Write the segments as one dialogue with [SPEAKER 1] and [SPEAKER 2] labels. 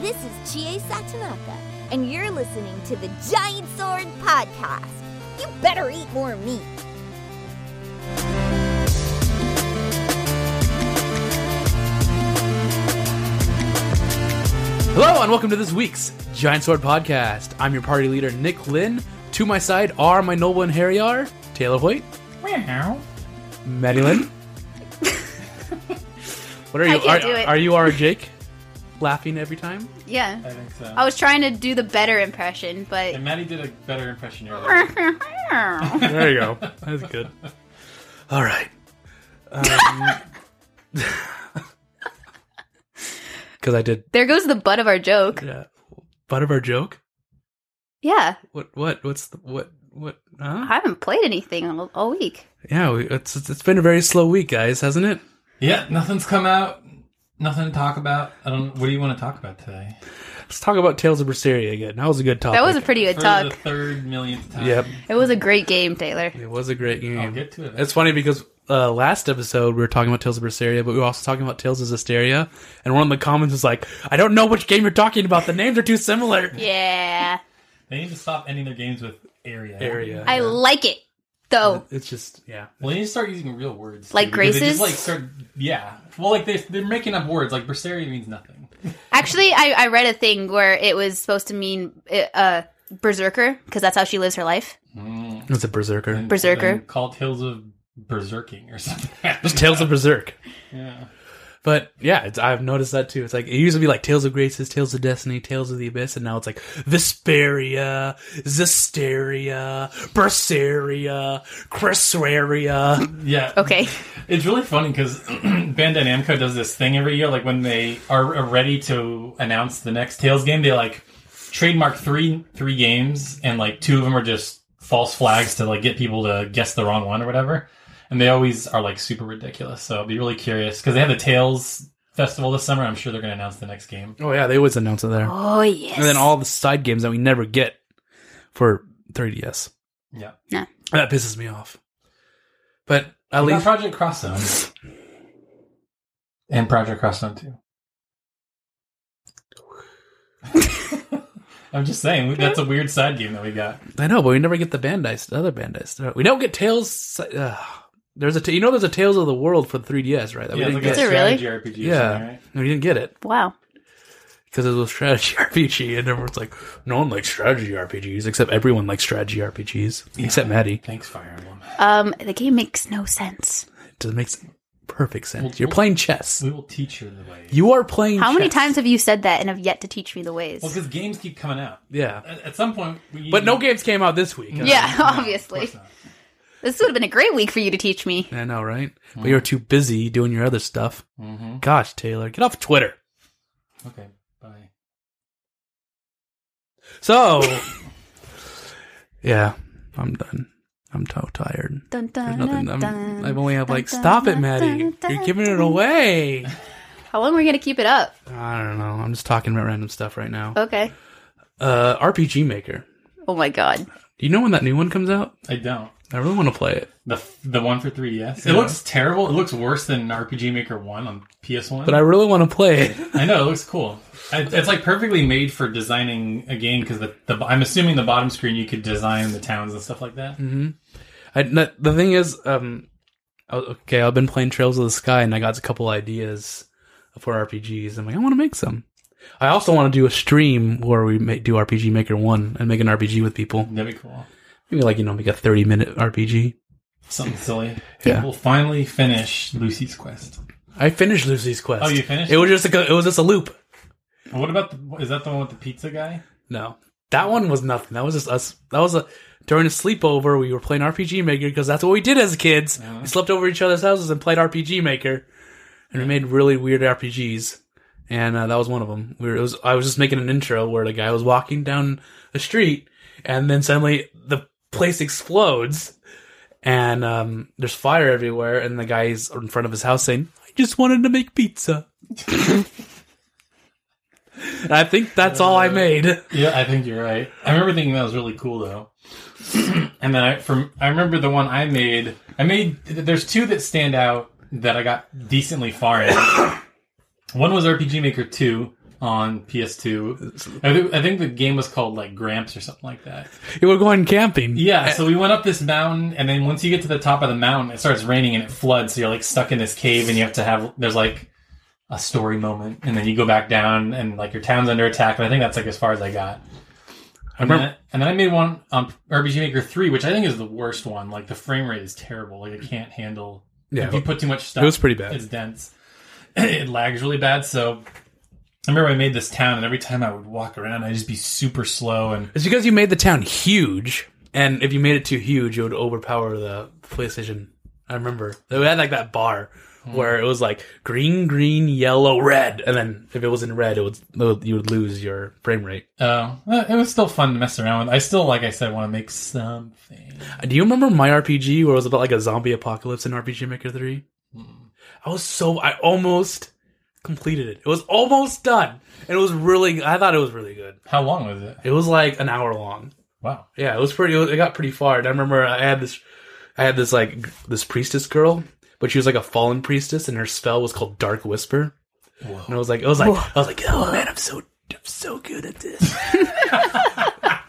[SPEAKER 1] This is Chie Satanaka, and you're listening to the Giant Sword Podcast. You better eat more meat.
[SPEAKER 2] Hello and welcome to this week's Giant Sword Podcast. I'm your party leader, Nick Lynn. To my side are my noble and hairy are Taylor Hoyt,
[SPEAKER 3] Meow.
[SPEAKER 2] Maddie Lynn. what are
[SPEAKER 4] I
[SPEAKER 2] you?
[SPEAKER 4] can't
[SPEAKER 2] are,
[SPEAKER 4] do it.
[SPEAKER 2] are you our Jake? Laughing every time?
[SPEAKER 4] Yeah.
[SPEAKER 3] I think so.
[SPEAKER 4] I was trying to do the better impression, but.
[SPEAKER 3] and Maddie did a better impression earlier.
[SPEAKER 2] There you go. That's good. All right. Um, Because I did
[SPEAKER 4] there goes the butt of our joke.
[SPEAKER 2] uh, butt of our joke.
[SPEAKER 4] Yeah.
[SPEAKER 2] What? What? What's the what? What? Huh?
[SPEAKER 4] I haven't played anything all, all week.
[SPEAKER 2] Yeah, we, it's it's been a very slow week, guys, hasn't it?
[SPEAKER 3] yeah, nothing's come out. Nothing to talk about. I don't. What do you want to talk about today?
[SPEAKER 2] Let's talk about Tales of Berseria again. That was a good topic.
[SPEAKER 4] That was a pretty good
[SPEAKER 3] For the
[SPEAKER 4] talk.
[SPEAKER 3] third millionth time.
[SPEAKER 2] Yep.
[SPEAKER 4] It was a great game, Taylor.
[SPEAKER 2] It was a great game.
[SPEAKER 3] I'll get to it.
[SPEAKER 2] It's funny because uh, last episode we were talking about Tales of Berseria, but we were also talking about Tales of Zestiria. And one of the comments was like, I don't know which game you're talking about. The names are too similar.
[SPEAKER 4] Yeah.
[SPEAKER 3] They need to stop ending their games with area.
[SPEAKER 2] Area.
[SPEAKER 4] I like it, though.
[SPEAKER 2] It's just, yeah.
[SPEAKER 3] Well, they need to start using real words.
[SPEAKER 4] Like
[SPEAKER 3] because They
[SPEAKER 4] graces?
[SPEAKER 3] just, like start. Yeah. Well, like they they're making up words. Like Berseria means nothing.
[SPEAKER 4] Actually, I, I read a thing where it was supposed to mean uh, berserker, because that's how she lives her life.
[SPEAKER 2] It's a Berserker.
[SPEAKER 3] And-
[SPEAKER 4] Berserker.
[SPEAKER 3] and Called Tales of Berserking or something.
[SPEAKER 2] Just Tales of Berserk.
[SPEAKER 3] yeah.
[SPEAKER 2] But yeah, it's, I've noticed that too. It's like, it used to be like Tales of Graces, Tales of Destiny, Tales of the Abyss, and now it's like Vesperia, Zisteria, Berseria, Cresseria.
[SPEAKER 3] Yeah.
[SPEAKER 4] Okay.
[SPEAKER 3] It's really funny because Bandai Namco does this thing every year. Like when they are ready to announce the next Tails game, they like trademark three three games, and like two of them are just false flags to like get people to guess the wrong one or whatever. And they always are like super ridiculous. So I'll be really curious because they have the Tails festival this summer. I'm sure they're going to announce the next game.
[SPEAKER 2] Oh yeah, they always announce it there.
[SPEAKER 4] Oh, yes.
[SPEAKER 2] And then all the side games that we never get for 3DS.
[SPEAKER 3] Yeah,
[SPEAKER 2] That pisses me off. But at
[SPEAKER 3] What about
[SPEAKER 2] least
[SPEAKER 3] Project Cross Zone and Project Cross Zone Two. I'm just saying we- that's a weird side game that we got.
[SPEAKER 2] I know, but we never get the Bandai, st- other Bandai stuff. We don't get Tales. Uh, there's a t- you know there's a Tales of the World for 3DS, right? That
[SPEAKER 3] Yeah,
[SPEAKER 2] we didn't
[SPEAKER 3] it's like a
[SPEAKER 4] Is it
[SPEAKER 2] get.
[SPEAKER 4] really?
[SPEAKER 3] strategy RPG. or
[SPEAKER 2] Yeah,
[SPEAKER 3] something, right?
[SPEAKER 2] no, we didn't get it
[SPEAKER 4] wow.
[SPEAKER 2] because it was a strategy RPG, and everyone's like, no one likes strategy RPGs except everyone likes strategy RPGs except Maddie.
[SPEAKER 3] Thanks, Fire Emblem.
[SPEAKER 4] Um, the game makes no sense.
[SPEAKER 2] It makes perfect sense. You're playing chess.
[SPEAKER 3] We will teach you the way.
[SPEAKER 2] You are playing.
[SPEAKER 4] How many
[SPEAKER 2] chess.
[SPEAKER 4] times have you said that and have yet to teach me the ways?
[SPEAKER 3] Well, because games keep coming out.
[SPEAKER 2] Yeah,
[SPEAKER 3] At, at some point, we
[SPEAKER 2] but no games came out this week.
[SPEAKER 4] yeah, obviously.
[SPEAKER 3] course not.
[SPEAKER 4] This would have been a great week for you to teach me.
[SPEAKER 2] I know, right? But you're too busy doing your other stuff.
[SPEAKER 3] Mm-hmm.
[SPEAKER 2] Gosh, Taylor, get off Twitter.
[SPEAKER 3] Okay, bye.
[SPEAKER 2] So, yeah, I'm done. I'm so tired.
[SPEAKER 4] Dun,
[SPEAKER 2] There's
[SPEAKER 4] dun,
[SPEAKER 2] nothing.
[SPEAKER 4] dun,
[SPEAKER 2] I'm,
[SPEAKER 4] dun.
[SPEAKER 2] I've only have
[SPEAKER 4] Dun,
[SPEAKER 2] like,
[SPEAKER 4] dun,
[SPEAKER 2] stop it,
[SPEAKER 4] dun,
[SPEAKER 2] Maddie.
[SPEAKER 4] dun,
[SPEAKER 2] You're
[SPEAKER 4] dun,
[SPEAKER 2] giving it
[SPEAKER 4] dun."
[SPEAKER 2] away.
[SPEAKER 4] How long are we gonna keep it up?
[SPEAKER 2] I don't know. I'm just talking about random stuff right now.
[SPEAKER 4] Okay.
[SPEAKER 2] Uh, RPG Maker.
[SPEAKER 4] Oh my god.
[SPEAKER 2] Do you know when that new one comes out?
[SPEAKER 3] I don't.
[SPEAKER 2] I really want to play it,
[SPEAKER 3] The f- the one for 3DS. It
[SPEAKER 2] Yeah.
[SPEAKER 3] looks terrible. It looks worse than RPG Maker 1 on PS1.
[SPEAKER 2] but I really want to play it.
[SPEAKER 3] I know, it looks cool. I, it's like perfectly made for designing a game because the, the, I'm assuming the bottom screen you could design the towns and stuff like that.
[SPEAKER 2] I, no, the thing is, um, I- okay, I've been playing Trails of the Sky, and I got a couple ideas for RPGs. I'm like, I want to make some. I also want to do a stream where we make, do RPG Maker One and make an RPG with people.
[SPEAKER 3] That'd be cool.
[SPEAKER 2] Maybe like you know, make a 30 minute RPG.
[SPEAKER 3] Something silly.
[SPEAKER 2] Yeah.
[SPEAKER 3] We'll finally finish Lucy's Quest.
[SPEAKER 2] I finished Lucy's quest.
[SPEAKER 3] Oh, you finished
[SPEAKER 2] It was just like a, it was just a loop.
[SPEAKER 3] What about the? Is that the one with the pizza guy?
[SPEAKER 2] No, that one was nothing. That was just us. That was a during a sleepover. We were playing RPG Maker because that's what we did as kids. We slept over each other's houses and played RPG Maker, and we made really weird RPGs. And uh, that was one of them. We were, it was I was just making an intro where the guy was walking down the street, and then suddenly the place explodes, and um, there's fire everywhere, and the guy's in front of his house saying, "I just wanted to make pizza." And I think that's all I made.
[SPEAKER 3] Yeah, I think you're right. I remember thinking that was really cool though. and then I from I remember the one I made. I made there's two that stand out that I got decently far in. one was RPG Maker 2 on PS2. I, thi- I think the game was called like Gramps or something like that.
[SPEAKER 2] You were going camping.
[SPEAKER 3] Yeah, so we went up this mountain, and then once you get to the top of the mountain, it starts raining and it floods. So you're like stuck in this cave, and you have to have there's like a story moment, and then you go back down, and like your town's under attack. And I think that's like as far as I got.
[SPEAKER 2] I
[SPEAKER 3] And
[SPEAKER 2] remember.
[SPEAKER 3] then, and then I made one on RPG Maker three, which I think is the worst one. Like the frame rate is terrible. Like I can't handle.
[SPEAKER 2] Yeah,
[SPEAKER 3] if you put too much stuff,
[SPEAKER 2] it was pretty bad.
[SPEAKER 3] It's dense. it lags really bad. So I remember I made this town, and every time I would walk around, I'd just be super slow and
[SPEAKER 2] It's because you made the town huge, and if you made it too huge, it would overpower the PlayStation. I remember they had like that bar where it was like green, green, yellow, red, and then if it was in red, it would you would lose your frame rate.
[SPEAKER 3] Uh, well, it was still fun to mess around with. I still, like I said, want to make something.
[SPEAKER 2] Do you remember my RPG where it was about like a zombie apocalypse in RPG Maker 3? I was so I almost completed it. It was almost done. And it was really I thought it was really good.
[SPEAKER 3] How long was it?
[SPEAKER 2] It was like an hour long.
[SPEAKER 3] Wow.
[SPEAKER 2] Yeah, it was pretty it got pretty far. And I remember I had this I had this like g- this priestess girl, but she was like a fallen priestess and her spell was called Dark Whisper. And I was like I was like I was like, "Oh man, I'm so I'm so good at this."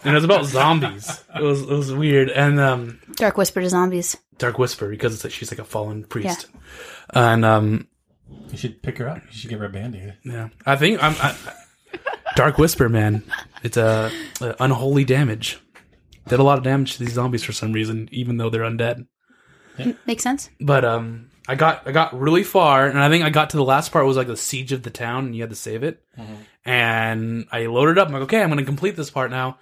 [SPEAKER 2] and it was about zombies. It was it was weird. And um
[SPEAKER 4] Dark Whisper to Zombies.
[SPEAKER 2] Dark Whisper because it's like she's like a fallen priest, and um,
[SPEAKER 3] You should pick her up. You should give her a band aid.
[SPEAKER 2] yeah, I think I'm I, Dark Whisper, man. It's a, uh unholy damage. Did a lot of damage to these zombies for some reason, even though they're undead.
[SPEAKER 4] Makes sense?
[SPEAKER 2] But um, I got I got really far, and I think I got to the last part was like the siege of the town, and you had to save it.
[SPEAKER 3] Mm-hmm.
[SPEAKER 2] And I loaded up. I'm like, okay, I'm going to complete this part now.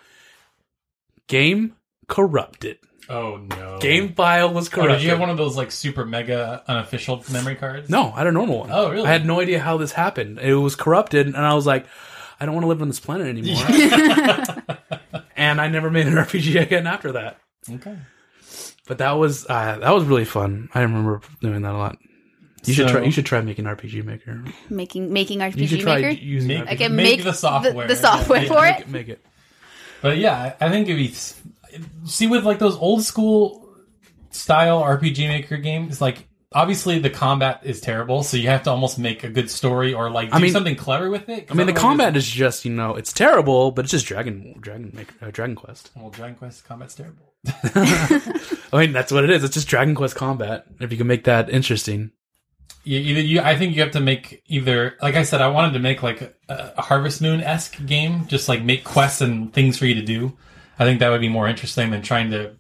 [SPEAKER 2] Game corrupted.
[SPEAKER 3] Oh, no.
[SPEAKER 2] Game file was
[SPEAKER 3] Oh,
[SPEAKER 2] corrupted.
[SPEAKER 3] did you have one of those, like, super mega unofficial memory cards?
[SPEAKER 2] No, I had a normal one.
[SPEAKER 3] Oh, really?
[SPEAKER 2] I had no idea how this happened. It was corrupted, and I was like, I don't want to live on this planet anymore. and I never made an RPG again after that.
[SPEAKER 3] Okay.
[SPEAKER 2] But that was uh, that was really fun. I remember doing that a lot. You should
[SPEAKER 3] So-
[SPEAKER 2] try. You should try making RPG Maker.
[SPEAKER 4] Making making RPG
[SPEAKER 2] You should try
[SPEAKER 4] Maker.
[SPEAKER 2] using
[SPEAKER 3] Make-
[SPEAKER 2] RPG.
[SPEAKER 4] I can
[SPEAKER 3] Make
[SPEAKER 4] make,
[SPEAKER 3] the software.
[SPEAKER 4] The, software
[SPEAKER 3] Yeah,
[SPEAKER 4] for
[SPEAKER 2] Make
[SPEAKER 4] it.
[SPEAKER 2] it. Make it.
[SPEAKER 3] But yeah, I I think if you see with, like, those old school style RPG Maker games, like, obviously the combat is terrible, so you have to almost make a good story or, like, do
[SPEAKER 2] I mean-
[SPEAKER 3] something clever with it.
[SPEAKER 2] I mean, the combat is just you know it's terrible, but it's just Dragon Dragon Maker, uh, Dragon Quest.
[SPEAKER 3] Well, Dragon Quest combat's terrible.
[SPEAKER 2] I mean, that's what it is. It's just Dragon Quest combat. If you can make that interesting,
[SPEAKER 3] You, either you, I think you have to make either, like I said, I wanted to make like a, a Harvest Moon esque game, just like make quests and things for you to do. I think that would be more interesting than trying to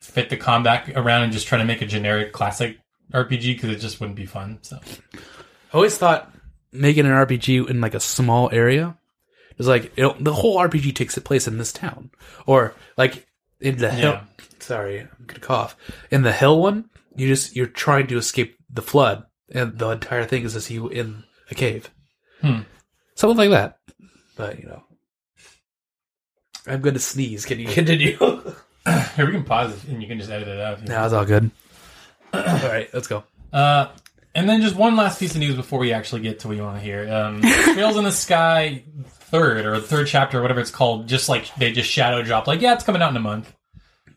[SPEAKER 3] fit the combat around and just trying to make a generic classic RPG because it just wouldn't be fun. So
[SPEAKER 2] I always thought making an RPG in like a small area is like it'll, the whole RPG takes place in this town or like in the hill.
[SPEAKER 3] Yeah.
[SPEAKER 2] Sorry, I'm gonna cough. In the hill one, you just you're trying to escape the flood, and the entire thing is just you in a cave,
[SPEAKER 3] Hmm.
[SPEAKER 2] something like that. But you know, I'm gonna sneeze. Can you continue? no,
[SPEAKER 3] here we can pause it and you can just edit it out. if you
[SPEAKER 2] it's all good. all right, let's go.
[SPEAKER 3] Uh, and then just one last piece of news before we actually get to what you want to hear. Um, Trails in the Sky third or the third chapter or whatever it's called, just like they just shadow dropped. Like, yeah, it's coming out in a month.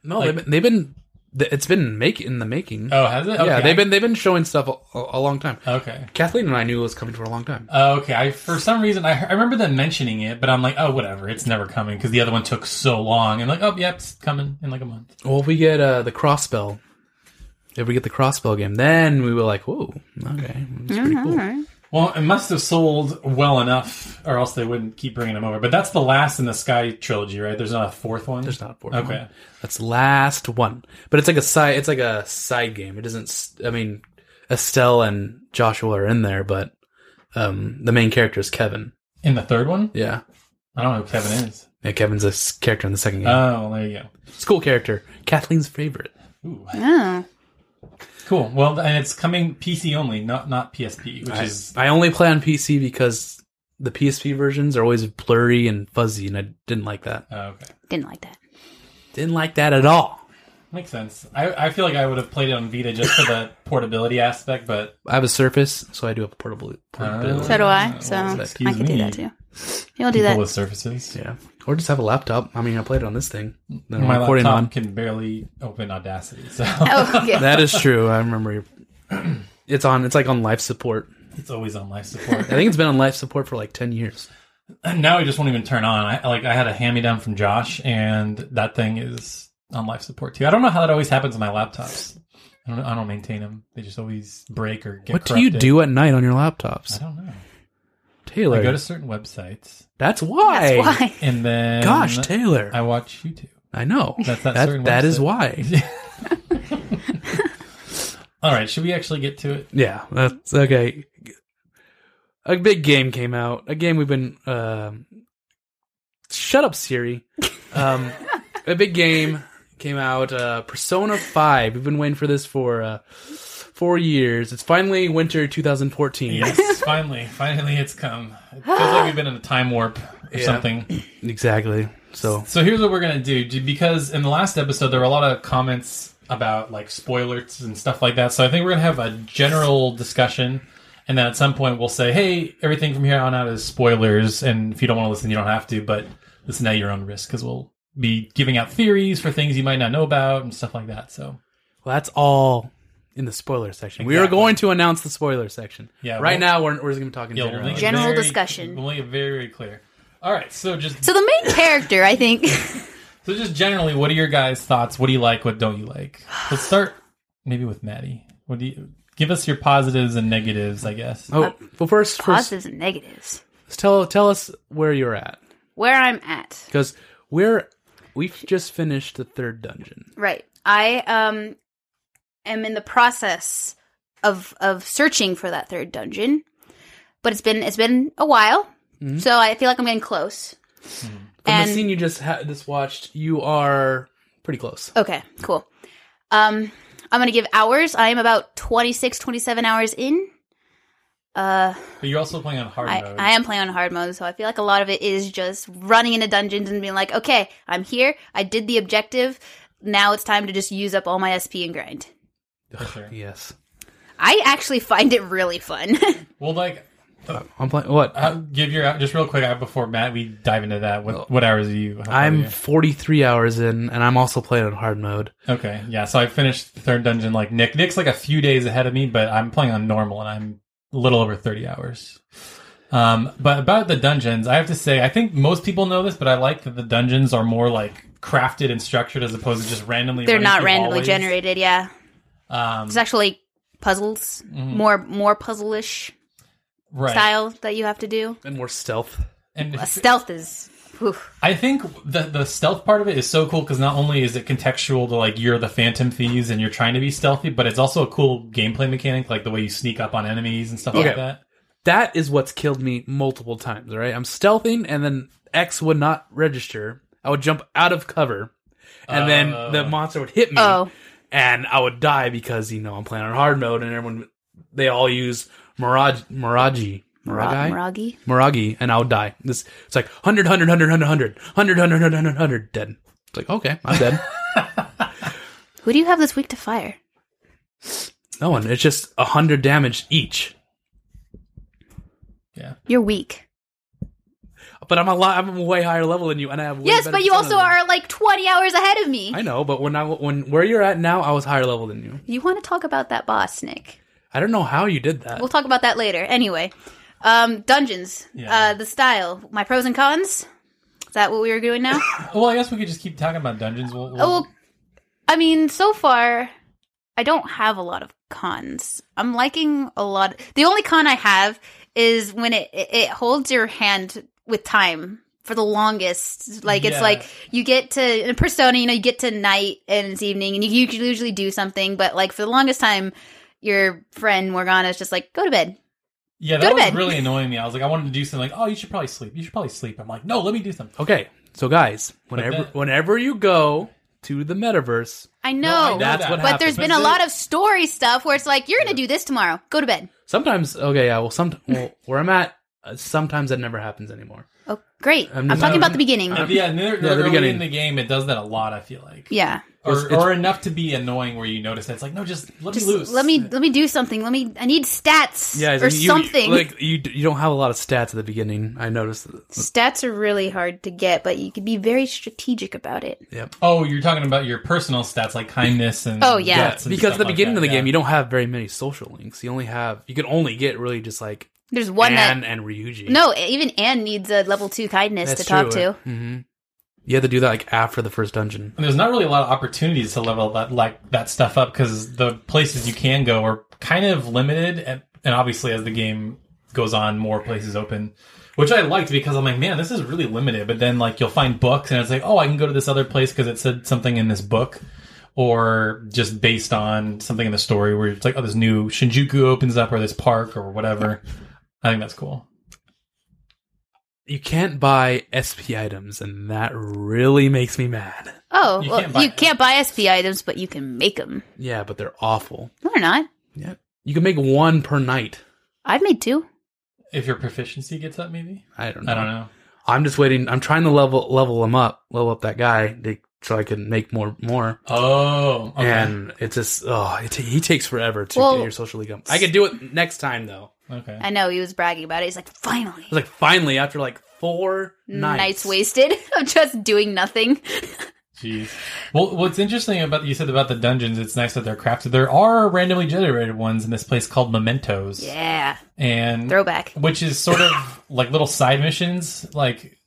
[SPEAKER 2] No, they've
[SPEAKER 3] Like-
[SPEAKER 2] been, they've been it's been make in the making.
[SPEAKER 3] Oh, has it? Okay.
[SPEAKER 2] Yeah, they've been they've been showing stuff a, a a long time.
[SPEAKER 3] Okay.
[SPEAKER 2] Kathleen and I knew it was coming for a long time.
[SPEAKER 3] Oh, okay. I for some reason I, I remember them mentioning it, but I'm like, oh, whatever. It's never coming because the other one took so long. And like, oh, yep, it's coming in like a month.
[SPEAKER 2] Well, if we get uh, the cross spell, if we get the cross spell game, then we were like, "Whoa, okay, that's pretty cool."
[SPEAKER 3] Well, it must have sold well enough, or else they wouldn't keep bringing them over. But that's the last in the Sky trilogy, right? There's not a fourth one.
[SPEAKER 2] There's not a fourth.
[SPEAKER 3] Okay.
[SPEAKER 2] one. that's the last one, but it's like a side. It's like a side game. It doesn't. s- I mean, Estelle and Joshua are in there, but um, the main character is Kevin.
[SPEAKER 3] In the third one,
[SPEAKER 2] Yeah,
[SPEAKER 3] I don't know who Kevin is.
[SPEAKER 2] yeah Kevin's a s- character in the second game.
[SPEAKER 3] Oh, well, there you go.
[SPEAKER 2] it's a cool character. Kathleen's favorite.
[SPEAKER 3] Ooh.
[SPEAKER 4] Oh.
[SPEAKER 3] Cool. Well, and it's coming PC only, not not PSP, which
[SPEAKER 2] I,
[SPEAKER 3] is
[SPEAKER 2] I only play on PC because the PSP versions are always blurry and fuzzy, and I didn't like that.
[SPEAKER 3] oh, okay.
[SPEAKER 4] Didn't like that.
[SPEAKER 2] Didn't like that at all.
[SPEAKER 3] Makes sense. I, I feel like I would have played it on Vita just for the portability aspect, but
[SPEAKER 2] I have a Surface, so I do have a portable. portability.
[SPEAKER 4] So do
[SPEAKER 2] Uh,
[SPEAKER 4] I. So
[SPEAKER 3] Well,
[SPEAKER 4] I
[SPEAKER 3] excuse
[SPEAKER 4] can do
[SPEAKER 3] me.
[SPEAKER 4] that too. You'll do
[SPEAKER 3] people
[SPEAKER 4] that.
[SPEAKER 3] with surfaces.
[SPEAKER 2] yeah, or just have a laptop. I mean, I played it on this thing. that I'm
[SPEAKER 3] My
[SPEAKER 2] recording
[SPEAKER 3] laptop
[SPEAKER 2] on.
[SPEAKER 3] can barely open Audacity, so
[SPEAKER 4] Oh, okay.
[SPEAKER 2] That is true. I remember. Your, it's on. It's like on life support.
[SPEAKER 3] it's always on life support.
[SPEAKER 2] I think it's been on life support for like ten years.
[SPEAKER 3] now it just won't even turn on. I like I had a hand me down from Josh, and that thing is on life support too. I don't know how that always happens on my laptops. I don't, I don't maintain them. They just always break or get.
[SPEAKER 2] What do you
[SPEAKER 3] corrupted.
[SPEAKER 2] do at night on your
[SPEAKER 3] I
[SPEAKER 2] laptops,
[SPEAKER 3] don't know.
[SPEAKER 2] Taylor?
[SPEAKER 3] I go to certain websites,
[SPEAKER 2] that's why.
[SPEAKER 4] That's why.
[SPEAKER 3] and then
[SPEAKER 2] Gosh, Taylor.
[SPEAKER 3] I watch YouTube.
[SPEAKER 2] I know.
[SPEAKER 3] That's that
[SPEAKER 2] That,
[SPEAKER 3] certain
[SPEAKER 2] that is
[SPEAKER 3] website.
[SPEAKER 2] why.
[SPEAKER 3] All right, should we actually get to it?
[SPEAKER 2] Yeah, that's okay. A big game came out. A game we've been. um shut up, Siri. Um, a big game came out. Uh, Persona Five. We've been waiting for this for uh, four years. It's finally winter 2014.
[SPEAKER 3] Yes, finally, finally, it's come. It feels like we've been in a time warp or
[SPEAKER 2] Yeah.
[SPEAKER 3] something.
[SPEAKER 2] Exactly. So
[SPEAKER 3] So here's what we're gonna do, j- because in the last episode there were a lot of comments about like spoilers and stuff like that. So I think we're gonna have a general discussion, and then at some point we'll say, "Hey, everything from here on out is spoilers," and if you don't want to listen, you don't have to, but listen at your own risk because we'll be giving out theories for things you might not know about and stuff like that. So
[SPEAKER 2] well, that's all in the spoiler section. We are
[SPEAKER 3] Exactly.
[SPEAKER 2] going to announce the spoiler section.
[SPEAKER 3] Yeah,
[SPEAKER 2] Right
[SPEAKER 3] we'll-
[SPEAKER 2] now, we're, we're just going to be talking
[SPEAKER 3] yeah, we'll
[SPEAKER 2] generally.
[SPEAKER 3] make it
[SPEAKER 4] General discussion.
[SPEAKER 3] We'll make it very, very clear. All right, so just
[SPEAKER 4] So the main character, I think.
[SPEAKER 3] so just generally, what are your guys' thoughts? What do you like? What don't you like? Let's start maybe with Maddie. What do you give us your positives and negatives? I guess.
[SPEAKER 2] Oh, well, first, first
[SPEAKER 4] positives and negatives.
[SPEAKER 2] tell tell us where you're at.
[SPEAKER 4] Where I'm at.
[SPEAKER 2] because we're we've just finished the third dungeon.
[SPEAKER 4] Right. I um am in the process of of searching for that third dungeon. But it's been it's been a while. So I feel like I'm getting close.
[SPEAKER 2] From
[SPEAKER 4] And
[SPEAKER 2] the scene you just ha- just watched, you are pretty close.
[SPEAKER 4] okay, cool. Um I'm going to give hours. I am about 26 27 hours in. Uh
[SPEAKER 3] But you're also playing on hard
[SPEAKER 4] I,
[SPEAKER 3] mode.
[SPEAKER 4] I am playing on hard mode, so I feel like a lot of it is just running into dungeons and being like, okay, I'm here. I did the objective. Now it's time to just use up all my SP and grind.
[SPEAKER 3] For sure.
[SPEAKER 2] Yes,
[SPEAKER 4] I actually find it really fun.
[SPEAKER 3] Well, like,
[SPEAKER 2] I'm playing. What?
[SPEAKER 3] uh, give your just real quick uh, before Matt we dive into that. What what hours are you? how far are
[SPEAKER 2] I'm
[SPEAKER 3] you?
[SPEAKER 2] 43 hours in, and I'm also playing on hard mode.
[SPEAKER 3] okay. Yeah. So I finished the third dungeon. Like Nick. Nick's like a few days ahead of me, but I'm playing on normal, and I'm a little over thirty hours. Um, but about the dungeons, I have to say, I think most people know this, but I like that the dungeons are more like crafted and structured as opposed to just randomly.
[SPEAKER 4] They're
[SPEAKER 3] running
[SPEAKER 4] not
[SPEAKER 3] through
[SPEAKER 4] randomly
[SPEAKER 3] hallways.
[SPEAKER 4] generated, yeah.
[SPEAKER 3] Um,
[SPEAKER 4] It's actually puzzles,
[SPEAKER 2] Mm-hmm.
[SPEAKER 4] more more puzzle-ish
[SPEAKER 3] right.
[SPEAKER 4] style that you have to do.
[SPEAKER 2] And more stealth.
[SPEAKER 3] And
[SPEAKER 4] Uh, stealth is whew.
[SPEAKER 3] I think the the stealth part of it is so cool because not only is it contextual to like you're the Phantom Thieves and you're trying to be stealthy, but it's also a cool gameplay mechanic, like the way you sneak up on enemies and stuff
[SPEAKER 2] Okay.
[SPEAKER 3] like that.
[SPEAKER 2] That is what's killed me multiple times. All right, I'm stealthing, and then X would not register. I would jump out of cover, and then the monster would hit me.
[SPEAKER 4] Oh,
[SPEAKER 2] and I would die because you know I'm playing on hard mode, and everyone they all use Mirage, Miragi, Miragi,
[SPEAKER 4] Miragi.
[SPEAKER 2] Miragi, and I would die. This it's like 100, 100, 100, 100, 100, 100, 100, 100, dead. It's like okay, I'm dead.
[SPEAKER 4] Who do you have this week to fire?
[SPEAKER 2] no one. It's just hundred damage each.
[SPEAKER 3] Yeah,
[SPEAKER 4] You're weak.
[SPEAKER 2] But I'm a lot. I'm a way higher level than you, and I have. Way
[SPEAKER 4] Yes,
[SPEAKER 2] better
[SPEAKER 4] but you
[SPEAKER 2] persona
[SPEAKER 4] also
[SPEAKER 2] than-
[SPEAKER 4] are like 20 hours ahead of me.
[SPEAKER 2] I know, but when I when where you're at now, I was higher level than you.
[SPEAKER 4] You want to talk about that boss, Nick?
[SPEAKER 2] I don't know how you did that.
[SPEAKER 4] We'll talk about that later. Anyway, um, dungeons,
[SPEAKER 3] Yeah.
[SPEAKER 4] uh, the style, my pros and cons. Is that what we were doing now?
[SPEAKER 3] Well, I guess we could just keep talking about dungeons. We'll, we'll-
[SPEAKER 4] Oh, well, I mean, so far, I don't have a lot of cons. I'm liking a lot. The only con I have is when it it, it holds your hand with time for the longest. Like it's
[SPEAKER 3] Yeah.
[SPEAKER 4] like you get to in persona, you know, you get to night and it's evening, and you, you can usually do something, but like for the longest time, your friend Morgana is just like, go to bed.
[SPEAKER 3] yeah,
[SPEAKER 4] go
[SPEAKER 3] that
[SPEAKER 4] to
[SPEAKER 3] was
[SPEAKER 4] bed.
[SPEAKER 3] really annoying me. I was like, I wanted to do something. Like, oh, you should probably sleep. You should probably sleep. I'm like, no, let me do something.
[SPEAKER 2] okay, so guys, whenever
[SPEAKER 3] that-
[SPEAKER 2] whenever you go to the metaverse,
[SPEAKER 4] I
[SPEAKER 3] I
[SPEAKER 4] know.
[SPEAKER 3] know
[SPEAKER 2] that's
[SPEAKER 3] that.
[SPEAKER 2] what
[SPEAKER 3] But
[SPEAKER 4] but
[SPEAKER 2] happens.
[SPEAKER 4] there's been a lot of story stuff where it's like, you're going to do this tomorrow. Go to bed.
[SPEAKER 2] Sometimes, okay, yeah. Well, some well, where I'm at, uh, sometimes that never happens anymore.
[SPEAKER 4] Oh, great.
[SPEAKER 2] I'm
[SPEAKER 4] I'm,
[SPEAKER 2] just-
[SPEAKER 4] talking about the beginning.
[SPEAKER 3] And yeah, and they're-
[SPEAKER 2] the
[SPEAKER 3] early
[SPEAKER 2] beginning.
[SPEAKER 3] in the game, it does that a lot. I feel like,
[SPEAKER 4] yeah.
[SPEAKER 2] It's-
[SPEAKER 3] or,
[SPEAKER 2] it's-
[SPEAKER 3] or enough to be annoying where you notice that it's like, no, just let
[SPEAKER 4] Just
[SPEAKER 3] me loose.
[SPEAKER 4] let me let me do something. Let me I need stats
[SPEAKER 2] Yeah,
[SPEAKER 4] or
[SPEAKER 2] you- you-
[SPEAKER 4] something.
[SPEAKER 2] Like you, you don't have a lot of stats at the beginning. I noticed.
[SPEAKER 4] stats are really hard to get, but you could be very strategic about it.
[SPEAKER 3] Oh, you're talking about your personal stats like kindness and
[SPEAKER 4] Oh, yeah.
[SPEAKER 3] guts and
[SPEAKER 2] because
[SPEAKER 3] stuff
[SPEAKER 2] at the
[SPEAKER 3] like
[SPEAKER 2] beginning
[SPEAKER 3] that,
[SPEAKER 2] of the
[SPEAKER 3] yeah.
[SPEAKER 2] game, you don't have very many social links. You only have you can only get really just like
[SPEAKER 4] There's one
[SPEAKER 2] Anne and Ryuji.
[SPEAKER 4] that no, even Anne needs a level two kindness to talk to.
[SPEAKER 2] hmm You have to do that like after the first dungeon.
[SPEAKER 3] And there's not really a lot of opportunities to level that like that stuff up because the places you can go are kind of limited, and, and obviously as the game goes on, more places open, which I liked because I'm like, man, this is really limited. But then like you'll find books, and it's like, oh, I can go to this other place because it said something in this book, or just based on something in the story where it's like, oh, this new Shinjuku opens up, or this park, or whatever. I think that's cool.
[SPEAKER 2] You can't buy SP items, and that really makes me mad.
[SPEAKER 4] Oh,
[SPEAKER 3] You
[SPEAKER 4] well,
[SPEAKER 3] can't buy-
[SPEAKER 4] you can't buy SP items, but you can make them.
[SPEAKER 2] Yeah, but they're awful.
[SPEAKER 4] No, they're not.
[SPEAKER 2] Yeah, you can make one per night.
[SPEAKER 4] I've made two.
[SPEAKER 3] If your proficiency gets up, maybe
[SPEAKER 2] I don't know.
[SPEAKER 3] I don't know.
[SPEAKER 2] I'm just waiting. I'm trying to level level him up, level up that guy, to, so I can make more more.
[SPEAKER 3] Oh, okay.
[SPEAKER 2] And it's just oh, it ta he takes forever to
[SPEAKER 4] Well-
[SPEAKER 2] get your social league up. I could do it next time though.
[SPEAKER 3] okay.
[SPEAKER 4] I know he was bragging about it. He's like, finally,
[SPEAKER 2] I was like, finally, after like four nights,
[SPEAKER 4] nights wasted of just doing nothing.
[SPEAKER 3] Jeez. Well, what's interesting about you said about the dungeons? It's nice that they're crafted. There are randomly generated ones in this place called Mementos,
[SPEAKER 4] Yeah,
[SPEAKER 3] and
[SPEAKER 4] throwback.
[SPEAKER 3] which is sort of like little side missions, like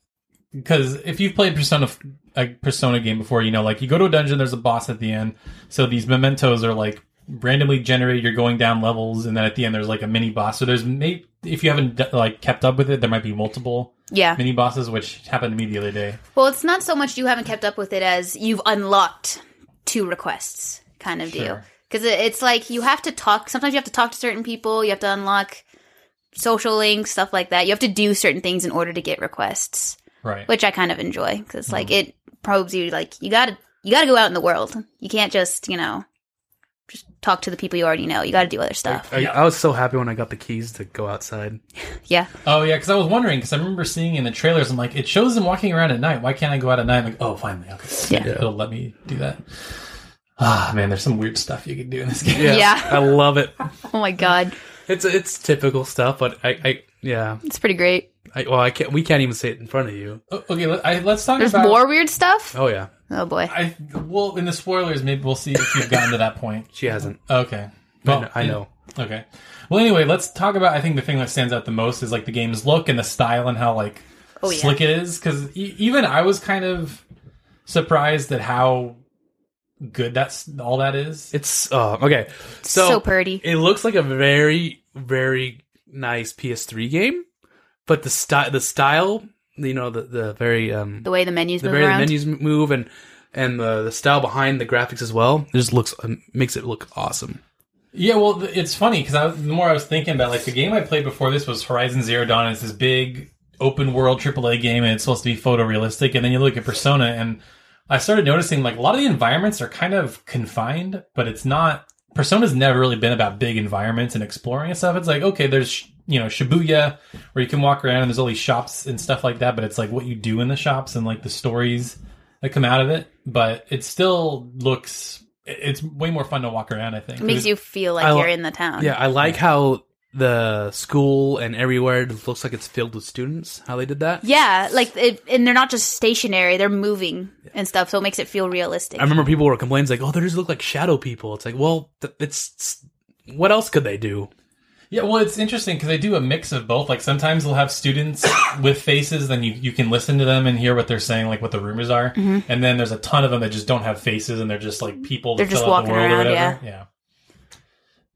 [SPEAKER 3] because if you've played Persona a Persona game before, you know, like you go to a dungeon, there's a boss at the end. So these Mementos are like randomly generated. You're going down levels, and then at the end, there's like a mini boss. So there's maybe if you haven't like kept up with it, there might be multiple
[SPEAKER 4] Yeah.
[SPEAKER 3] mini bosses, which happened to me the other day.
[SPEAKER 4] Well, it's not so much you haven't kept up with it as you've unlocked two requests kind of deal.
[SPEAKER 3] Sure.
[SPEAKER 4] Because it's like you have to talk. Sometimes you have to talk to certain people. You have to unlock social links, stuff like that. You have to do certain things in order to get requests,
[SPEAKER 3] Right.
[SPEAKER 4] which I kind of enjoy because like it probes you. Like you gotta you gotta go out in the world. You can't just you know just talk to the people you already know. You gotta do other stuff.
[SPEAKER 2] I, I was so happy when I got the keys to go outside.
[SPEAKER 4] Yeah.
[SPEAKER 3] Oh yeah, because I was wondering because I remember seeing in the trailers. I'm like, it shows them walking around at night. Why can't I go out at night? I'm like, oh, finally, okay,
[SPEAKER 4] Yeah.
[SPEAKER 3] it'll let me do that. Ah man, there's some weird stuff you can do in this game.
[SPEAKER 4] Yeah.
[SPEAKER 2] I love it.
[SPEAKER 4] Oh my god,
[SPEAKER 2] It's it's typical stuff, but I, I yeah.
[SPEAKER 4] it's pretty great.
[SPEAKER 2] I, well, I can't. We can't even say it in front of you.
[SPEAKER 3] O- Okay, let, I, let's talk
[SPEAKER 4] There's
[SPEAKER 3] about.
[SPEAKER 4] more weird stuff.
[SPEAKER 2] Oh yeah,
[SPEAKER 4] Oh boy.
[SPEAKER 3] I well, in the spoilers, maybe we'll see if you've gotten to that point.
[SPEAKER 2] she hasn't.
[SPEAKER 3] Okay.
[SPEAKER 2] I know. I know.
[SPEAKER 3] Okay. Well, anyway, let's talk about. I think the thing that stands out the most is like the game's look and the style and how like
[SPEAKER 4] Oh, yeah.
[SPEAKER 3] slick it is. Because e- even I was kind of surprised at how good that's all that is.
[SPEAKER 2] It's uh, okay. So,
[SPEAKER 4] so pretty.
[SPEAKER 2] It looks like a very very nice PS3 game, but the style the style you know the the very um
[SPEAKER 4] The way the menus
[SPEAKER 2] the
[SPEAKER 4] move
[SPEAKER 2] very the
[SPEAKER 4] around.
[SPEAKER 2] menus m- move and and the the style behind the graphics as well. It just looks um, makes it look awesome.
[SPEAKER 3] Yeah, well, th- it's funny because the more I was thinking about, like the game I played before this was Horizon Zero Dawn. It's this big open world AAA game, and it's supposed to be photorealistic. And then you look at Persona, and I started noticing like a lot of the environments are kind of confined, but it's not. Persona's never really been about big environments and exploring and stuff. It's like okay, there's you know Shibuya where you can walk around and there's all these shops and stuff like that, but it's like what you do in the shops and like the stories that come out of it. But it still looks. it- It's way more fun to walk around. I think
[SPEAKER 4] It makes you feel like
[SPEAKER 2] I li-
[SPEAKER 4] you're in the town.
[SPEAKER 2] Yeah, I like how the school and everywhere just looks like it's filled with students. How they did that.
[SPEAKER 4] Yeah, like it, and they're not just stationary; they're moving and stuff, so it makes it feel realistic.
[SPEAKER 2] I remember people were complaining like, "Oh, they just look like shadow people." It's like, well, th- it's, it's- what else could they do?
[SPEAKER 3] Yeah, well, it's interesting because they do a mix of both. Like sometimes they'll have students with faces, then you, you can listen to them and hear what they're saying, like what the rumors are.
[SPEAKER 4] Mm-hmm.
[SPEAKER 3] And then there's a ton of them that just don't have faces and they're just like people. that
[SPEAKER 4] They're just
[SPEAKER 3] fill out the
[SPEAKER 4] walking
[SPEAKER 3] world or
[SPEAKER 4] around,
[SPEAKER 3] whatever. yeah.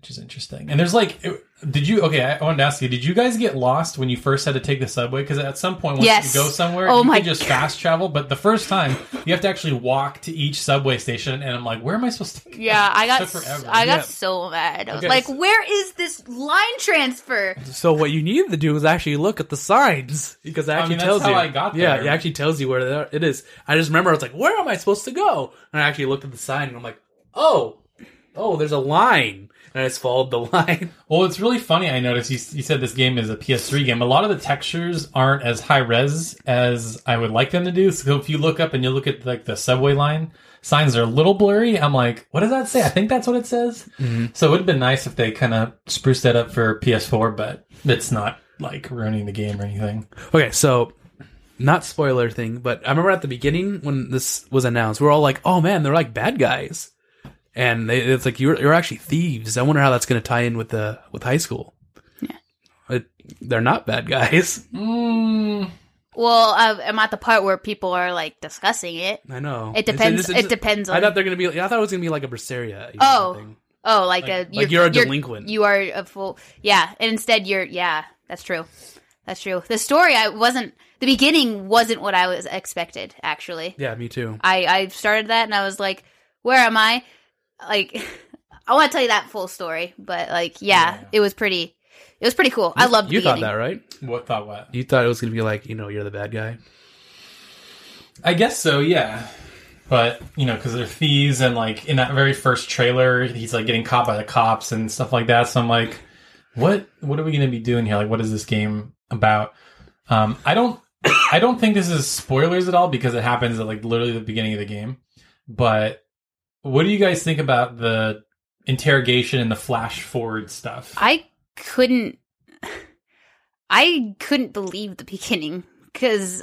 [SPEAKER 3] Which is interesting. And there's like, it- did you? Okay, I wanted to ask you, did you guys get lost when you first had to take the subway? Because at some point, once
[SPEAKER 4] Yes.
[SPEAKER 3] you go somewhere,
[SPEAKER 4] Oh
[SPEAKER 3] you
[SPEAKER 4] my
[SPEAKER 3] can just
[SPEAKER 4] God.
[SPEAKER 3] fast travel. But the first time, you have to actually walk to each subway station, and I'm like, where am I supposed to? go?
[SPEAKER 4] yeah, I got
[SPEAKER 3] It took
[SPEAKER 4] s-
[SPEAKER 3] forever.
[SPEAKER 4] I got
[SPEAKER 2] Yeah.
[SPEAKER 4] so mad. I was
[SPEAKER 2] Okay.
[SPEAKER 4] like, "Where is this line transfer?"
[SPEAKER 2] So what you need to do is actually look at the signs because it
[SPEAKER 3] mean,
[SPEAKER 2] actually
[SPEAKER 3] that's
[SPEAKER 2] tells
[SPEAKER 3] how
[SPEAKER 2] you.
[SPEAKER 3] I got
[SPEAKER 2] yeah,
[SPEAKER 3] there.
[SPEAKER 2] it actually tells you where they are- it is. I just remember I was like, "Where am I supposed to go?" And I actually looked at the sign and I'm like, "Oh, oh, there's a line," and I just followed the line.
[SPEAKER 3] Well, it's really funny. I noticed you, you said this game is a PS3 game. A lot of the textures aren't as high res as I would like them to do. So if you look up and you look at like the subway line signs, are a little blurry. I'm like, what does that say? I think that's what it says. So it would have been nice if they kind of spruced that up for PS4, but it's not like ruining the game or anything.
[SPEAKER 2] Okay, so not spoiler thing, but I remember at the beginning when this was announced, we are all like, "Oh man, they're like bad guys," and they, it's like you're you're actually thieves. I wonder how that's going to tie in with the with high school. Yeah, it they're not bad guys.
[SPEAKER 3] Mm,
[SPEAKER 4] Well, uh, I'm at the part where people are like discussing it.
[SPEAKER 2] I know.
[SPEAKER 4] It
[SPEAKER 2] It's-
[SPEAKER 4] depends.
[SPEAKER 2] it's- it's-
[SPEAKER 4] it depends
[SPEAKER 2] I
[SPEAKER 4] on.
[SPEAKER 2] thought they're gonna be. I thought it was gonna be like a Berseria. you know,
[SPEAKER 4] Oh.
[SPEAKER 2] thing.
[SPEAKER 4] oh, like,
[SPEAKER 3] Like-
[SPEAKER 4] a
[SPEAKER 2] like you're a delinquent.
[SPEAKER 4] You are a full. Yeah, and instead you're. Yeah, that's true. That's true. The story I wasn't. The beginning wasn't what I was expected. Actually,
[SPEAKER 2] yeah, me too.
[SPEAKER 4] I I started that and I was like, where am I? Like, I want to tell you that full story, but like, yeah,
[SPEAKER 3] Yeah.
[SPEAKER 4] it was pretty. It was pretty cool. I loved. The
[SPEAKER 2] You thought
[SPEAKER 4] beginning.
[SPEAKER 2] that, right?
[SPEAKER 3] what thought what?
[SPEAKER 2] You thought it was gonna be like, you know, you're the bad guy.
[SPEAKER 3] I guess so, yeah. But you know, because they're thieves, and like in that very first trailer, he's like getting caught by the cops and stuff like that. So I'm like, what? What are we going to be doing here? Like, what is this game about? Um, I don't, I don't think this is spoilers at all because it happens at like literally the beginning of the game. But what do you guys think about the interrogation and the flash forward stuff?
[SPEAKER 4] I couldn't I couldn't believe the beginning cuz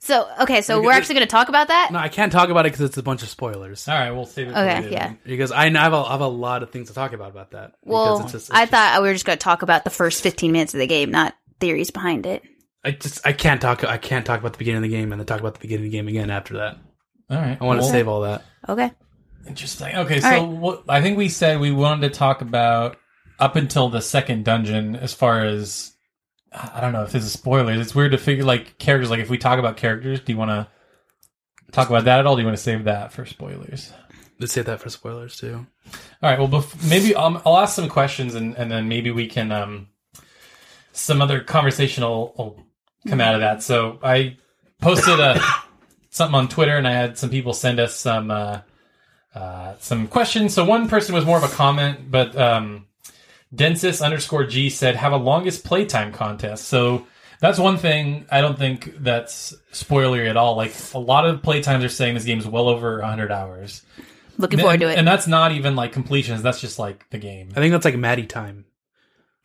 [SPEAKER 4] so okay, so
[SPEAKER 2] Okay,
[SPEAKER 4] we're
[SPEAKER 2] there's-
[SPEAKER 4] actually going to talk about that.
[SPEAKER 2] No, I can't talk about it because it's a bunch of spoilers.
[SPEAKER 3] all right, we'll save it. for
[SPEAKER 4] Okay,
[SPEAKER 3] later.
[SPEAKER 4] yeah.
[SPEAKER 2] Because I know- I have a, I have a lot of things to talk about about that.
[SPEAKER 4] well,
[SPEAKER 2] because it's just,
[SPEAKER 4] I thought we were just going to talk about the first 15 minutes of the game, not theories behind it.
[SPEAKER 2] I just I can't talk I can't talk about the beginning of the game and then talk about the beginning of the game again after that.
[SPEAKER 3] All right,
[SPEAKER 2] I want to
[SPEAKER 3] Well,
[SPEAKER 2] save all that.
[SPEAKER 4] Okay.
[SPEAKER 3] Interesting. Okay,
[SPEAKER 4] All
[SPEAKER 3] so
[SPEAKER 4] right.
[SPEAKER 3] what, I think we said we wanted to talk about up until the second dungeon as far as I don't know if this is spoilers. It's weird to figure like characters. Like if we talk about characters, do you want to talk about that at all? Do you want to save that for spoilers?
[SPEAKER 2] Let's save that for spoilers too.
[SPEAKER 3] All right. Well, bef- maybe um, I'll ask some questions, and, and then maybe we can um, some other conversation will, will come out of that. So I posted a something on Twitter, and I had some people send us some uh, uh, some questions. So one person was more of a comment, but um, Densis underscore G said, "Have a longest playtime contest." So that's one thing I don't think that's spoilery at all. Like a lot of playtimes are saying this game's well over hundred hours.
[SPEAKER 4] Looking forward
[SPEAKER 3] And-
[SPEAKER 4] to it.
[SPEAKER 3] And that's not even like completions. That's just like the game.
[SPEAKER 2] I think that's like Maddie time.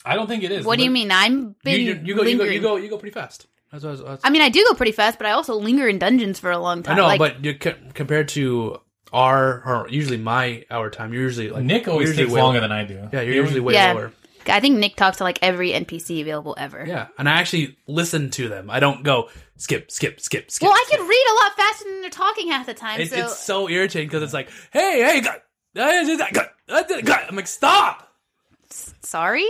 [SPEAKER 3] I don't think it is.
[SPEAKER 4] what do you
[SPEAKER 3] Look-
[SPEAKER 4] mean? I'm
[SPEAKER 2] You,
[SPEAKER 4] been
[SPEAKER 2] you, you go you go
[SPEAKER 4] lingering.
[SPEAKER 2] you go you go pretty fast. That's what I was- that's-
[SPEAKER 4] I mean, I do go pretty fast, but I also linger in dungeons for a long time.
[SPEAKER 2] I know,
[SPEAKER 4] like,
[SPEAKER 2] but you co- compared to our or usually my hour time, you're usually like
[SPEAKER 3] Nick always
[SPEAKER 2] usually
[SPEAKER 3] takes
[SPEAKER 2] way-
[SPEAKER 3] longer than I do.
[SPEAKER 2] Yeah, you're
[SPEAKER 3] You-
[SPEAKER 2] usually way
[SPEAKER 4] Yeah.
[SPEAKER 2] lower.
[SPEAKER 4] I think Nick talked to like every NPC available ever.
[SPEAKER 2] Yeah, and I actually listen to them. I don't go skip skip skip skip.
[SPEAKER 4] Well, I
[SPEAKER 2] skip.
[SPEAKER 4] can read a lot faster than they're talking half the time.
[SPEAKER 2] It,
[SPEAKER 4] so
[SPEAKER 2] It's so irritating because it's like, hey, hey, God, I did that, God, I did that." I'm like, stop.
[SPEAKER 4] sorry.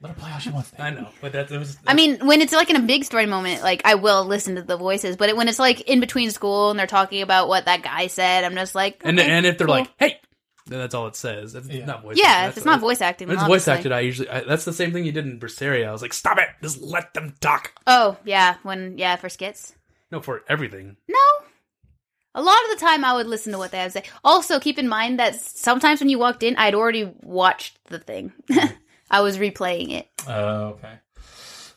[SPEAKER 3] Let her play how she wants.
[SPEAKER 2] I know, but that, that was.
[SPEAKER 4] I mean, when it's like in a big story moment, like I will listen to the voices. But when it's like in between school and they're talking about what that guy said, I'm just like,
[SPEAKER 2] and
[SPEAKER 4] okay,
[SPEAKER 2] and if they're
[SPEAKER 4] cool.
[SPEAKER 2] like, hey, then that's all it says. If It's
[SPEAKER 3] Yeah.
[SPEAKER 2] not voice. acting,
[SPEAKER 4] yeah, if
[SPEAKER 2] that's-
[SPEAKER 4] it's not voice acting,
[SPEAKER 2] If it's
[SPEAKER 4] then
[SPEAKER 2] voice
[SPEAKER 4] obviously-
[SPEAKER 2] acted, I usually I, that's the same thing you did in Berseria. I was like, stop it, just let them talk.
[SPEAKER 4] Oh yeah, when yeah for skits.
[SPEAKER 2] No, for everything.
[SPEAKER 4] No, a lot of the time I would listen to what they had to say. Also, keep in mind that sometimes when you walked in, I'd already watched the thing. I was replaying it.
[SPEAKER 3] Oh, okay.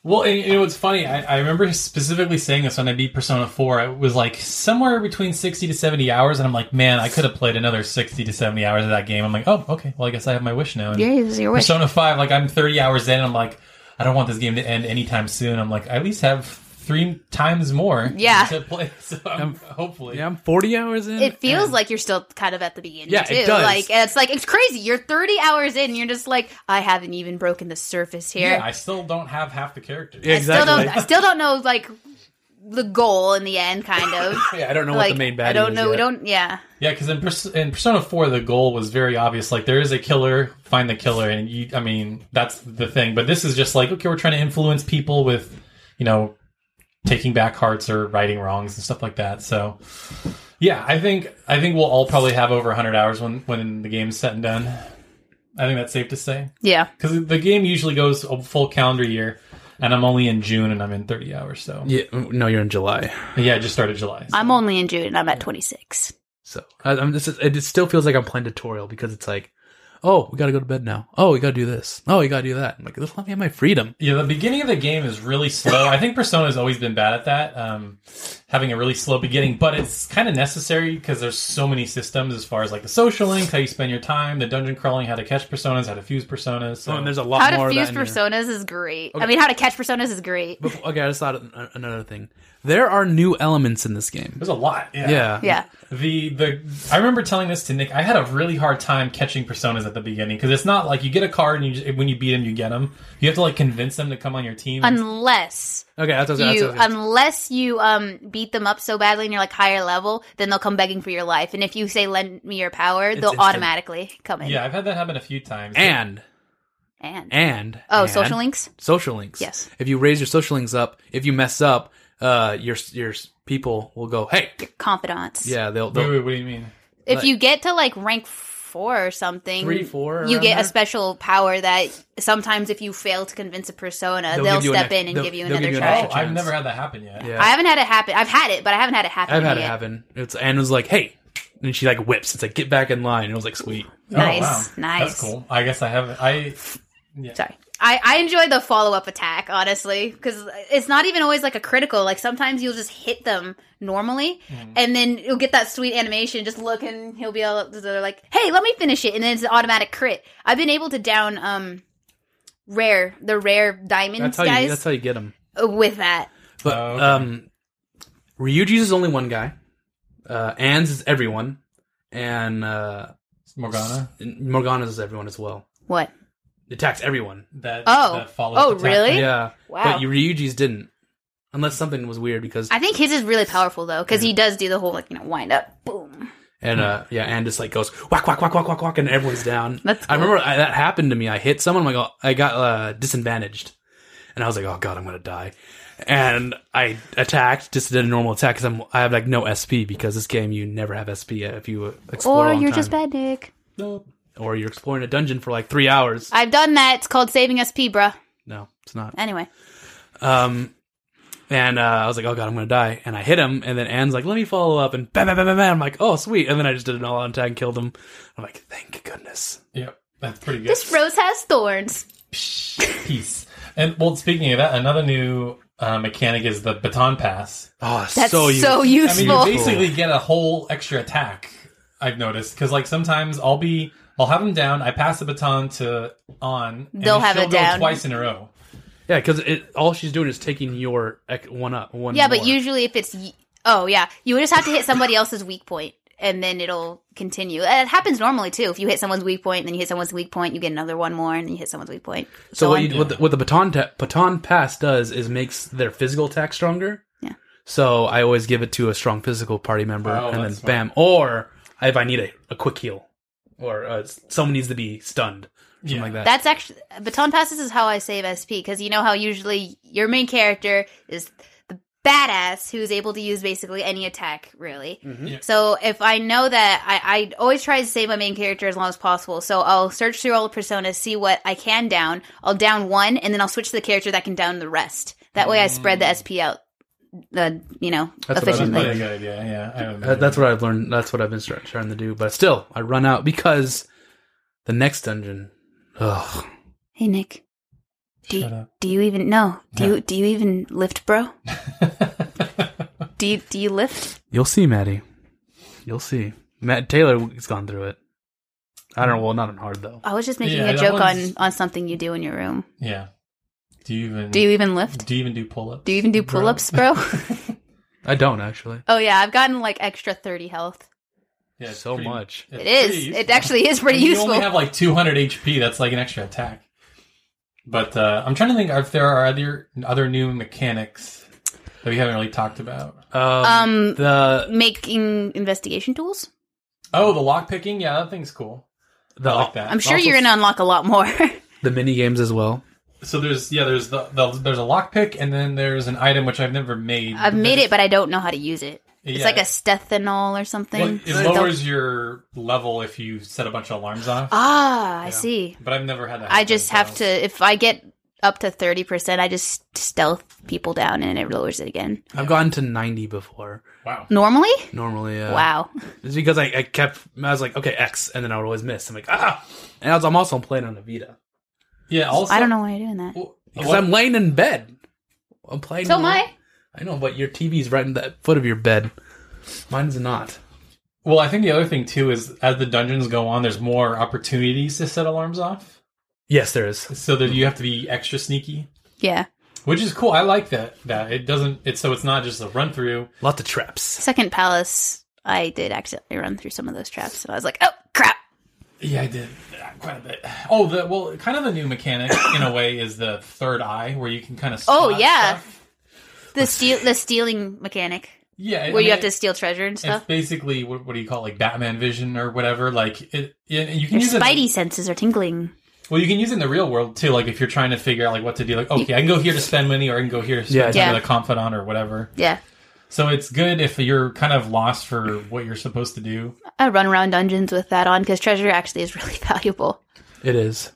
[SPEAKER 3] Well, and you know what's funny? I, I remember specifically saying this when I beat Persona Four. It was like somewhere between sixty to seventy hours, and I'm like, man, I could have played another sixty to seventy hours of that game. I'm like, oh, okay. Well, I guess I have my wish now. And
[SPEAKER 4] Yeah, it was your wish.
[SPEAKER 3] Persona Five, like I'm thirty hours in, and I'm like, I don't want this game to end anytime soon. I'm like, I at least have three times more.
[SPEAKER 4] Yeah.
[SPEAKER 3] To play. So I'm, hopefully,
[SPEAKER 2] Um, Yeah, I'm 40 hours in.
[SPEAKER 4] It feels
[SPEAKER 2] and-
[SPEAKER 4] like you're still kind of at the beginning.
[SPEAKER 2] Yeah,
[SPEAKER 4] too.
[SPEAKER 2] it does.
[SPEAKER 4] Like and it's like it's crazy. You're 30 hours in, and you're just like, I haven't even broken the surface here.
[SPEAKER 3] Yeah, I still don't have half the characters.
[SPEAKER 2] Yeah, exactly.
[SPEAKER 4] I still don't. I still don't know like the goal in the end, kind of.
[SPEAKER 2] yeah, I don't know
[SPEAKER 4] like
[SPEAKER 2] what the main baddie
[SPEAKER 4] I don't
[SPEAKER 2] is
[SPEAKER 4] know. We
[SPEAKER 2] yet.
[SPEAKER 4] don't. Yeah.
[SPEAKER 3] Yeah, because in, Pers- in Persona Four, the goal was very obvious. Like there is a killer, find the killer, and you. I mean, that's the thing. But this is just like okay, we're trying to influence people with, you know, taking back hearts or righting wrongs and stuff like that. So, yeah, I think I think we'll all probably have over 100 hours when when the game's set and done. I think that's safe to say
[SPEAKER 4] Yeah.
[SPEAKER 3] because the game usually goes a full calendar year, and I'm only in June and I'm in 30 hours. So yeah,
[SPEAKER 2] Yeah, mm, no, you're in July.
[SPEAKER 3] it just started July.
[SPEAKER 4] I'm only in June. and I'm at 26.
[SPEAKER 2] So I, I'm just, it still feels like I'm playing tutorial because it's like, oh, we got to go to bed now. Oh, we got to do this. Oh, we got to do that. I'm like, just let me have my freedom.
[SPEAKER 3] Yeah, the beginning of the game is really slow. I think Persona's always been bad at that. Um, having a really slow beginning, but it's kind of necessary because there's so many systems as far as like the social link, how you spend your time, the dungeon crawling, how to catch personas, how to fuse personas. So
[SPEAKER 2] Oh, and there's a lot
[SPEAKER 4] How
[SPEAKER 2] more
[SPEAKER 4] to
[SPEAKER 2] of that
[SPEAKER 4] fuse
[SPEAKER 2] in here.
[SPEAKER 4] personas is great. I
[SPEAKER 2] Okay.
[SPEAKER 4] mean, how to catch personas is great.
[SPEAKER 2] Before, okay, I just thought of an- another thing. There are new elements in this game.
[SPEAKER 3] there's a lot. Yeah.
[SPEAKER 2] Yeah.
[SPEAKER 4] Yeah.
[SPEAKER 3] The the I remember telling this to Nick. I had a really hard time catching personas at the beginning because it's not like you get a card and you just, when you beat them you get them. You have to like convince them to come on your team.
[SPEAKER 4] Unless
[SPEAKER 2] Okay, that's what I was
[SPEAKER 4] you
[SPEAKER 2] that's what I was gonna
[SPEAKER 4] unless you um beat them up so badly and you're like higher level, then they'll come begging for your life. And if you say lend me your power, they'll
[SPEAKER 2] instant.
[SPEAKER 4] automatically come in.
[SPEAKER 3] yeah, I've had that happen a few times.
[SPEAKER 2] say. And
[SPEAKER 4] And,
[SPEAKER 2] and
[SPEAKER 4] oh,
[SPEAKER 2] and
[SPEAKER 4] social links.
[SPEAKER 2] Social links.
[SPEAKER 4] Yes.
[SPEAKER 2] If you raise your social links up, if you mess up, uh, your your people will go, "Hey,
[SPEAKER 4] confidants.
[SPEAKER 2] yeah, they'll,
[SPEAKER 3] Wait,
[SPEAKER 2] they'll
[SPEAKER 3] wait, what do you mean?
[SPEAKER 4] If
[SPEAKER 2] Like-
[SPEAKER 4] you get to like rank four or something,
[SPEAKER 2] Three, four,
[SPEAKER 4] you
[SPEAKER 2] around
[SPEAKER 4] get
[SPEAKER 2] there?
[SPEAKER 4] a special power that sometimes if you fail to convince a persona,
[SPEAKER 2] They'll
[SPEAKER 4] they'll,
[SPEAKER 2] give you an
[SPEAKER 4] step
[SPEAKER 2] ex-
[SPEAKER 4] in and
[SPEAKER 2] they'll-
[SPEAKER 4] give you
[SPEAKER 2] they'll
[SPEAKER 4] another
[SPEAKER 2] give you an
[SPEAKER 4] try.
[SPEAKER 2] extra
[SPEAKER 3] Oh, I've
[SPEAKER 2] chance.
[SPEAKER 3] never had that happen yet.
[SPEAKER 2] yeah."
[SPEAKER 4] I haven't had it happen. I've had it, but I haven't had it happen.
[SPEAKER 2] I've
[SPEAKER 4] to
[SPEAKER 2] had
[SPEAKER 4] me
[SPEAKER 2] it
[SPEAKER 4] yet.
[SPEAKER 2] happen. It's Anne was like, "Hey," and she like whips. It's like, "Get back in line." And I was like, "Sweet."
[SPEAKER 4] Nice, nice.
[SPEAKER 3] Oh, That's cool. I guess I haven't. I
[SPEAKER 4] Sorry. I, I enjoy the follow up attack, honestly, because it's not even always like a critical. Like sometimes you'll just hit them normally,
[SPEAKER 2] Mm-hmm.
[SPEAKER 4] and then you'll get that sweet animation. Just look, and he'll be all they're like, "Hey, let me finish it," and then it's an automatic crit. I've been able to down um rare the rare diamonds
[SPEAKER 2] That's how you. That's
[SPEAKER 4] guys
[SPEAKER 2] how you get them.
[SPEAKER 4] with that.
[SPEAKER 2] But
[SPEAKER 3] Oh, okay.
[SPEAKER 2] um, Ryuji's is only one guy. Uh, Anne's is everyone, and uh,
[SPEAKER 3] Morgana.
[SPEAKER 2] Morgana's is everyone as well.
[SPEAKER 4] What?
[SPEAKER 2] It attacks everyone.
[SPEAKER 3] That
[SPEAKER 4] Oh.
[SPEAKER 3] that follow
[SPEAKER 4] Oh, really?
[SPEAKER 2] Yeah.
[SPEAKER 4] Wow.
[SPEAKER 2] But Ryuji's didn't, unless something was weird because
[SPEAKER 4] I think his is really powerful though, because he does do the whole like you know wind up, boom.
[SPEAKER 2] and
[SPEAKER 4] Hmm.
[SPEAKER 2] uh yeah, Anne just like goes whack whack whack whack whack whack, and everyone's down.
[SPEAKER 4] That's
[SPEAKER 2] I
[SPEAKER 4] cool.
[SPEAKER 2] remember I, that happened to me. I hit someone. I got I got uh, disadvantaged, and I was like, oh god, I'm gonna die. And I attacked, just did a normal attack because I'm I have like no SP because this game you never have SP if you explore.
[SPEAKER 4] Or
[SPEAKER 2] a long
[SPEAKER 4] you're
[SPEAKER 2] time.
[SPEAKER 4] just bad, Nick.
[SPEAKER 2] Nope. Or you're exploring a dungeon for like three hours.
[SPEAKER 4] I've done that. It's called saving SP, bruh.
[SPEAKER 2] No, it's not.
[SPEAKER 4] Anyway,
[SPEAKER 2] Um, and uh, I was like, oh god, I'm gonna die. And I hit him, and then Anne's like, let me follow up, and bam, bam, bam, bam, bam. I'm like, oh sweet. And then I just did an all-out attack and killed him. I'm like, thank goodness.
[SPEAKER 3] Yep, that's pretty good.
[SPEAKER 4] this rose has thorns.
[SPEAKER 3] Peace. And well, speaking of that, another new uh, mechanic is the baton pass.
[SPEAKER 2] Oh, it's
[SPEAKER 4] That's so,
[SPEAKER 2] so, useful.
[SPEAKER 3] I mean,
[SPEAKER 4] useful.
[SPEAKER 3] you basically get a whole extra attack. I've noticed because like sometimes I'll be I'll have them down. I pass the baton to on. and
[SPEAKER 4] They'll have
[SPEAKER 3] she'll
[SPEAKER 4] it
[SPEAKER 3] go
[SPEAKER 4] down.
[SPEAKER 3] twice in a row.
[SPEAKER 2] yeah, because all she's doing is taking your ec- one up, one.
[SPEAKER 4] yeah, but
[SPEAKER 2] more.
[SPEAKER 4] usually if it's y- oh yeah, you would just have to hit somebody else's weak point, and then it'll continue. And It happens normally too. If you hit someone's weak point, and then you hit someone's weak point, you get another one more, and then you hit someone's weak point.
[SPEAKER 2] So what,
[SPEAKER 4] on.
[SPEAKER 2] you, what, the, what the baton ta- baton pass does is makes their physical attack stronger.
[SPEAKER 4] Yeah.
[SPEAKER 2] So I always give it to a strong physical party member,
[SPEAKER 3] Oh,
[SPEAKER 2] and then
[SPEAKER 3] that's
[SPEAKER 2] bam, or if I need a, a quick heal, or uh, s- someone needs to be stunned, something
[SPEAKER 3] Yeah.
[SPEAKER 2] like that.
[SPEAKER 4] That's actually baton passes is how I save SP because you know how usually your main character is the badass who's able to use basically any attack really.
[SPEAKER 2] Mm-hmm.
[SPEAKER 3] Yeah.
[SPEAKER 4] So if I know that I, I always try to save my main character as long as possible. So I'll search through all the personas, see what I can down. I'll down one, and then I'll switch to the character that can down the rest. That way I spread the SP out. Uh, you know,
[SPEAKER 2] Mm. That's what I was
[SPEAKER 3] That's
[SPEAKER 4] efficiently.
[SPEAKER 3] pretty good. Yeah, yeah. I don't know.
[SPEAKER 2] That- that's what I've learned. That's what I've been start, trying to do. But still, I run out because the next dungeon. Ugh.
[SPEAKER 4] Hey Nick, do
[SPEAKER 3] Shut
[SPEAKER 4] you,
[SPEAKER 3] up.
[SPEAKER 4] do you even know? Do
[SPEAKER 3] Yeah.
[SPEAKER 4] you do you even lift, bro? do you do you lift?
[SPEAKER 2] You'll see, Maddie. You'll see. Matt Taylor has gone through it. I don't. Well, not in hard though.
[SPEAKER 4] I was just making
[SPEAKER 3] Yeah,
[SPEAKER 4] a
[SPEAKER 3] that
[SPEAKER 4] joke on
[SPEAKER 3] one's-
[SPEAKER 4] on something you do in your room.
[SPEAKER 3] yeah. Do you even
[SPEAKER 4] Do you even lift?
[SPEAKER 3] do you even do pull ups?
[SPEAKER 4] Do you even do pull ups, bro?
[SPEAKER 2] I don't actually.
[SPEAKER 4] oh yeah, I've gotten like extra thirty health.
[SPEAKER 3] Yeah, it's
[SPEAKER 2] So
[SPEAKER 3] pretty-
[SPEAKER 2] much.
[SPEAKER 3] it's
[SPEAKER 4] It is.
[SPEAKER 3] pretty
[SPEAKER 4] It
[SPEAKER 3] useful.
[SPEAKER 4] actually is pretty
[SPEAKER 3] I mean,
[SPEAKER 4] useful.
[SPEAKER 3] You only have like 200 HP. That's like an extra attack. But uh, I'm trying to think if there are other other new mechanics that we haven't really talked about.
[SPEAKER 2] Um,
[SPEAKER 4] Um,
[SPEAKER 2] the
[SPEAKER 4] Making investigation tools.
[SPEAKER 3] Oh, the lock picking. Yeah, that thing's cool.
[SPEAKER 2] the
[SPEAKER 3] I like that.
[SPEAKER 4] I'm sure
[SPEAKER 2] also-
[SPEAKER 4] you're gonna unlock a lot more.
[SPEAKER 2] the mini games as well.
[SPEAKER 3] So there's yeah, there's the, the there's a lock pick, and then there's an item which I've never made.
[SPEAKER 4] I've made it, but I don't know how to use it. It's
[SPEAKER 3] Yeah.
[SPEAKER 4] like a stethanol or something.
[SPEAKER 3] It lowers your level if you set a bunch of alarms off.
[SPEAKER 4] Ah, I see.
[SPEAKER 3] But I've never had that.
[SPEAKER 4] I
[SPEAKER 3] happen,
[SPEAKER 4] just
[SPEAKER 3] so-
[SPEAKER 4] have to. If I get up to thirty percent, I just stealth people down, and it lowers it again.
[SPEAKER 2] I've gotten to ninety before.
[SPEAKER 3] Wow.
[SPEAKER 4] Normally,
[SPEAKER 2] Normally, uh,
[SPEAKER 4] wow.
[SPEAKER 2] It's because I, I kept. I was like, okay, X, and then I would always miss. I'm like, ah. And I was, I'm also playing on the Vita
[SPEAKER 3] Yeah. Also,
[SPEAKER 4] I don't know why you're doing that.
[SPEAKER 3] Well,
[SPEAKER 2] because I'm laying in bed. I'm playing.
[SPEAKER 4] So am I.
[SPEAKER 2] I know, but your TV's right in the foot of your bed. Mine's not.
[SPEAKER 3] Well, I think the other thing too is as the dungeons go on, there's more opportunities to set alarms off,
[SPEAKER 2] Yes, there is.
[SPEAKER 3] so that you have to be extra sneaky,
[SPEAKER 4] Yeah.
[SPEAKER 3] which is cool. I like that. That it doesn't. It's so it's not just a run through.
[SPEAKER 2] Lots of traps.
[SPEAKER 4] Second Palace, I did accidentally run through some of those traps, and I was like, oh, crap.
[SPEAKER 3] Yeah, I did uh, quite a bit. Oh, the well, kind of the new mechanic in a way is the third eye, where you can kind of.
[SPEAKER 4] Oh,
[SPEAKER 3] spot
[SPEAKER 4] yeah.
[SPEAKER 3] stuff.
[SPEAKER 4] The steal, the stealing mechanic,
[SPEAKER 3] yeah. I
[SPEAKER 4] where you
[SPEAKER 3] mean,
[SPEAKER 4] have to steal treasure and
[SPEAKER 3] It's
[SPEAKER 4] stuff.
[SPEAKER 3] basically what, what do you call it, like Batman vision or whatever. Like it, it you can
[SPEAKER 4] Your
[SPEAKER 3] use it. in-
[SPEAKER 4] spidey senses are tingling.
[SPEAKER 3] Well, you can use it in the real world too. Like if you're trying to figure out like what to do, like okay, I can go here to spend money, or I can go here to spend
[SPEAKER 2] Yeah,
[SPEAKER 3] time
[SPEAKER 4] yeah.
[SPEAKER 3] with a confidant or whatever.
[SPEAKER 4] Yeah.
[SPEAKER 3] So it's good if you're kind of lost for what you're supposed to do.
[SPEAKER 4] I run around dungeons with that on because treasure actually is really valuable.
[SPEAKER 2] It is.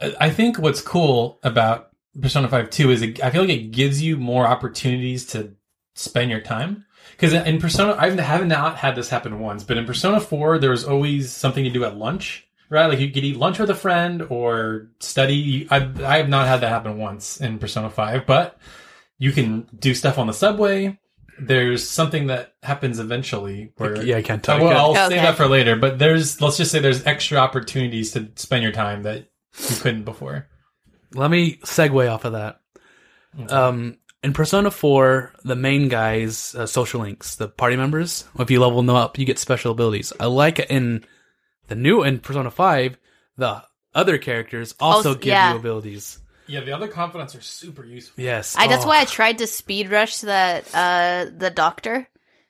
[SPEAKER 3] I I think what's cool about Persona Five Two is it, I feel like it gives you more opportunities to spend your time. Because in Persona, I haven't not had this happen once, but in Persona Four, there was always something to do at lunch, right? Like you could eat lunch with a friend or study. I I have not had that happen once in Persona Five, but you can do stuff on the subway. There's something that happens eventually where
[SPEAKER 2] Yeah, I can't tell.
[SPEAKER 3] well, I'll
[SPEAKER 4] Okay.
[SPEAKER 3] save that for later. But there's, let's just say, there's extra opportunities to spend your time that you couldn't before.
[SPEAKER 2] Let me segue off of that. Um, in Persona 4, the main guys, uh, social links, the party members, if you level them up, you get special abilities. I like it in the new in Persona 5, the other characters also,
[SPEAKER 4] Also-
[SPEAKER 2] give
[SPEAKER 4] yeah.
[SPEAKER 2] you abilities.
[SPEAKER 3] Yeah, the other confidants are super useful.
[SPEAKER 2] Yes.
[SPEAKER 4] I, that's
[SPEAKER 2] Oh,
[SPEAKER 4] why I tried to speed rush that uh, the doctor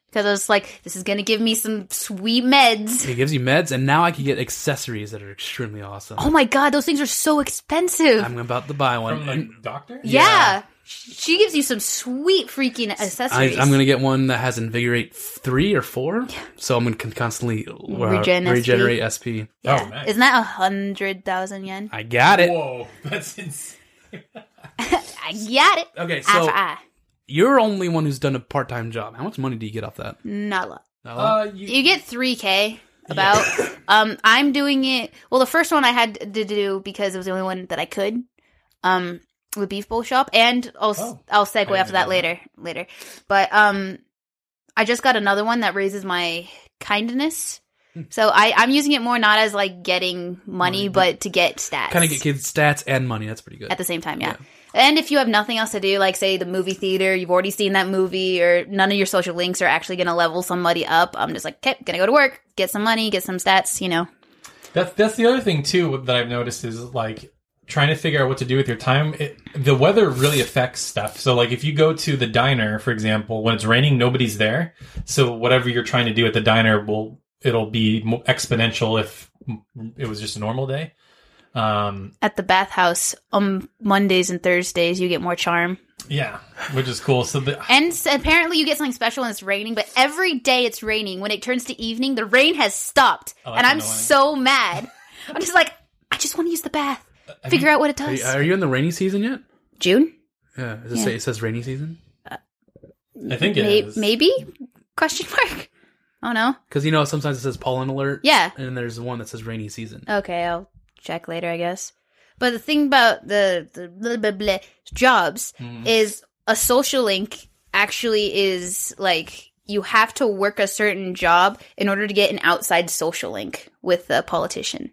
[SPEAKER 4] because I was like, this is gonna give me some sweet meds.
[SPEAKER 2] It gives you meds, and now I can get accessories that are extremely awesome.
[SPEAKER 4] Oh my god, those things are so expensive.
[SPEAKER 2] I'm about to buy one.
[SPEAKER 3] From the doctor?
[SPEAKER 4] yeah.
[SPEAKER 2] yeah.
[SPEAKER 4] she gives you some sweet freaking
[SPEAKER 2] I,
[SPEAKER 4] accessories.
[SPEAKER 2] I'm oh, going to get one that has Invigorate 3 or 4. So I'm going to constantly uh,
[SPEAKER 4] Regen SP.
[SPEAKER 2] regenerate SP.
[SPEAKER 4] Yeah.
[SPEAKER 3] Oh, nice.
[SPEAKER 4] Isn't that a hundred thousand yen?
[SPEAKER 2] I got it.
[SPEAKER 3] Whoa, that's insane.
[SPEAKER 4] I got it.
[SPEAKER 2] Okay,
[SPEAKER 4] Eye
[SPEAKER 2] so
[SPEAKER 4] for eye.
[SPEAKER 2] you're only one who's done a part time job. How much money do you get off that?
[SPEAKER 4] Not a lot.
[SPEAKER 2] Not a lot?
[SPEAKER 3] Uh, you,
[SPEAKER 4] You get three k about. um, I'm doing it. Well, the first one I had to do because it was the only one that I could. Um, the beef bowl shop, and I'll s
[SPEAKER 3] Oh.
[SPEAKER 4] will
[SPEAKER 3] I didn't
[SPEAKER 4] segue
[SPEAKER 3] know
[SPEAKER 4] after that
[SPEAKER 3] that.
[SPEAKER 4] later. Later, but um, I just got another one that raises my kindness.
[SPEAKER 3] Hmm.
[SPEAKER 4] So I, I'm using it more not as like getting
[SPEAKER 2] Money,
[SPEAKER 4] money,
[SPEAKER 2] but-
[SPEAKER 4] but to get stats.
[SPEAKER 2] kind of get kids stats and money. That's pretty good.
[SPEAKER 4] at the same time, yeah. And if you have nothing else to do, like say the movie theater, you've already seen that movie, or none of your social links are actually going to level somebody up. I'm just like, okay, gonna go to work, get some money, get some stats, you know.
[SPEAKER 3] that's, that's the other thing, too, that I've noticed is like trying to figure out what to do with your time. It, the weather really affects stuff. So, like, if you go to the diner, for example, when it's raining, nobody's there. So, whatever you're trying to do at the diner will, it'll be mo- exponential if it was just a normal day. Um,
[SPEAKER 4] At the bathhouse on Mondays and Thursdays, you get more charm,
[SPEAKER 3] Yeah, which is cool. So the,
[SPEAKER 4] and s- apparently you get something special when it's raining. But every day it's raining. When it turns to evening, the rain has stopped,
[SPEAKER 3] Oh, that's
[SPEAKER 4] and I'm
[SPEAKER 3] annoying.
[SPEAKER 4] so mad. I'm just like, I just want to use the bath.
[SPEAKER 3] Uh,
[SPEAKER 4] Figure out what it
[SPEAKER 2] Are
[SPEAKER 4] does.
[SPEAKER 2] you, are you in the rainy season yet?
[SPEAKER 4] June,
[SPEAKER 2] Yeah. Does it,
[SPEAKER 4] Yeah.
[SPEAKER 2] Say, it says rainy season?
[SPEAKER 3] I think it
[SPEAKER 4] May-
[SPEAKER 3] is.
[SPEAKER 4] maybe? Question mark. Oh no.
[SPEAKER 2] Because, you know, sometimes it says pollen alert.
[SPEAKER 4] Yeah.
[SPEAKER 2] And then there's one that says rainy season.
[SPEAKER 4] Okay, I'll check later, I guess. But the thing about the, the blah, blah, blah, jobs
[SPEAKER 3] Mhm.
[SPEAKER 4] is a social link actually is like you have to work a certain job in order to get an outside social link with a politician.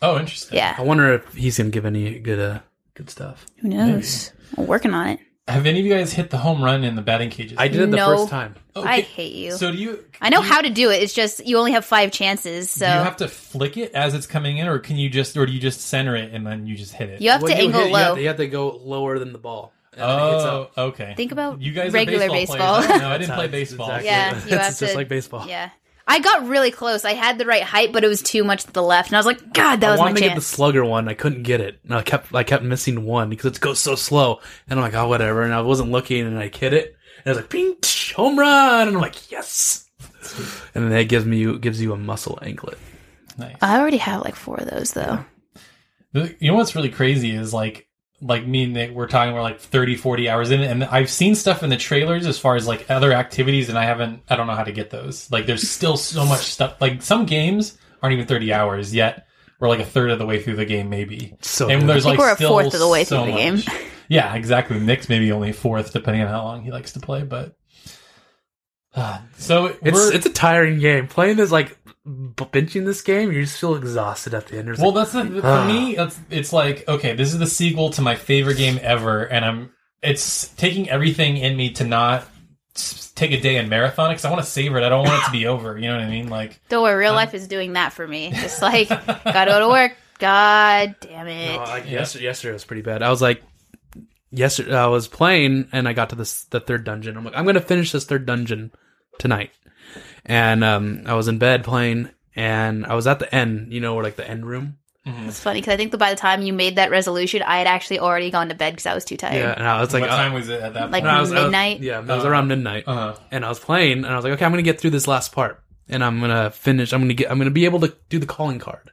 [SPEAKER 3] oh, interesting.
[SPEAKER 4] Yeah.
[SPEAKER 2] I wonder if he's going to give any good uh, good stuff.
[SPEAKER 4] Who knows? I'm working on it.
[SPEAKER 3] Have any of you guys hit the home run in the batting cages? Oh,
[SPEAKER 2] I did it the
[SPEAKER 4] No.
[SPEAKER 2] first time.
[SPEAKER 3] Okay,
[SPEAKER 4] I hate you.
[SPEAKER 3] So do you?
[SPEAKER 4] I know
[SPEAKER 3] do you-
[SPEAKER 4] how to do it. It's just you only have five chances, so
[SPEAKER 3] Do you have to flick it as it's coming in, or can you just, or do you just center it and then you just hit it?
[SPEAKER 4] you have
[SPEAKER 2] Well,
[SPEAKER 4] to
[SPEAKER 2] you
[SPEAKER 4] angle
[SPEAKER 2] hit- you
[SPEAKER 4] low.
[SPEAKER 2] have- You have to go lower than the ball. And then it hits
[SPEAKER 3] Oh,
[SPEAKER 2] up.
[SPEAKER 3] okay.
[SPEAKER 4] Think about
[SPEAKER 3] you guys
[SPEAKER 4] regular
[SPEAKER 3] are baseball.
[SPEAKER 4] baseball.
[SPEAKER 3] Players. No, I
[SPEAKER 2] That's
[SPEAKER 3] didn't
[SPEAKER 2] how
[SPEAKER 3] play
[SPEAKER 2] it's
[SPEAKER 3] baseball.
[SPEAKER 2] exactly-
[SPEAKER 4] Yeah, you
[SPEAKER 2] it's
[SPEAKER 4] have
[SPEAKER 2] just
[SPEAKER 4] to-
[SPEAKER 2] like baseball.
[SPEAKER 4] Yeah. I got really close. I had the right height, but it was too much to the left, and I was like, "God, that
[SPEAKER 2] I
[SPEAKER 4] was my
[SPEAKER 2] wanted to
[SPEAKER 4] chance."
[SPEAKER 2] get the slugger one. I couldn't get it. And I kept I kept missing one because it goes so slow. And I'm like, oh whatever. And I wasn't looking, and I hit it. And I was like, ping, tsh, home run. And I'm like, yes. And then it gives me gives you a muscle anklet.
[SPEAKER 3] Nice.
[SPEAKER 4] I already have like four of those though.
[SPEAKER 3] The- You know what's really crazy is like like me and Nick we're talking we're like 30 40 hours in it, and I've seen stuff in the trailers as far as like other activities and I haven't I don't know how to get those. Like there's still so much stuff like some games aren't even 30 hours yet. We're like a third of the way through the game maybe.
[SPEAKER 2] So
[SPEAKER 3] and
[SPEAKER 2] good.
[SPEAKER 3] there's
[SPEAKER 4] I think
[SPEAKER 3] like
[SPEAKER 4] we're a
[SPEAKER 3] still
[SPEAKER 4] fourth of the way through
[SPEAKER 3] so
[SPEAKER 4] the game.
[SPEAKER 3] much. Yeah, exactly. Nick's maybe only fourth, depending on how long he likes to play. But uh, so
[SPEAKER 2] It's
[SPEAKER 3] we're-
[SPEAKER 2] it's a tiring game. Playing this like b- benching this game, you just feel exhausted at the end. It's
[SPEAKER 3] well,
[SPEAKER 2] like,
[SPEAKER 3] that's the, for
[SPEAKER 2] Ah.
[SPEAKER 3] me. That's it's like okay, this is the sequel to my favorite game ever, and I'm it's taking everything in me to not s- take a day and marathon because I want to savor it. I don't want it to be over. You know what I mean? Like
[SPEAKER 4] Don't worry, real life is doing that for me. Just like gotta go to work. God damn it.
[SPEAKER 2] No, Oh, like, yesterday, yesterday was pretty bad. I was like, yesterday I was playing and I got to this the third dungeon. I'm like, I'm gonna finish this third dungeon tonight. And um, I was in bed playing, and I was at the end, you know, where like the end room.
[SPEAKER 4] It's funny because I think that by the time you made that resolution, I had actually already gone to bed because I was too tired.
[SPEAKER 2] Yeah, and I was like,
[SPEAKER 3] what
[SPEAKER 2] uh,
[SPEAKER 3] time was it at that
[SPEAKER 4] Like-
[SPEAKER 3] point?
[SPEAKER 2] and I was, I was-
[SPEAKER 4] midnight?
[SPEAKER 2] yeah, it was
[SPEAKER 3] Uh,
[SPEAKER 2] around midnight.
[SPEAKER 3] Uh-huh.
[SPEAKER 2] and I was playing, and I was like, okay, I'm gonna get through this last part, and I'm gonna finish. I'm gonna get. I'm gonna be able to do the calling card,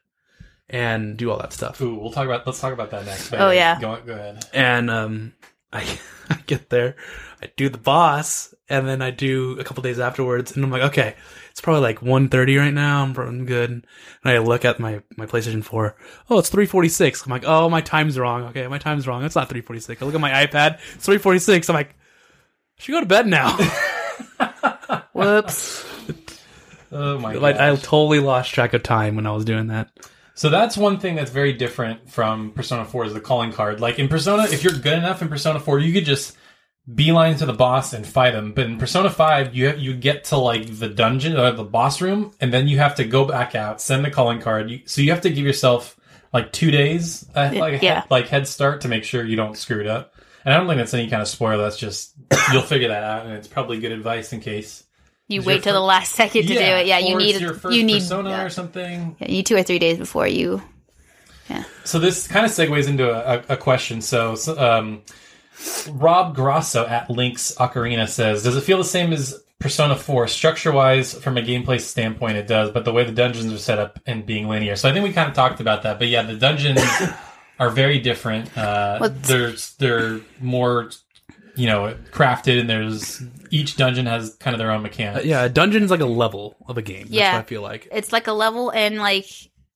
[SPEAKER 2] and do all that stuff.
[SPEAKER 3] Ooh, we'll talk about. Let's talk about that next. but
[SPEAKER 4] Oh, yeah.
[SPEAKER 3] Go, go ahead.
[SPEAKER 2] And um, I, I get there, I do the boss, and then I do a couple days afterwards, and I'm like, okay, it's probably like 1.30 right now. I'm, pro- I'm good. And I look at my my PlayStation 4. Oh, it's 3:46. I'm like, oh, my time's wrong. Okay, my time's wrong. It's not 3:46. I look at my iPad. It's 3:46. I'm like, I should go to bed now.
[SPEAKER 4] Whoops.
[SPEAKER 3] Oh my
[SPEAKER 2] like
[SPEAKER 3] gosh.
[SPEAKER 2] I totally lost track of time when I was doing that.
[SPEAKER 3] So that's one thing that's very different from Persona 4 is the calling card. Like in Persona, if you're good enough in Persona 4, you could just beeline to the boss and fight him. But in Persona 5, you have, you get to like the dungeon or the boss room, and then you have to go back out, send the calling card. You, so you have to give yourself like two days, uh, like, a
[SPEAKER 4] Yeah.
[SPEAKER 3] head, like head start to make sure you don't screw it up. And I don't think that's any kind of spoiler. That's just you'll figure that out, and it's probably good advice in case.
[SPEAKER 4] You
[SPEAKER 3] Is your
[SPEAKER 4] wait till the
[SPEAKER 3] fir-
[SPEAKER 4] last second to do it. Yeah, you
[SPEAKER 3] or
[SPEAKER 4] need
[SPEAKER 3] it's your first
[SPEAKER 4] you need
[SPEAKER 3] persona
[SPEAKER 4] yeah.
[SPEAKER 3] or something.
[SPEAKER 4] Yeah, you two or three days before you.
[SPEAKER 3] So this kind of segues into a, a, a question. So, so, um, Rob Grosso at Link's Ocarina says, "Does it feel the same as Persona 4 structure-wise from a gameplay standpoint? It does, but the way the dungeons are set up and being linear. So I think we kind of talked about that. But yeah, the dungeons are very different. Uh,
[SPEAKER 4] What's-
[SPEAKER 3] they're they're more, you know, crafted, and there's each dungeon has kind of their own mechanics.
[SPEAKER 2] Uh, Yeah, a dungeon's like a level of a game. That's
[SPEAKER 4] Yeah.
[SPEAKER 2] what I feel like.
[SPEAKER 4] It's like a level and like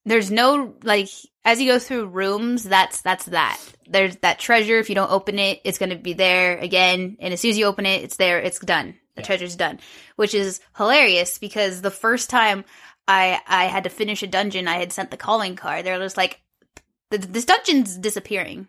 [SPEAKER 4] there's no like as you go through rooms. That's that's that. There's that treasure. If you don't open it, it's going to be there again. And as soon as you open it, it's there. It's done. The treasure's done, which is hilarious because the first time I I had to finish a dungeon, I had sent the calling card. They're just like, "Th- this dungeon's disappearing.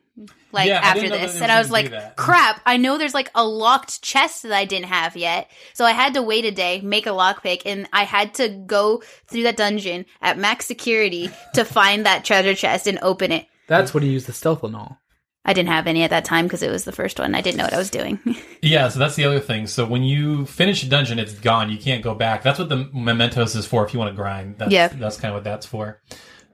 [SPEAKER 4] Like
[SPEAKER 3] Yeah, I
[SPEAKER 4] after
[SPEAKER 3] didn't know that
[SPEAKER 4] this,
[SPEAKER 3] they
[SPEAKER 4] and
[SPEAKER 3] were
[SPEAKER 4] I was
[SPEAKER 3] gonna do
[SPEAKER 4] like,
[SPEAKER 3] that.
[SPEAKER 4] crap. I know there's like a locked chest that I didn't have yet, so I had to wait a day, make a lockpick, and I had to go through that dungeon at max security to find that treasure chest and open it.
[SPEAKER 2] That's when you use the stealth and all.
[SPEAKER 4] I didn't have any at that time because it was the first one. I didn't know what I was doing.
[SPEAKER 3] Yeah, so that's the other thing. So when you finish a dungeon, it's gone. You can't go back. That's what the mementos is for if you want to grind. That's,
[SPEAKER 4] Yeah.
[SPEAKER 3] That's kind of what that's for.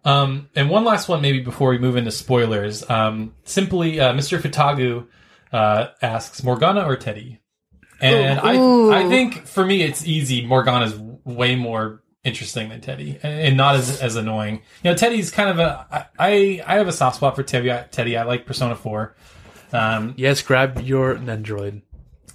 [SPEAKER 3] Um, and one last one, maybe before we move into spoilers. Um, simply, uh, Mr. Futagu uh, asks Morgana or Teddy? And
[SPEAKER 4] Ooh.
[SPEAKER 3] I, I think for me, it's easy. Morgana's way more interesting than Teddy and and not as, as annoying. You know, Teddy's kind of a. I, I have a soft spot for Teddy. I, Teddy, I like Persona 4. Um,
[SPEAKER 2] Yes, grab your Nendroid.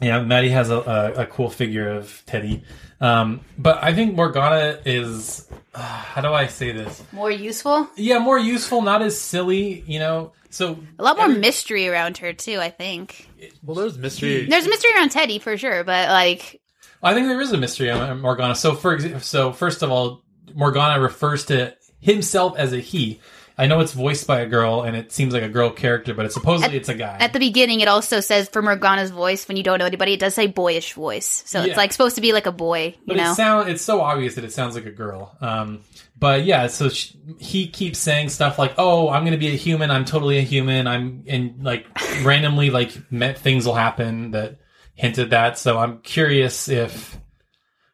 [SPEAKER 3] yeah, Maddie has a, a, a cool figure of Teddy. Um, but I think Morgana is, uh, how do I say this?
[SPEAKER 4] More useful,
[SPEAKER 3] Yeah, more useful, not as silly, you know? So,
[SPEAKER 4] a lot more mystery around her too. I think
[SPEAKER 2] Well, there's mystery.
[SPEAKER 4] there's mystery around Teddy for sure, but like
[SPEAKER 3] I think there is a mystery on Morgana. So, for ex- so first of all, Morgana refers to himself as a he. I know it's voiced by a girl and it seems like a girl character, but it's supposedly it's a guy.
[SPEAKER 4] at the beginning, it also says for Morgana's voice when you don't know anybody, it does say boyish voice, so
[SPEAKER 3] Yeah.
[SPEAKER 4] it's like supposed to be like a boy, you
[SPEAKER 3] But
[SPEAKER 4] know.
[SPEAKER 3] it sound it's so obvious that it sounds like a girl. Um, but yeah, so sh he keeps saying stuff like, "Oh, I'm gonna be a human. I'm totally a human. I'm and like randomly like met things will happen that hint at that. So I'm curious if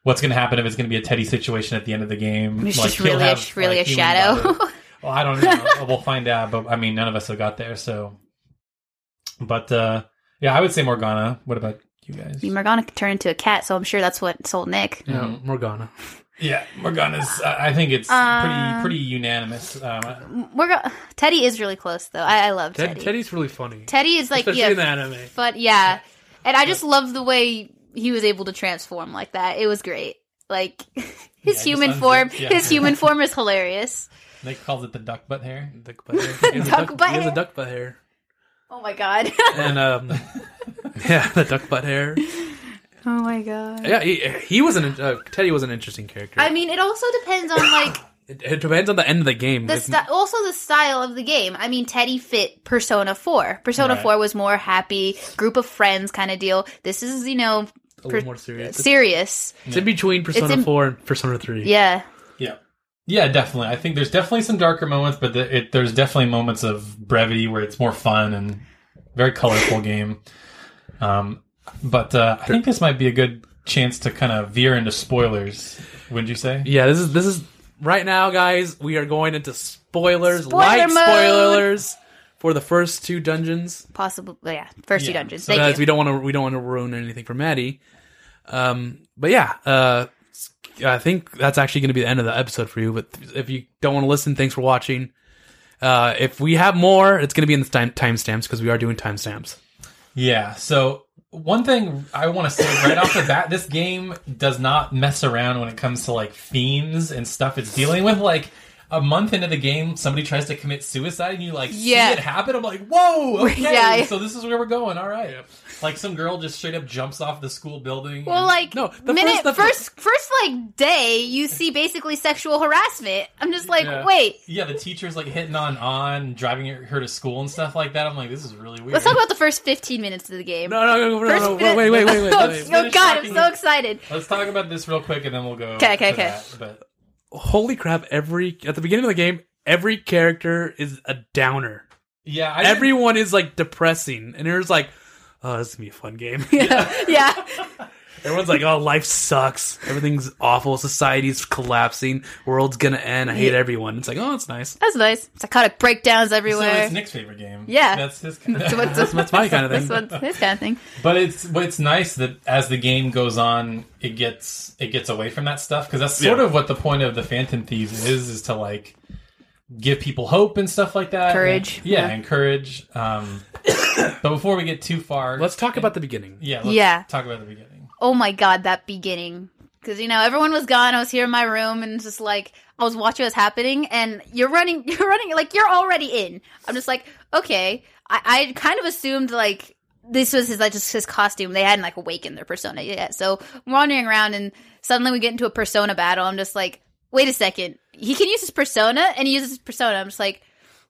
[SPEAKER 3] what's gonna happen if it's gonna be a Teddy situation at the end of the game.
[SPEAKER 4] It's just
[SPEAKER 3] he'll
[SPEAKER 4] really a- really a
[SPEAKER 3] human
[SPEAKER 4] shadow.
[SPEAKER 3] body. well, I don't know. we'll find out. But I mean, none of us have got there. So, but uh, yeah, I would say Morgana. What about you guys?
[SPEAKER 4] I mean, Morgana could turn into a cat, so I'm sure that's what sold Nick.
[SPEAKER 2] Yeah, Morgana.
[SPEAKER 3] Yeah, Morgana's. uh, I I think it's
[SPEAKER 4] Um,
[SPEAKER 3] pretty pretty unanimous. Um,
[SPEAKER 4] Morgana, Teddy is really close though. I, I love
[SPEAKER 2] Ted,
[SPEAKER 4] Teddy. Teddy.
[SPEAKER 2] Teddy's really funny,
[SPEAKER 4] is like
[SPEAKER 2] especially in the
[SPEAKER 4] yeah,
[SPEAKER 2] anime.
[SPEAKER 4] but yeah, and I just love the way he was able to transform like that. It was great. Like his
[SPEAKER 3] just
[SPEAKER 4] human
[SPEAKER 3] unzipped,
[SPEAKER 4] form,
[SPEAKER 3] yeah.
[SPEAKER 4] his human form is hilarious.
[SPEAKER 3] Nick calls it the duck butt hair.
[SPEAKER 2] Duck butt hair. He has a
[SPEAKER 4] Duck butt
[SPEAKER 2] He has
[SPEAKER 4] hair.
[SPEAKER 2] a duck butt hair.
[SPEAKER 4] Oh my god.
[SPEAKER 2] and um, yeah, the duck butt hair.
[SPEAKER 4] oh my god.
[SPEAKER 2] Yeah, he, he was an uh, Teddy was an interesting character.
[SPEAKER 4] I mean, it also depends on like
[SPEAKER 2] it, it depends on the end of the game.
[SPEAKER 4] the
[SPEAKER 2] Like,
[SPEAKER 4] sty also the style of the game. I mean, Teddy fit Persona 4. Persona
[SPEAKER 3] Right.
[SPEAKER 4] 4 was more happy, group of friends kind of deal. This is, you know,
[SPEAKER 2] a little more serious. It's,
[SPEAKER 4] serious.
[SPEAKER 2] it's in between Persona
[SPEAKER 4] in-
[SPEAKER 2] Four and Persona Three.
[SPEAKER 4] Yeah.
[SPEAKER 3] Yeah. Yeah, definitely. I think there's definitely some darker moments, but the, it, there's definitely moments of brevity where it's more fun and very colorful game. Um, but uh, I think this might be a good chance to kind of veer into spoilers. Wouldn't you say?
[SPEAKER 2] Yeah, this is this is right now, guys. We are going into spoilers,
[SPEAKER 4] Spoiler
[SPEAKER 2] light
[SPEAKER 4] mode!
[SPEAKER 2] spoilers for the first two dungeons.
[SPEAKER 4] Possible. Yeah. First two
[SPEAKER 3] Yeah.
[SPEAKER 4] dungeons.
[SPEAKER 2] So guys,
[SPEAKER 4] Thank
[SPEAKER 2] we
[SPEAKER 4] you.
[SPEAKER 2] don't want to we don't want to ruin anything for Maddie. Um, but yeah, uh, I think that's actually going to be the end of the episode for you. But if you don't want to listen, thanks for watching. Uh, if we have more, it's going to be in the time timestamps because we are doing timestamps.
[SPEAKER 3] Yeah. So one thing I want to say right off the bat, this game does not mess around when it comes to like themes and stuff it's dealing with. Like a month into the game, somebody tries to commit suicide, and you like
[SPEAKER 4] Yeah.
[SPEAKER 3] see it happen. I'm like, whoa, okay.
[SPEAKER 4] Yeah.
[SPEAKER 3] So this is where we're going. All right. Like some girl just straight up jumps off the school building.
[SPEAKER 4] Well,
[SPEAKER 3] and-
[SPEAKER 4] like
[SPEAKER 2] No, the
[SPEAKER 4] minute
[SPEAKER 2] first- the
[SPEAKER 4] first, first like day, you see basically sexual harassment. I'm just like,
[SPEAKER 2] Yeah.
[SPEAKER 4] wait.
[SPEAKER 3] yeah, the teacher's like hitting on on driving her her to school and stuff like that. I'm like, this is really weird.
[SPEAKER 4] Let's talk about the first 15 minutes of the game.
[SPEAKER 2] No, no, no, no,
[SPEAKER 4] First
[SPEAKER 2] no,
[SPEAKER 4] minute-
[SPEAKER 2] wait, wait, wait, wait.
[SPEAKER 4] oh,
[SPEAKER 2] wait.
[SPEAKER 4] oh, God, I'm
[SPEAKER 3] Shocking.
[SPEAKER 4] so excited.
[SPEAKER 3] Let's talk about this real quick, and then we'll go.
[SPEAKER 4] 'Kay, 'kay,
[SPEAKER 3] to
[SPEAKER 4] 'kay.
[SPEAKER 3] that. But
[SPEAKER 2] Holy crap! Every at the beginning of the game, every character is a downer.
[SPEAKER 3] yeah, I didn't-
[SPEAKER 2] Everyone is like depressing, and there's like, oh, this is gonna be a fun game.
[SPEAKER 4] yeah.
[SPEAKER 2] Everyone's like, oh, life sucks. Everything's awful. Society's collapsing. World's gonna end. I hate everyone. It's like, oh, it's nice.
[SPEAKER 4] That's nice. Psychotic breakdowns
[SPEAKER 3] So
[SPEAKER 4] everywhere.
[SPEAKER 3] it's Nick's favorite game.
[SPEAKER 4] Yeah.
[SPEAKER 3] that's his.
[SPEAKER 4] So what's-
[SPEAKER 2] That's my kind of
[SPEAKER 4] That's
[SPEAKER 2] thing.
[SPEAKER 4] what this kind of thing.
[SPEAKER 3] but it's but it's nice that as the game goes on, it gets it gets away from that stuff because that's sort
[SPEAKER 2] Yeah.
[SPEAKER 3] of what the point of the Phantom Thieves is is to like give people hope and stuff like that.
[SPEAKER 4] Courage.
[SPEAKER 3] And- yeah,
[SPEAKER 4] Yeah.
[SPEAKER 3] and courage. Um, but before we get too far,
[SPEAKER 2] Let's talk about the beginning.
[SPEAKER 3] yeah let's
[SPEAKER 4] Yeah.
[SPEAKER 3] talk about the beginning.
[SPEAKER 4] Oh my god, that beginning. Because you know everyone was gone. I was here in my room and it's just like I was watching what was happening. And you're running, you're running like you're already in. I'm just like, okay. I, I kind of assumed like this was his like just his costume. They hadn't like awakened their persona yet. So I'm wandering around and suddenly we get into a persona battle. I'm just like, wait a second. He can use his persona and he uses his persona. I'm just like,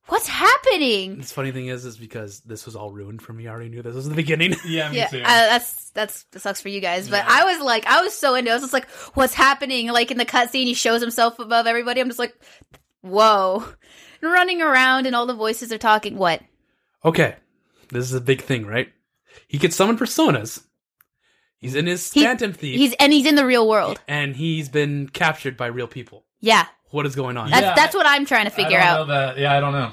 [SPEAKER 4] what's happening?
[SPEAKER 2] This funny thing is, is because this was all ruined for me. I already knew this was the beginning.
[SPEAKER 3] Yeah, me
[SPEAKER 4] yeah,
[SPEAKER 3] too.
[SPEAKER 4] uh, that's that's that sucks for you guys. But I was like, I was so into. it. I was just like, what's happening? Like in the cutscene, he shows himself above everybody. I'm just like, whoa, and running around, and all the voices are talking. What?
[SPEAKER 2] okay, this is a big thing, right? He could summon personas. He's in his
[SPEAKER 4] He-
[SPEAKER 2] Phantom Thief,
[SPEAKER 4] He's and he's in the real world.
[SPEAKER 2] and he's been captured by real people.
[SPEAKER 4] Yeah,
[SPEAKER 2] What is going on?
[SPEAKER 4] that's
[SPEAKER 3] Yeah,
[SPEAKER 4] that's what I'm trying to figure
[SPEAKER 3] I don't
[SPEAKER 4] out.
[SPEAKER 3] Know that, yeah, I don't know.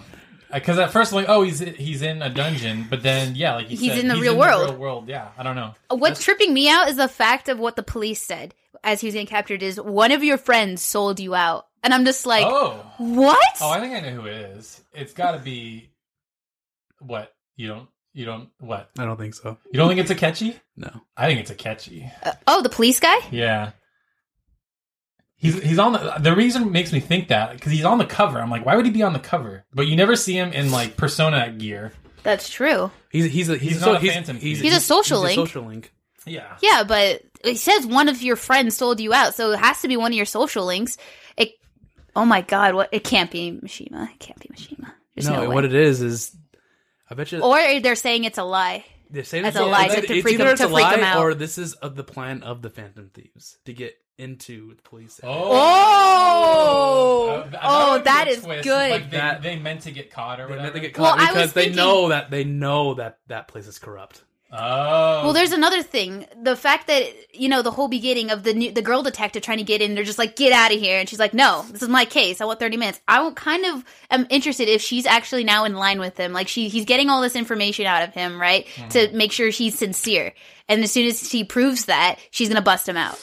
[SPEAKER 3] Because at first, I'm like, oh, he's he's in a dungeon, but then yeah, like you
[SPEAKER 4] He's
[SPEAKER 3] said,
[SPEAKER 4] in the real world.
[SPEAKER 3] real world, yeah. I don't know.
[SPEAKER 4] What's tripping me out is the fact of what the police said as he was getting captured. Is one of your friends sold you out? And I'm just like,
[SPEAKER 3] oh,
[SPEAKER 4] what?
[SPEAKER 3] Oh, I think I know who it is. It's got to be what you don't you don't what
[SPEAKER 2] I don't think so.
[SPEAKER 3] you don't think it's a catchy?
[SPEAKER 2] No.
[SPEAKER 3] I think it's a catchy.
[SPEAKER 4] Uh, oh, the police guy.
[SPEAKER 3] Yeah. He's he's on the the reason it makes me think that because he's on the cover. I'm like, why would he be on the cover? But you never see him in like persona gear.
[SPEAKER 4] That's true.
[SPEAKER 2] He's he's a, he's,
[SPEAKER 3] He's
[SPEAKER 2] a, so-
[SPEAKER 3] not a
[SPEAKER 2] he's,
[SPEAKER 3] Phantom
[SPEAKER 2] he's,
[SPEAKER 3] Thief.
[SPEAKER 4] He's a social
[SPEAKER 2] he's
[SPEAKER 4] link.
[SPEAKER 2] social link.
[SPEAKER 3] Yeah.
[SPEAKER 4] Yeah, but it says one of your friends sold you out, so it has to be one of your social links. It, oh my god, what? It can't be Mishima. It can't be Mishima. There's no,
[SPEAKER 2] no,
[SPEAKER 4] way.
[SPEAKER 2] what it is is, I bet you.
[SPEAKER 4] or they're saying it's a lie.
[SPEAKER 2] They're saying
[SPEAKER 4] As
[SPEAKER 2] it's
[SPEAKER 4] a lie,
[SPEAKER 2] it's
[SPEAKER 4] to- to
[SPEAKER 2] it's
[SPEAKER 4] freak
[SPEAKER 2] either
[SPEAKER 4] 'em-
[SPEAKER 2] it's
[SPEAKER 4] to
[SPEAKER 2] a
[SPEAKER 4] freak 'em
[SPEAKER 2] lie
[SPEAKER 4] out.
[SPEAKER 2] or this is of the plan of the Phantom Thieves to get into the police.
[SPEAKER 4] Oh,
[SPEAKER 3] Uh, th-
[SPEAKER 4] oh,
[SPEAKER 3] would be
[SPEAKER 4] that
[SPEAKER 3] a
[SPEAKER 4] is
[SPEAKER 3] twist.
[SPEAKER 4] good.
[SPEAKER 3] Like they,
[SPEAKER 2] That-
[SPEAKER 3] they meant to get caught or
[SPEAKER 2] They
[SPEAKER 3] whatever.
[SPEAKER 2] meant to get
[SPEAKER 4] Well,
[SPEAKER 2] caught
[SPEAKER 4] I was
[SPEAKER 2] because they
[SPEAKER 4] thinking-
[SPEAKER 2] know that they know that that place is corrupt.
[SPEAKER 3] Oh,
[SPEAKER 4] well, there's another thing. The fact that you know the whole beginning of the new, the girl detective trying to get in, they're just like, "Get out of here!" and she's like, "No, this is my case. I want 30 minutes." I won't- kind of am interested if she's actually now in line with him. Like she, he's getting all this information out of him, right,
[SPEAKER 3] Mm-hmm.
[SPEAKER 4] to make sure she's sincere. And as soon as she proves that, she's gonna bust him out.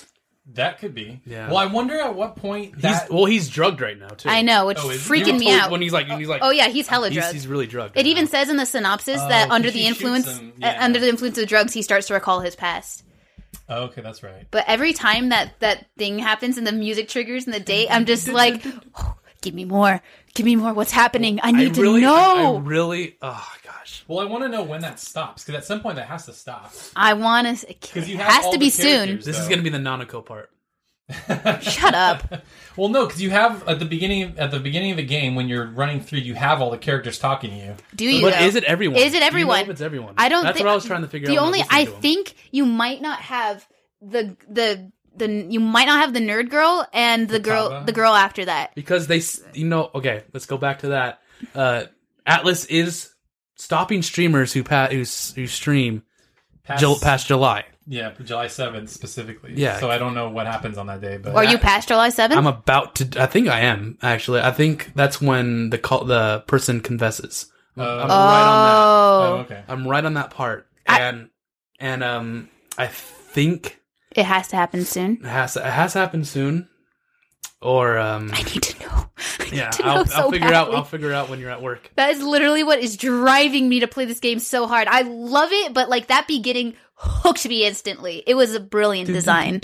[SPEAKER 3] that could be.
[SPEAKER 2] Yeah.
[SPEAKER 3] Well, I wonder at what point that
[SPEAKER 2] he's well, he's drugged right now too.
[SPEAKER 4] I know, which
[SPEAKER 3] Oh,
[SPEAKER 4] is
[SPEAKER 3] is-
[SPEAKER 4] freaking
[SPEAKER 3] you're
[SPEAKER 4] me out.
[SPEAKER 2] When he's like, when he's like,
[SPEAKER 4] oh yeah, he's hella
[SPEAKER 2] he's,
[SPEAKER 4] drugged.
[SPEAKER 2] he's really drugged.
[SPEAKER 4] it
[SPEAKER 2] right
[SPEAKER 4] even
[SPEAKER 2] now.
[SPEAKER 4] says in the synopsis
[SPEAKER 3] Oh,
[SPEAKER 4] that
[SPEAKER 3] 'cause
[SPEAKER 4] under
[SPEAKER 3] she
[SPEAKER 4] the
[SPEAKER 3] shoots
[SPEAKER 4] influence,
[SPEAKER 3] him,
[SPEAKER 4] uh,
[SPEAKER 3] yeah.
[SPEAKER 4] under the influence of drugs, he starts to recall his past.
[SPEAKER 3] Oh, okay, that's right.
[SPEAKER 4] But every time that that thing happens and the music triggers and the date, I'm just like, oh, give me more, give me more. What's happening? I need
[SPEAKER 2] I really,
[SPEAKER 4] to
[SPEAKER 2] I, I
[SPEAKER 4] know.
[SPEAKER 2] really, oh gosh, gosh.
[SPEAKER 3] Well, I want to know when that stops because at some point that has to stop.
[SPEAKER 4] I want to. It
[SPEAKER 3] 'Cause you have
[SPEAKER 4] has
[SPEAKER 3] all
[SPEAKER 4] to
[SPEAKER 3] the
[SPEAKER 4] be soon.
[SPEAKER 3] characters.
[SPEAKER 2] This is
[SPEAKER 3] So-
[SPEAKER 2] going to be the Nanako part.
[SPEAKER 4] Shut up.
[SPEAKER 3] Well, no, because you have at the beginning at the beginning of the game when you're running through, you have all the characters talking to you.
[SPEAKER 4] Do you?
[SPEAKER 2] But
[SPEAKER 4] though?
[SPEAKER 2] is it everyone?
[SPEAKER 4] Is it
[SPEAKER 2] Do you know
[SPEAKER 4] everyone?
[SPEAKER 2] if it's everyone.
[SPEAKER 4] I don't.
[SPEAKER 2] That's
[SPEAKER 4] thi-
[SPEAKER 2] what I was trying to figure
[SPEAKER 4] the
[SPEAKER 2] out. when
[SPEAKER 4] only
[SPEAKER 2] listening
[SPEAKER 4] I
[SPEAKER 2] to him.
[SPEAKER 4] think you might not have the the the you might not have the nerd girl and the girl
[SPEAKER 3] Futaba?
[SPEAKER 4] the girl after that.
[SPEAKER 2] because they, s- you know, okay, let's go back to that. Uh, Atlas is stopping streamers who pa- who, s- who stream
[SPEAKER 3] Past,
[SPEAKER 2] Jul- past July.
[SPEAKER 3] yeah, July seventh specifically.
[SPEAKER 2] Yeah.
[SPEAKER 3] So I don't know what happens on that day, but
[SPEAKER 4] Are you past July
[SPEAKER 2] I'm
[SPEAKER 4] seventh?
[SPEAKER 2] about to. I think I am actually. I think that's when the call, the person confesses. I'm,
[SPEAKER 3] Oh.
[SPEAKER 2] I'm right on
[SPEAKER 3] Oh,
[SPEAKER 4] Oh,
[SPEAKER 3] okay.
[SPEAKER 2] that. I'm right on that part,
[SPEAKER 4] I-
[SPEAKER 2] and and um, I think
[SPEAKER 4] it has to happen soon.
[SPEAKER 2] it has it has happened soon, or um,
[SPEAKER 4] I need to know. I need
[SPEAKER 2] yeah,
[SPEAKER 4] to know
[SPEAKER 2] I'll,
[SPEAKER 4] so
[SPEAKER 2] I'll figure out.
[SPEAKER 4] badly.
[SPEAKER 2] I'll figure out when you're at work.
[SPEAKER 4] That is literally what is driving me to play this game so hard. I love it, but like that beginning hooked me instantly. It was a brilliant design.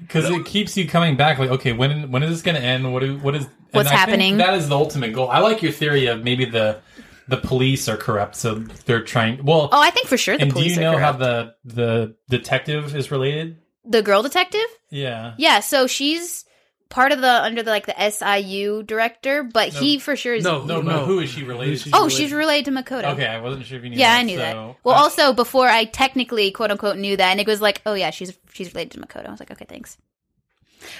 [SPEAKER 3] because it keeps you coming back. Like, okay, when when is this going to end? What do what is and
[SPEAKER 4] What's
[SPEAKER 3] I think
[SPEAKER 4] happening?
[SPEAKER 3] That is the ultimate goal. I like your theory of maybe the the police are corrupt, so they're trying. Well,
[SPEAKER 4] Oh, I think for sure the
[SPEAKER 3] and do
[SPEAKER 4] police
[SPEAKER 3] you know
[SPEAKER 4] are
[SPEAKER 3] how
[SPEAKER 4] corrupt.
[SPEAKER 3] the the detective is related?
[SPEAKER 4] the girl detective?
[SPEAKER 3] Yeah.
[SPEAKER 4] Yeah, so she's part of the under the like the SIU director, but he for sure is
[SPEAKER 2] No,
[SPEAKER 3] No, no.
[SPEAKER 2] no.
[SPEAKER 3] Who is she related? to?
[SPEAKER 4] Oh, she's related to Makoto.
[SPEAKER 3] Okay, I wasn't sure if you knew.
[SPEAKER 4] Yeah,
[SPEAKER 3] that,
[SPEAKER 4] I knew
[SPEAKER 3] so-
[SPEAKER 4] that. Well,
[SPEAKER 3] I-
[SPEAKER 4] also before I technically quote unquote knew that, and it was like, oh yeah, she's she's related to Makoto. I was like, okay, thanks.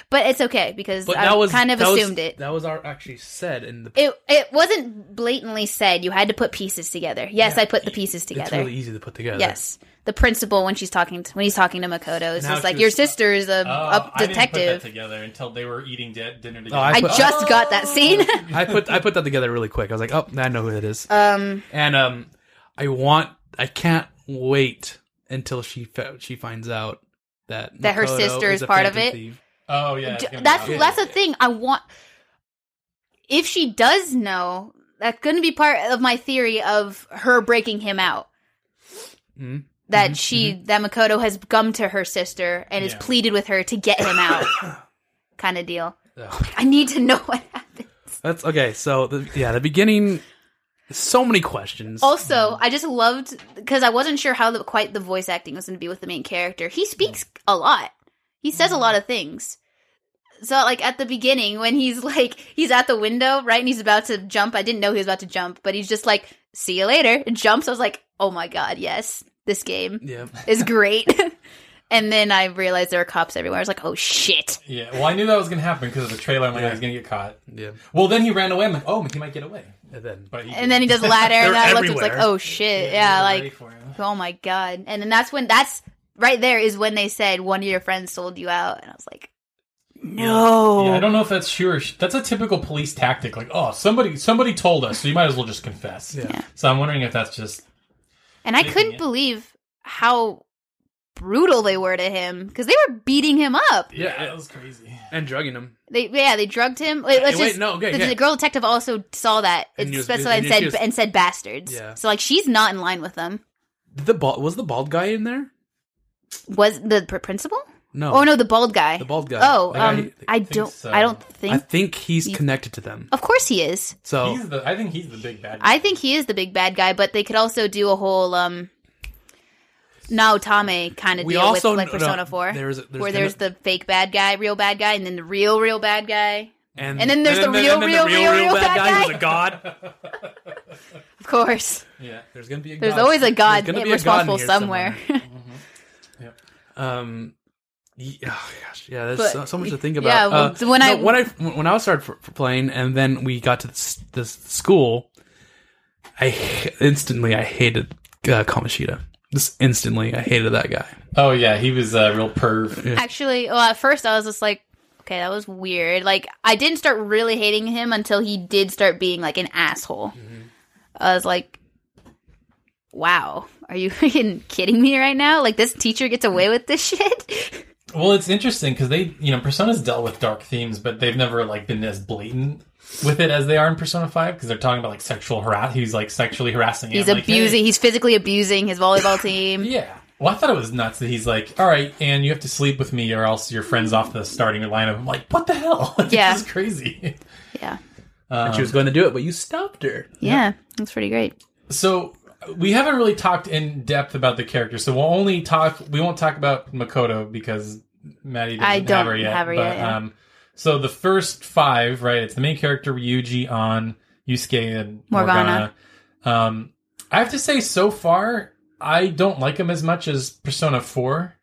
[SPEAKER 4] But it's okay because
[SPEAKER 2] But
[SPEAKER 4] I
[SPEAKER 2] that was
[SPEAKER 4] kind of
[SPEAKER 2] that was-
[SPEAKER 4] assumed it.
[SPEAKER 2] That was our actually said in the.
[SPEAKER 4] It it wasn't blatantly said. You had to put pieces together. Yes, I put the pieces
[SPEAKER 2] It's
[SPEAKER 4] together.
[SPEAKER 2] really easy to put together.
[SPEAKER 4] yes. The principal when she's talking to, when he's talking to Makoto is
[SPEAKER 3] Now
[SPEAKER 4] just
[SPEAKER 3] she
[SPEAKER 4] like
[SPEAKER 3] was-
[SPEAKER 4] your sister is a,
[SPEAKER 3] Oh,
[SPEAKER 4] a
[SPEAKER 3] I didn't put that
[SPEAKER 4] detective.
[SPEAKER 3] together until they were eating di- dinner together.
[SPEAKER 2] Oh, I
[SPEAKER 4] I,
[SPEAKER 2] put-
[SPEAKER 4] just got that scene.
[SPEAKER 2] I put I put that together really quick. I was like, oh, I know who that is.
[SPEAKER 4] um
[SPEAKER 2] and um, I want I can't wait until she fa- she finds out that
[SPEAKER 4] That her
[SPEAKER 2] Makoto
[SPEAKER 4] sister is
[SPEAKER 2] a
[SPEAKER 4] part of
[SPEAKER 2] phantom
[SPEAKER 4] it?
[SPEAKER 2] thief.
[SPEAKER 3] oh yeah, it's
[SPEAKER 4] d-
[SPEAKER 3] gonna be
[SPEAKER 4] that's
[SPEAKER 3] awesome.
[SPEAKER 4] that's the thing. I want if she does know, that's going to be part of my theory of her breaking him out.
[SPEAKER 3] Mm-hmm.
[SPEAKER 2] Mhm.
[SPEAKER 4] That she that Makoto has come to her sister and has
[SPEAKER 3] Yeah.
[SPEAKER 4] pleaded with her to get him out, kind of deal.
[SPEAKER 2] Ugh.
[SPEAKER 4] I need to know what happened.
[SPEAKER 2] That's okay. So the, yeah, the beginning. So many questions.
[SPEAKER 4] Also, I just loved because I wasn't sure how the, quite the voice acting was going to be with the main character. He speaks a lot. He says a lot of things. So, like at the beginning, when he's like he's at the window, right, and he's about to jump. I didn't know he was about to jump, but he's just like, "See you later," and jumps. I was like, "Oh my god, yes, this game
[SPEAKER 2] yeah,
[SPEAKER 4] is great." and then I realized there are cops everywhere. I was like, "Oh shit!"
[SPEAKER 3] Yeah, well, I knew that was gonna happen because of the trailer. I'm like, he's gonna get caught.
[SPEAKER 2] yeah.
[SPEAKER 3] Well, then he ran away. I'm like, oh, he might get away.
[SPEAKER 2] And then
[SPEAKER 3] But he
[SPEAKER 4] And then he does the ladder, and
[SPEAKER 2] They're
[SPEAKER 4] I looked. and was like,
[SPEAKER 2] everywhere.
[SPEAKER 4] "Oh shit!" Yeah, like Oh my god! And then that's when that's right there is when they said one of your friends sold you out, and I was like, no.
[SPEAKER 3] Yeah, I don't know if that's true. Or sh- that's a typical police tactic. Like, oh, somebody, somebody told us, so you might as well just confess.
[SPEAKER 2] Yeah.
[SPEAKER 4] Yeah.
[SPEAKER 3] So I'm wondering if that's just
[SPEAKER 4] and I
[SPEAKER 3] Making
[SPEAKER 4] couldn't
[SPEAKER 3] it.
[SPEAKER 4] believe how brutal they were to him because they were beating him up.
[SPEAKER 2] Yeah, that
[SPEAKER 3] was crazy.
[SPEAKER 2] and drugging him.
[SPEAKER 4] They yeah they drugged him. Wait, let's
[SPEAKER 2] Hey, wait,
[SPEAKER 4] just
[SPEAKER 2] no, okay,
[SPEAKER 4] the,
[SPEAKER 2] yeah.
[SPEAKER 4] the girl detective also saw that
[SPEAKER 2] And
[SPEAKER 4] it's
[SPEAKER 2] he was-
[SPEAKER 4] specified and
[SPEAKER 2] and
[SPEAKER 4] said
[SPEAKER 2] she was-
[SPEAKER 4] and said bastards.
[SPEAKER 2] Yeah.
[SPEAKER 4] So like she's not in line with them.
[SPEAKER 2] Did the bald was the bald guy in there?
[SPEAKER 4] Was the pr- principal?
[SPEAKER 2] No.
[SPEAKER 4] Oh. no, the bald guy.
[SPEAKER 2] the bald guy.
[SPEAKER 4] Oh,
[SPEAKER 2] Like, I-
[SPEAKER 4] um, I,
[SPEAKER 3] think
[SPEAKER 4] don't.
[SPEAKER 3] so.
[SPEAKER 4] I don't think.
[SPEAKER 2] I think he's connected to them.
[SPEAKER 4] of course he is.
[SPEAKER 2] So
[SPEAKER 3] He's the. I think he's the big bad. guy.
[SPEAKER 4] I think he is the big bad guy, but they could also do a whole um Naotame kind of
[SPEAKER 2] We
[SPEAKER 4] deal
[SPEAKER 2] also
[SPEAKER 4] with like
[SPEAKER 2] know-
[SPEAKER 4] Persona
[SPEAKER 2] no,
[SPEAKER 4] 4.
[SPEAKER 2] there's- there's
[SPEAKER 4] where
[SPEAKER 2] gonna-
[SPEAKER 4] there's the fake bad guy, real bad guy, and then the real real bad guy. and then there's the
[SPEAKER 2] and
[SPEAKER 4] real,
[SPEAKER 2] and
[SPEAKER 4] real, real, real bad guy.
[SPEAKER 2] who's a god.
[SPEAKER 4] Of course.
[SPEAKER 3] Yeah.
[SPEAKER 2] There's gonna be a
[SPEAKER 4] There's
[SPEAKER 2] god.
[SPEAKER 4] always a god
[SPEAKER 2] There's gonna be a god in
[SPEAKER 4] responsible
[SPEAKER 2] here
[SPEAKER 4] somewhere.
[SPEAKER 2] Um, yeah, oh gosh, yeah. There's
[SPEAKER 4] But-
[SPEAKER 2] so, so much to think
[SPEAKER 4] yeah,
[SPEAKER 2] about. Uh,
[SPEAKER 4] well, when I-
[SPEAKER 2] no, when I when I started for, for playing, and then we got to this, this school, I h- instantly I hated uh, Kamishita. Just instantly, I hated that guy.
[SPEAKER 3] Oh yeah, he was a real perv.
[SPEAKER 4] Actually, well, at first I was just like, okay, that was weird. Like, I didn't start really hating him until he did start being like an asshole.
[SPEAKER 2] Mm-hmm.
[SPEAKER 4] I was like, wow, are you freaking kidding me right now? Like, this teacher gets away with this shit?
[SPEAKER 3] Well, it's interesting because they, you know, Persona's dealt with dark themes, but they've never like been as blatant with it as they are in Persona Five because they're talking about like sexual harass. He's like sexually harassing.
[SPEAKER 4] he's
[SPEAKER 3] him, like,
[SPEAKER 4] abusing,
[SPEAKER 3] hey.
[SPEAKER 4] he's physically abusing his volleyball team.
[SPEAKER 3] Yeah. Well, I thought it was nuts that he's like, all right, and you have to sleep with me or else your friend's off the starting lineup. I'm like, what the hell? Like,
[SPEAKER 4] Yeah.
[SPEAKER 3] This is crazy.
[SPEAKER 4] Yeah.
[SPEAKER 2] Um, and she was going to do it, but you stopped her.
[SPEAKER 4] Yeah. That's pretty great.
[SPEAKER 3] So we haven't really talked in depth about the character, so we'll only talk. We won't talk about Makoto because Maddie doesn't
[SPEAKER 4] I
[SPEAKER 3] have
[SPEAKER 4] don't
[SPEAKER 3] her yet.
[SPEAKER 4] have her
[SPEAKER 3] but,
[SPEAKER 4] yet, yeah.
[SPEAKER 3] um, so the first five, right? It's the main character Ryuji, on Yusuke, and Morgana.
[SPEAKER 4] Morgana.
[SPEAKER 3] Um, I have to say, so far, I don't like him as much as Persona Four.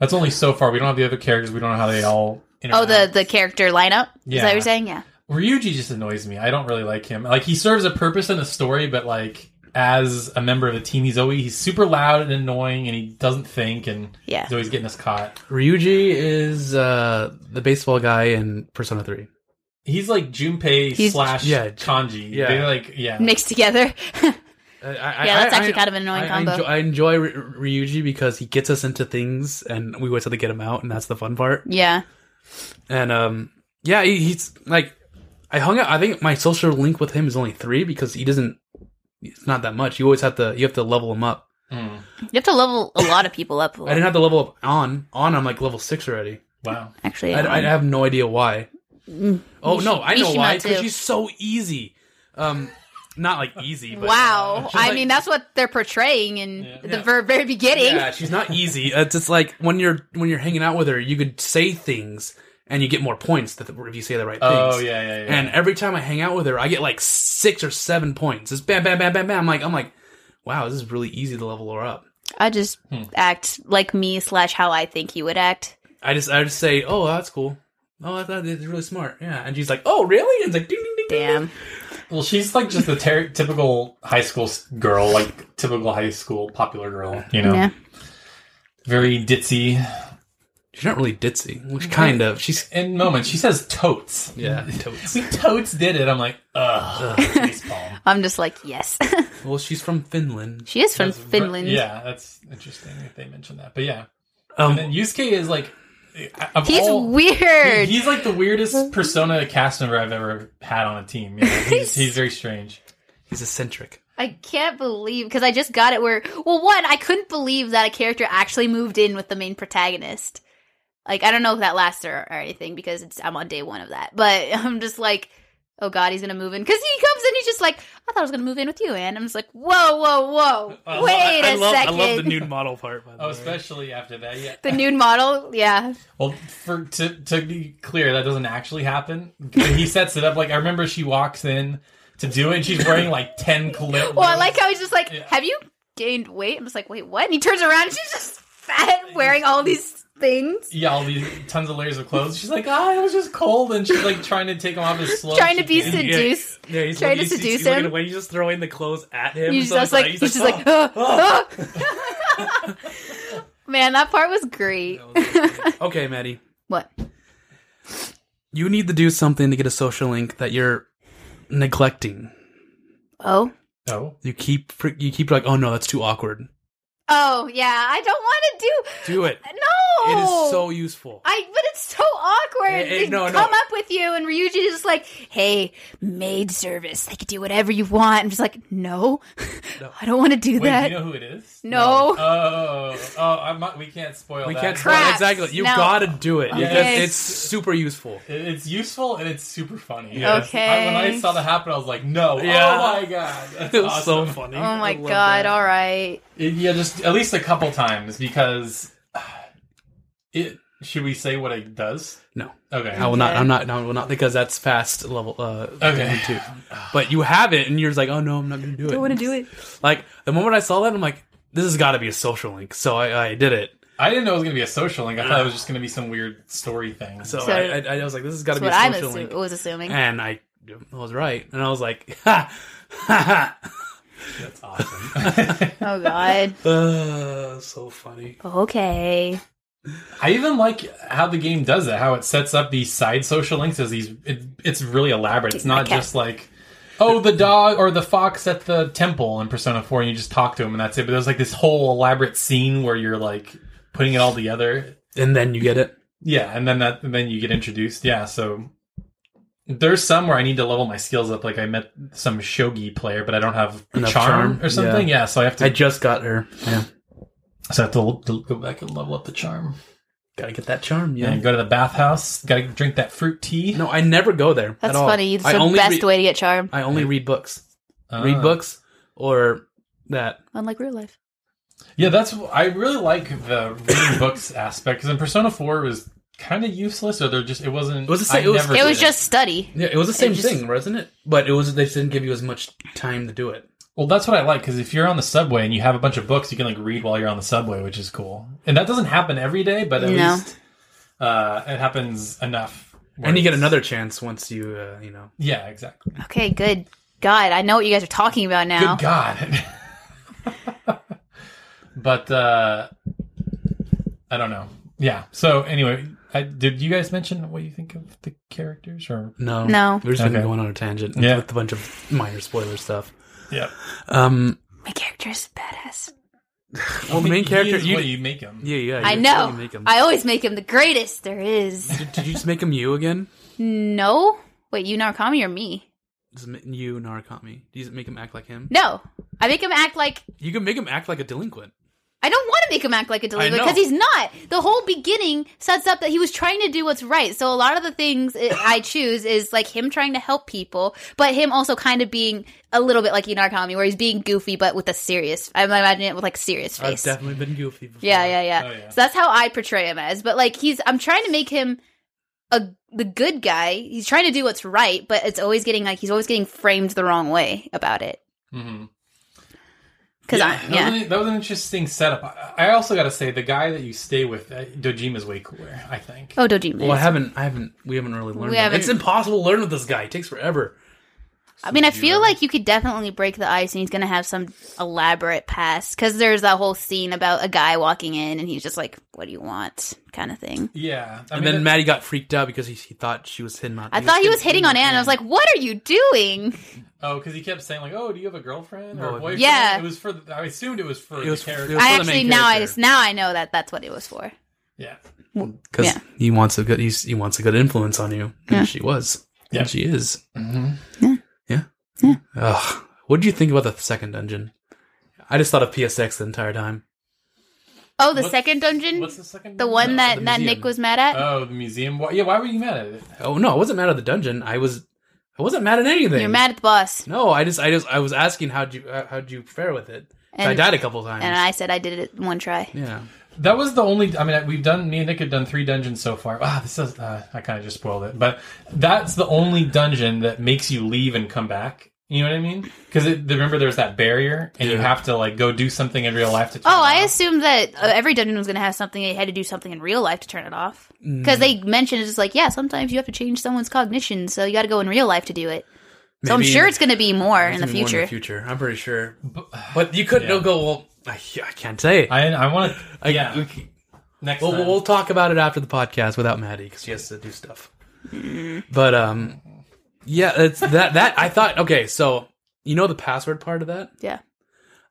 [SPEAKER 3] That's only so far. We don't have the other characters. We don't know how they all.
[SPEAKER 4] Oh,
[SPEAKER 3] interact.
[SPEAKER 4] the the character lineup. Is that
[SPEAKER 3] Yeah.
[SPEAKER 4] what you're saying? Yeah.
[SPEAKER 3] Ryuji just annoys me. I don't really like him. Like he serves a purpose in the story, but like as a member of the team, he's always he's super loud and annoying, and he doesn't think, and
[SPEAKER 4] Yeah.
[SPEAKER 3] he's always getting us caught.
[SPEAKER 2] Ryuji is uh, the baseball guy in Persona 3.
[SPEAKER 3] He's like Junpei
[SPEAKER 4] He's-
[SPEAKER 3] slash
[SPEAKER 2] Yeah,
[SPEAKER 3] Kanji.
[SPEAKER 2] yeah.
[SPEAKER 3] They're like yeah.
[SPEAKER 4] Mixed together.
[SPEAKER 2] I,
[SPEAKER 4] Yeah, that's actually kind of an annoying
[SPEAKER 2] I,
[SPEAKER 4] combo.
[SPEAKER 2] I enjoy, I enjoy Ry- Ryuji because he gets us into things, and we wait till they get him out, and that's the fun part.
[SPEAKER 4] yeah.
[SPEAKER 2] And um, yeah, he, he's like, I hung out. I think my social link with him is only three because he doesn't. It's not that much. You always have to. You have to level him up.
[SPEAKER 3] Mm.
[SPEAKER 4] You have to level a lot of people up.
[SPEAKER 2] I didn't have to level up on. On, I'm like level six already.
[SPEAKER 3] Wow.
[SPEAKER 4] actually.
[SPEAKER 2] I, I have no idea why. Oh
[SPEAKER 4] Mm. Mishi-
[SPEAKER 2] no, I know why.
[SPEAKER 4] Mishima,
[SPEAKER 2] Because
[SPEAKER 4] too.
[SPEAKER 2] she's so easy. Um, not like easy. But,
[SPEAKER 4] wow.
[SPEAKER 2] She's
[SPEAKER 4] I
[SPEAKER 2] like-
[SPEAKER 4] mean, that's what they're portraying in
[SPEAKER 3] Yeah.
[SPEAKER 4] the
[SPEAKER 2] Yeah.
[SPEAKER 4] ver- very beginning.
[SPEAKER 2] Yeah, she's not easy. It's just like when you're when you're hanging out with her, you could say things and you get more points that if you say the right things.
[SPEAKER 3] Oh yeah, yeah, yeah.
[SPEAKER 2] And every time I hang out with her, I get like six or seven points. It's bam, bam, bam, bam, bam. I'm like, I'm like, wow, this is really easy to level her up.
[SPEAKER 4] I just
[SPEAKER 3] Hmm.
[SPEAKER 4] act like me slash how I think he would act.
[SPEAKER 2] I just, I just say, oh, that's cool. Oh, I thought it's really smart. Yeah, and she's like, oh, really? And it's like, ding, ding, ding, ding, ding.
[SPEAKER 4] Damn.
[SPEAKER 3] well, she's like just the ter- typical high school s- girl, like typical high school popular girl. You know,
[SPEAKER 4] Yeah.
[SPEAKER 3] very ditzy.
[SPEAKER 2] She's not really ditzy. Well, she
[SPEAKER 4] Mm-hmm.
[SPEAKER 2] kind of. She's
[SPEAKER 3] In moments, she says totes.
[SPEAKER 2] yeah, totes.
[SPEAKER 3] See, totes did it. I'm like, ugh, baseball.
[SPEAKER 4] I'm just like, yes.
[SPEAKER 2] Well, she's from Finland.
[SPEAKER 4] she is from
[SPEAKER 3] That's ver-
[SPEAKER 4] Finland.
[SPEAKER 3] yeah, that's interesting if they mentioned that. But yeah, and then
[SPEAKER 2] Um,
[SPEAKER 3] Yusuke is like, of
[SPEAKER 4] He's
[SPEAKER 3] all-
[SPEAKER 4] weird.
[SPEAKER 3] He's like the weirdest persona cast member I've ever had on a team. You know, he's, he's very strange.
[SPEAKER 2] he's eccentric.
[SPEAKER 4] I can't believe because I just got it where well one I couldn't believe that a character actually moved in with the main protagonist. Like I don't know if that lasts or, or anything because it's I'm on day one of that, but I'm just like, oh god, he's gonna move in because he comes in, he's just like, I thought I was gonna move in with you, and I'm just like, whoa, whoa, whoa,
[SPEAKER 3] I love-
[SPEAKER 4] wait
[SPEAKER 2] I
[SPEAKER 4] a
[SPEAKER 2] love,
[SPEAKER 4] second,
[SPEAKER 2] I love the nude model part. By the
[SPEAKER 3] Oh,
[SPEAKER 2] way.
[SPEAKER 3] especially after that. Yeah.
[SPEAKER 4] The nude model, yeah,
[SPEAKER 3] Well, for to to be clear, that doesn't actually happen. He sets it up. Like I remember, she walks in to do it, and she's wearing like ten clip.
[SPEAKER 4] Well, I like how he's just like,
[SPEAKER 3] Yeah.
[SPEAKER 4] have you gained weight? I'm just like, wait, what? And he turns around and she's just fat, wearing all these things,
[SPEAKER 3] Yeah, all these tons of layers of clothes. She's like, ah, it was just cold, and she's like trying to take them off as slow. as
[SPEAKER 4] trying
[SPEAKER 3] she
[SPEAKER 4] to be
[SPEAKER 3] can.
[SPEAKER 2] Yeah.
[SPEAKER 4] seduced.
[SPEAKER 2] Yeah, he's
[SPEAKER 4] Trying to
[SPEAKER 2] he's- he's-
[SPEAKER 4] seduce
[SPEAKER 2] he's looking
[SPEAKER 4] him.
[SPEAKER 2] away, he's just throwing the clothes at him.
[SPEAKER 4] You
[SPEAKER 2] so
[SPEAKER 4] just, I was
[SPEAKER 2] it's
[SPEAKER 4] like, he's just
[SPEAKER 2] "Oh,
[SPEAKER 4] like, "Huh, huh." man, that part was great.
[SPEAKER 2] "Oh." okay, Maddie,
[SPEAKER 4] What?
[SPEAKER 2] you need to do something to get a social link that you're neglecting.
[SPEAKER 4] Oh,
[SPEAKER 3] Oh,
[SPEAKER 2] You keep fr- you keep like, oh no, that's too awkward.
[SPEAKER 4] oh yeah, I don't want to do.
[SPEAKER 2] Do it.
[SPEAKER 4] No,
[SPEAKER 2] It is so useful.
[SPEAKER 4] I, but it's so awkward.
[SPEAKER 2] Eh, eh,
[SPEAKER 4] they
[SPEAKER 2] no, no.
[SPEAKER 4] come up with you, and Ryuji is just like, "Hey, maid service. They could do whatever you want." I'm just like, "No,
[SPEAKER 2] No.
[SPEAKER 4] I don't want to do
[SPEAKER 3] wait,
[SPEAKER 4] that."
[SPEAKER 3] do you know who it is?
[SPEAKER 4] no,
[SPEAKER 3] Oh, oh, I'm not, we can't spoil
[SPEAKER 2] we
[SPEAKER 3] that.
[SPEAKER 2] can't
[SPEAKER 4] Crap. Craps.
[SPEAKER 2] exactly. You
[SPEAKER 4] No.
[SPEAKER 2] gotta do it.
[SPEAKER 3] Okay.
[SPEAKER 2] because It's super useful.
[SPEAKER 3] It- It's useful and it's super funny.
[SPEAKER 2] Yeah.
[SPEAKER 4] Okay.
[SPEAKER 3] I, when I saw that happen, I was like, no.
[SPEAKER 2] Yeah.
[SPEAKER 3] Oh my god. That's
[SPEAKER 2] It was
[SPEAKER 3] awesome.
[SPEAKER 2] so funny.
[SPEAKER 4] oh
[SPEAKER 2] I
[SPEAKER 4] my
[SPEAKER 2] love
[SPEAKER 4] god!
[SPEAKER 2] that.
[SPEAKER 4] All right,
[SPEAKER 3] It- yeah, just at least a couple times because it. Should we say what it does?
[SPEAKER 2] No,
[SPEAKER 3] Okay.
[SPEAKER 2] I will not.
[SPEAKER 4] Okay.
[SPEAKER 2] I'm not. I will not because that's fast level. Uh,
[SPEAKER 3] Okay.
[SPEAKER 2] level two. But you have it, and you're just like, oh no, I'm not gonna do it.
[SPEAKER 4] don't want to do it.
[SPEAKER 2] Like the moment I saw that, I'm like, this has got to be a social link. So I, I did it.
[SPEAKER 3] I didn't know it was gonna be a social link. I thought it was just gonna be some weird story thing.
[SPEAKER 2] So,
[SPEAKER 4] So-
[SPEAKER 2] I, I, I was like, this has got to
[SPEAKER 4] That's
[SPEAKER 2] be
[SPEAKER 4] what
[SPEAKER 2] a
[SPEAKER 4] I
[SPEAKER 2] social
[SPEAKER 4] assu-
[SPEAKER 2] link.
[SPEAKER 4] was assuming.
[SPEAKER 2] And I, I was right. And I was like, ha, ha, ha.
[SPEAKER 3] that's awesome.
[SPEAKER 4] Oh god.
[SPEAKER 2] Uh, so funny.
[SPEAKER 4] Okay.
[SPEAKER 3] I even like how the game does it. How it sets up these side social links as these. It, it's really elaborate. It's not
[SPEAKER 4] Okay.
[SPEAKER 3] just like, oh, the dog or the fox at the temple in Persona Four, and you just talk to him and that's it. But there's like this whole elaborate scene where you're like putting it all together.
[SPEAKER 2] And then you get it.
[SPEAKER 3] Yeah, and then that and then you get introduced. Yeah, so there's some where I need to level my skills up. Like I met some shogi player, but I don't have
[SPEAKER 2] Enough
[SPEAKER 3] charm,
[SPEAKER 2] charm,
[SPEAKER 3] or something. Yeah. so I have to.
[SPEAKER 2] I just got her. Yeah.
[SPEAKER 3] so I have to, to go back and level up the charm.
[SPEAKER 2] Gotta get that charm. Yeah.
[SPEAKER 3] And go to the bathhouse. Got to drink that fruit tea.
[SPEAKER 2] No, I never go there. at
[SPEAKER 4] That's
[SPEAKER 2] all.
[SPEAKER 4] funny. It's
[SPEAKER 2] I
[SPEAKER 4] the
[SPEAKER 2] only
[SPEAKER 4] best
[SPEAKER 2] re-
[SPEAKER 4] way to get charm.
[SPEAKER 2] Ah. I only read books.
[SPEAKER 3] Uh,
[SPEAKER 2] Read books or that.
[SPEAKER 4] unlike real life.
[SPEAKER 3] Yeah, that's I really like the reading books aspect because in Persona Four it was kind of useless, or they're just it wasn't.
[SPEAKER 2] It was the same-
[SPEAKER 3] I
[SPEAKER 2] it was-
[SPEAKER 3] never
[SPEAKER 4] It was
[SPEAKER 3] did
[SPEAKER 4] just study.
[SPEAKER 2] Yeah, it was the same
[SPEAKER 4] just-
[SPEAKER 2] thing, wasn't it? But it was they just didn't give you as much time to do it.
[SPEAKER 3] Well, that's what I like because if you're on the subway and you have a bunch of books, you can like read while you're on the subway, which is cool. And that doesn't happen every day, but at
[SPEAKER 4] No.
[SPEAKER 3] least uh, it happens enough. where
[SPEAKER 2] And you get
[SPEAKER 3] it's-
[SPEAKER 2] another chance once you, uh, you know.
[SPEAKER 3] Yeah, exactly.
[SPEAKER 4] Okay, good. God, I know what you guys are talking about now.
[SPEAKER 3] Good God. but uh, I don't know. Yeah. So anyway, I, did you guys mention what you think of the characters? Or
[SPEAKER 2] No,
[SPEAKER 4] No.
[SPEAKER 2] We're just
[SPEAKER 3] Okay.
[SPEAKER 2] been going on a tangent
[SPEAKER 3] Yeah.
[SPEAKER 2] with a bunch of minor spoiler stuff.
[SPEAKER 3] yeah,
[SPEAKER 2] Um,
[SPEAKER 4] My character is badass.
[SPEAKER 2] well, the main character,
[SPEAKER 3] you,
[SPEAKER 2] you,
[SPEAKER 3] what you make him.
[SPEAKER 2] yeah, yeah,
[SPEAKER 4] I
[SPEAKER 2] you-
[SPEAKER 4] know.
[SPEAKER 2] you make him-
[SPEAKER 4] I always make him the greatest there is.
[SPEAKER 2] did, did you just make him you again?
[SPEAKER 4] no, wait, you Narukami or me?
[SPEAKER 2] Just ma- you Narukami. Do you make him act like him?
[SPEAKER 4] No, I make him act like
[SPEAKER 2] You can make him act like a delinquent.
[SPEAKER 4] I don't want to make him act like a delinquent
[SPEAKER 2] know.
[SPEAKER 4] because he's not. The whole beginning sets up that he was trying to do what's right. So a lot of the things i- I choose is like him trying to help people, but him also kind of being a little bit like Inarkami, where he's being goofy but with a serious. I'm imagining it with like serious
[SPEAKER 2] I've
[SPEAKER 4] face.
[SPEAKER 2] definitely been goofy. Before.
[SPEAKER 4] Yeah, yeah, yeah.
[SPEAKER 3] Oh, yeah.
[SPEAKER 4] So that's how I portray him as. But like he's I'm trying to make him a the good guy. He's trying to do what's right, but it's always getting like he's always getting framed the wrong way about it.
[SPEAKER 2] Mm-hmm.
[SPEAKER 3] Mhm.
[SPEAKER 4] Cuz
[SPEAKER 3] yeah,
[SPEAKER 4] I
[SPEAKER 3] that,
[SPEAKER 4] yeah.
[SPEAKER 3] was an, that was an interesting setup. I, I also got to say the guy that you stay with, uh, Dojima's way cooler. I think.
[SPEAKER 4] Oh, Dojima.
[SPEAKER 2] Well, I haven't, I haven't, we haven't really learned.
[SPEAKER 4] We
[SPEAKER 2] that. It's
[SPEAKER 4] haven't-
[SPEAKER 2] impossible to learn with this guy. It takes forever.
[SPEAKER 4] I mean, I
[SPEAKER 2] Dojima.
[SPEAKER 4] feel like you could definitely break the ice, and he's gonna have some elaborate past because there's that whole scene about a guy walking in, and he's just like, "What do you want?" kind of thing.
[SPEAKER 3] Yeah, I
[SPEAKER 2] And
[SPEAKER 3] mean,
[SPEAKER 2] then
[SPEAKER 3] it-
[SPEAKER 2] Maddie got freaked out because he, he thought she was hitting on.
[SPEAKER 4] I thought he was hitting on Anne. and I was like, "What are you doing?"
[SPEAKER 3] Oh, because he kept saying like, "Oh, do you have a girlfriend or
[SPEAKER 2] No,
[SPEAKER 3] a
[SPEAKER 2] it-
[SPEAKER 3] boyfriend?"
[SPEAKER 4] Yeah.
[SPEAKER 3] it was for. The, I assumed it was for
[SPEAKER 2] It
[SPEAKER 3] the
[SPEAKER 2] was-
[SPEAKER 3] character.
[SPEAKER 2] it was-
[SPEAKER 4] I
[SPEAKER 2] for the main
[SPEAKER 4] actually now I
[SPEAKER 2] character.
[SPEAKER 4] just now I know that that's what it was for.
[SPEAKER 3] yeah,
[SPEAKER 2] because
[SPEAKER 4] yeah.
[SPEAKER 2] he wants a good, he's, he wants a good influence on you, and
[SPEAKER 4] Yeah.
[SPEAKER 2] she was,
[SPEAKER 3] Yeah.
[SPEAKER 2] and she is.
[SPEAKER 3] mm-hmm.
[SPEAKER 2] Yeah.
[SPEAKER 4] Yeah.
[SPEAKER 2] Ugh. What did you think about the second dungeon? I just thought of PSX the entire time.
[SPEAKER 4] Oh, the
[SPEAKER 3] What's-
[SPEAKER 4] second dungeon,
[SPEAKER 3] What's the second?
[SPEAKER 4] the
[SPEAKER 3] No,
[SPEAKER 4] one that
[SPEAKER 2] Mm-hmm. the
[SPEAKER 4] that
[SPEAKER 2] museum.
[SPEAKER 4] Nick was mad at.
[SPEAKER 3] Oh, the museum. Why, yeah, why were you mad at it?
[SPEAKER 2] Oh no, I wasn't mad at the dungeon. I was, I wasn't mad at anything.
[SPEAKER 4] You're mad at the boss,
[SPEAKER 2] No, I just, I just, I was asking how'd you, uh, how'd you fare with it? I
[SPEAKER 4] And-
[SPEAKER 2] died a couple times.
[SPEAKER 4] and I said I did it in one try.
[SPEAKER 2] yeah.
[SPEAKER 3] That was the only. I mean, we've done. Me and Nick have done three dungeons so far. Ah, this is. Uh, I kind of just spoiled it, but that's the only dungeon that makes you leave and come back. You know what I mean? Because remember, there's that barrier, and you
[SPEAKER 2] Yeah.
[SPEAKER 3] have to like go do something in real life to. Turn
[SPEAKER 4] Oh, I
[SPEAKER 3] it off.
[SPEAKER 4] assumed that uh, every dungeon was going to have something. They had to do something in real life to turn it off. Because
[SPEAKER 2] Mm-hmm.
[SPEAKER 4] they mentioned it's like, yeah, sometimes you have to change someone's cognition, so you got to go in real life to do it. So I'm
[SPEAKER 2] Maybe
[SPEAKER 4] sure it's going to be more in the
[SPEAKER 2] Maybe more
[SPEAKER 4] future.
[SPEAKER 2] future, I'm pretty sure. But you couldn't
[SPEAKER 3] Yeah.
[SPEAKER 2] go. Well, I, I can't say.
[SPEAKER 3] I I want
[SPEAKER 2] I-
[SPEAKER 3] to. Yeah,
[SPEAKER 2] we-
[SPEAKER 3] next
[SPEAKER 2] Well,
[SPEAKER 3] time.
[SPEAKER 2] we'll talk about it after the podcast without Maddie because she has to do stuff.
[SPEAKER 4] Mm.
[SPEAKER 2] But um, yeah, it's that that I thought. Okay, so you know the password part of that.
[SPEAKER 4] Yeah.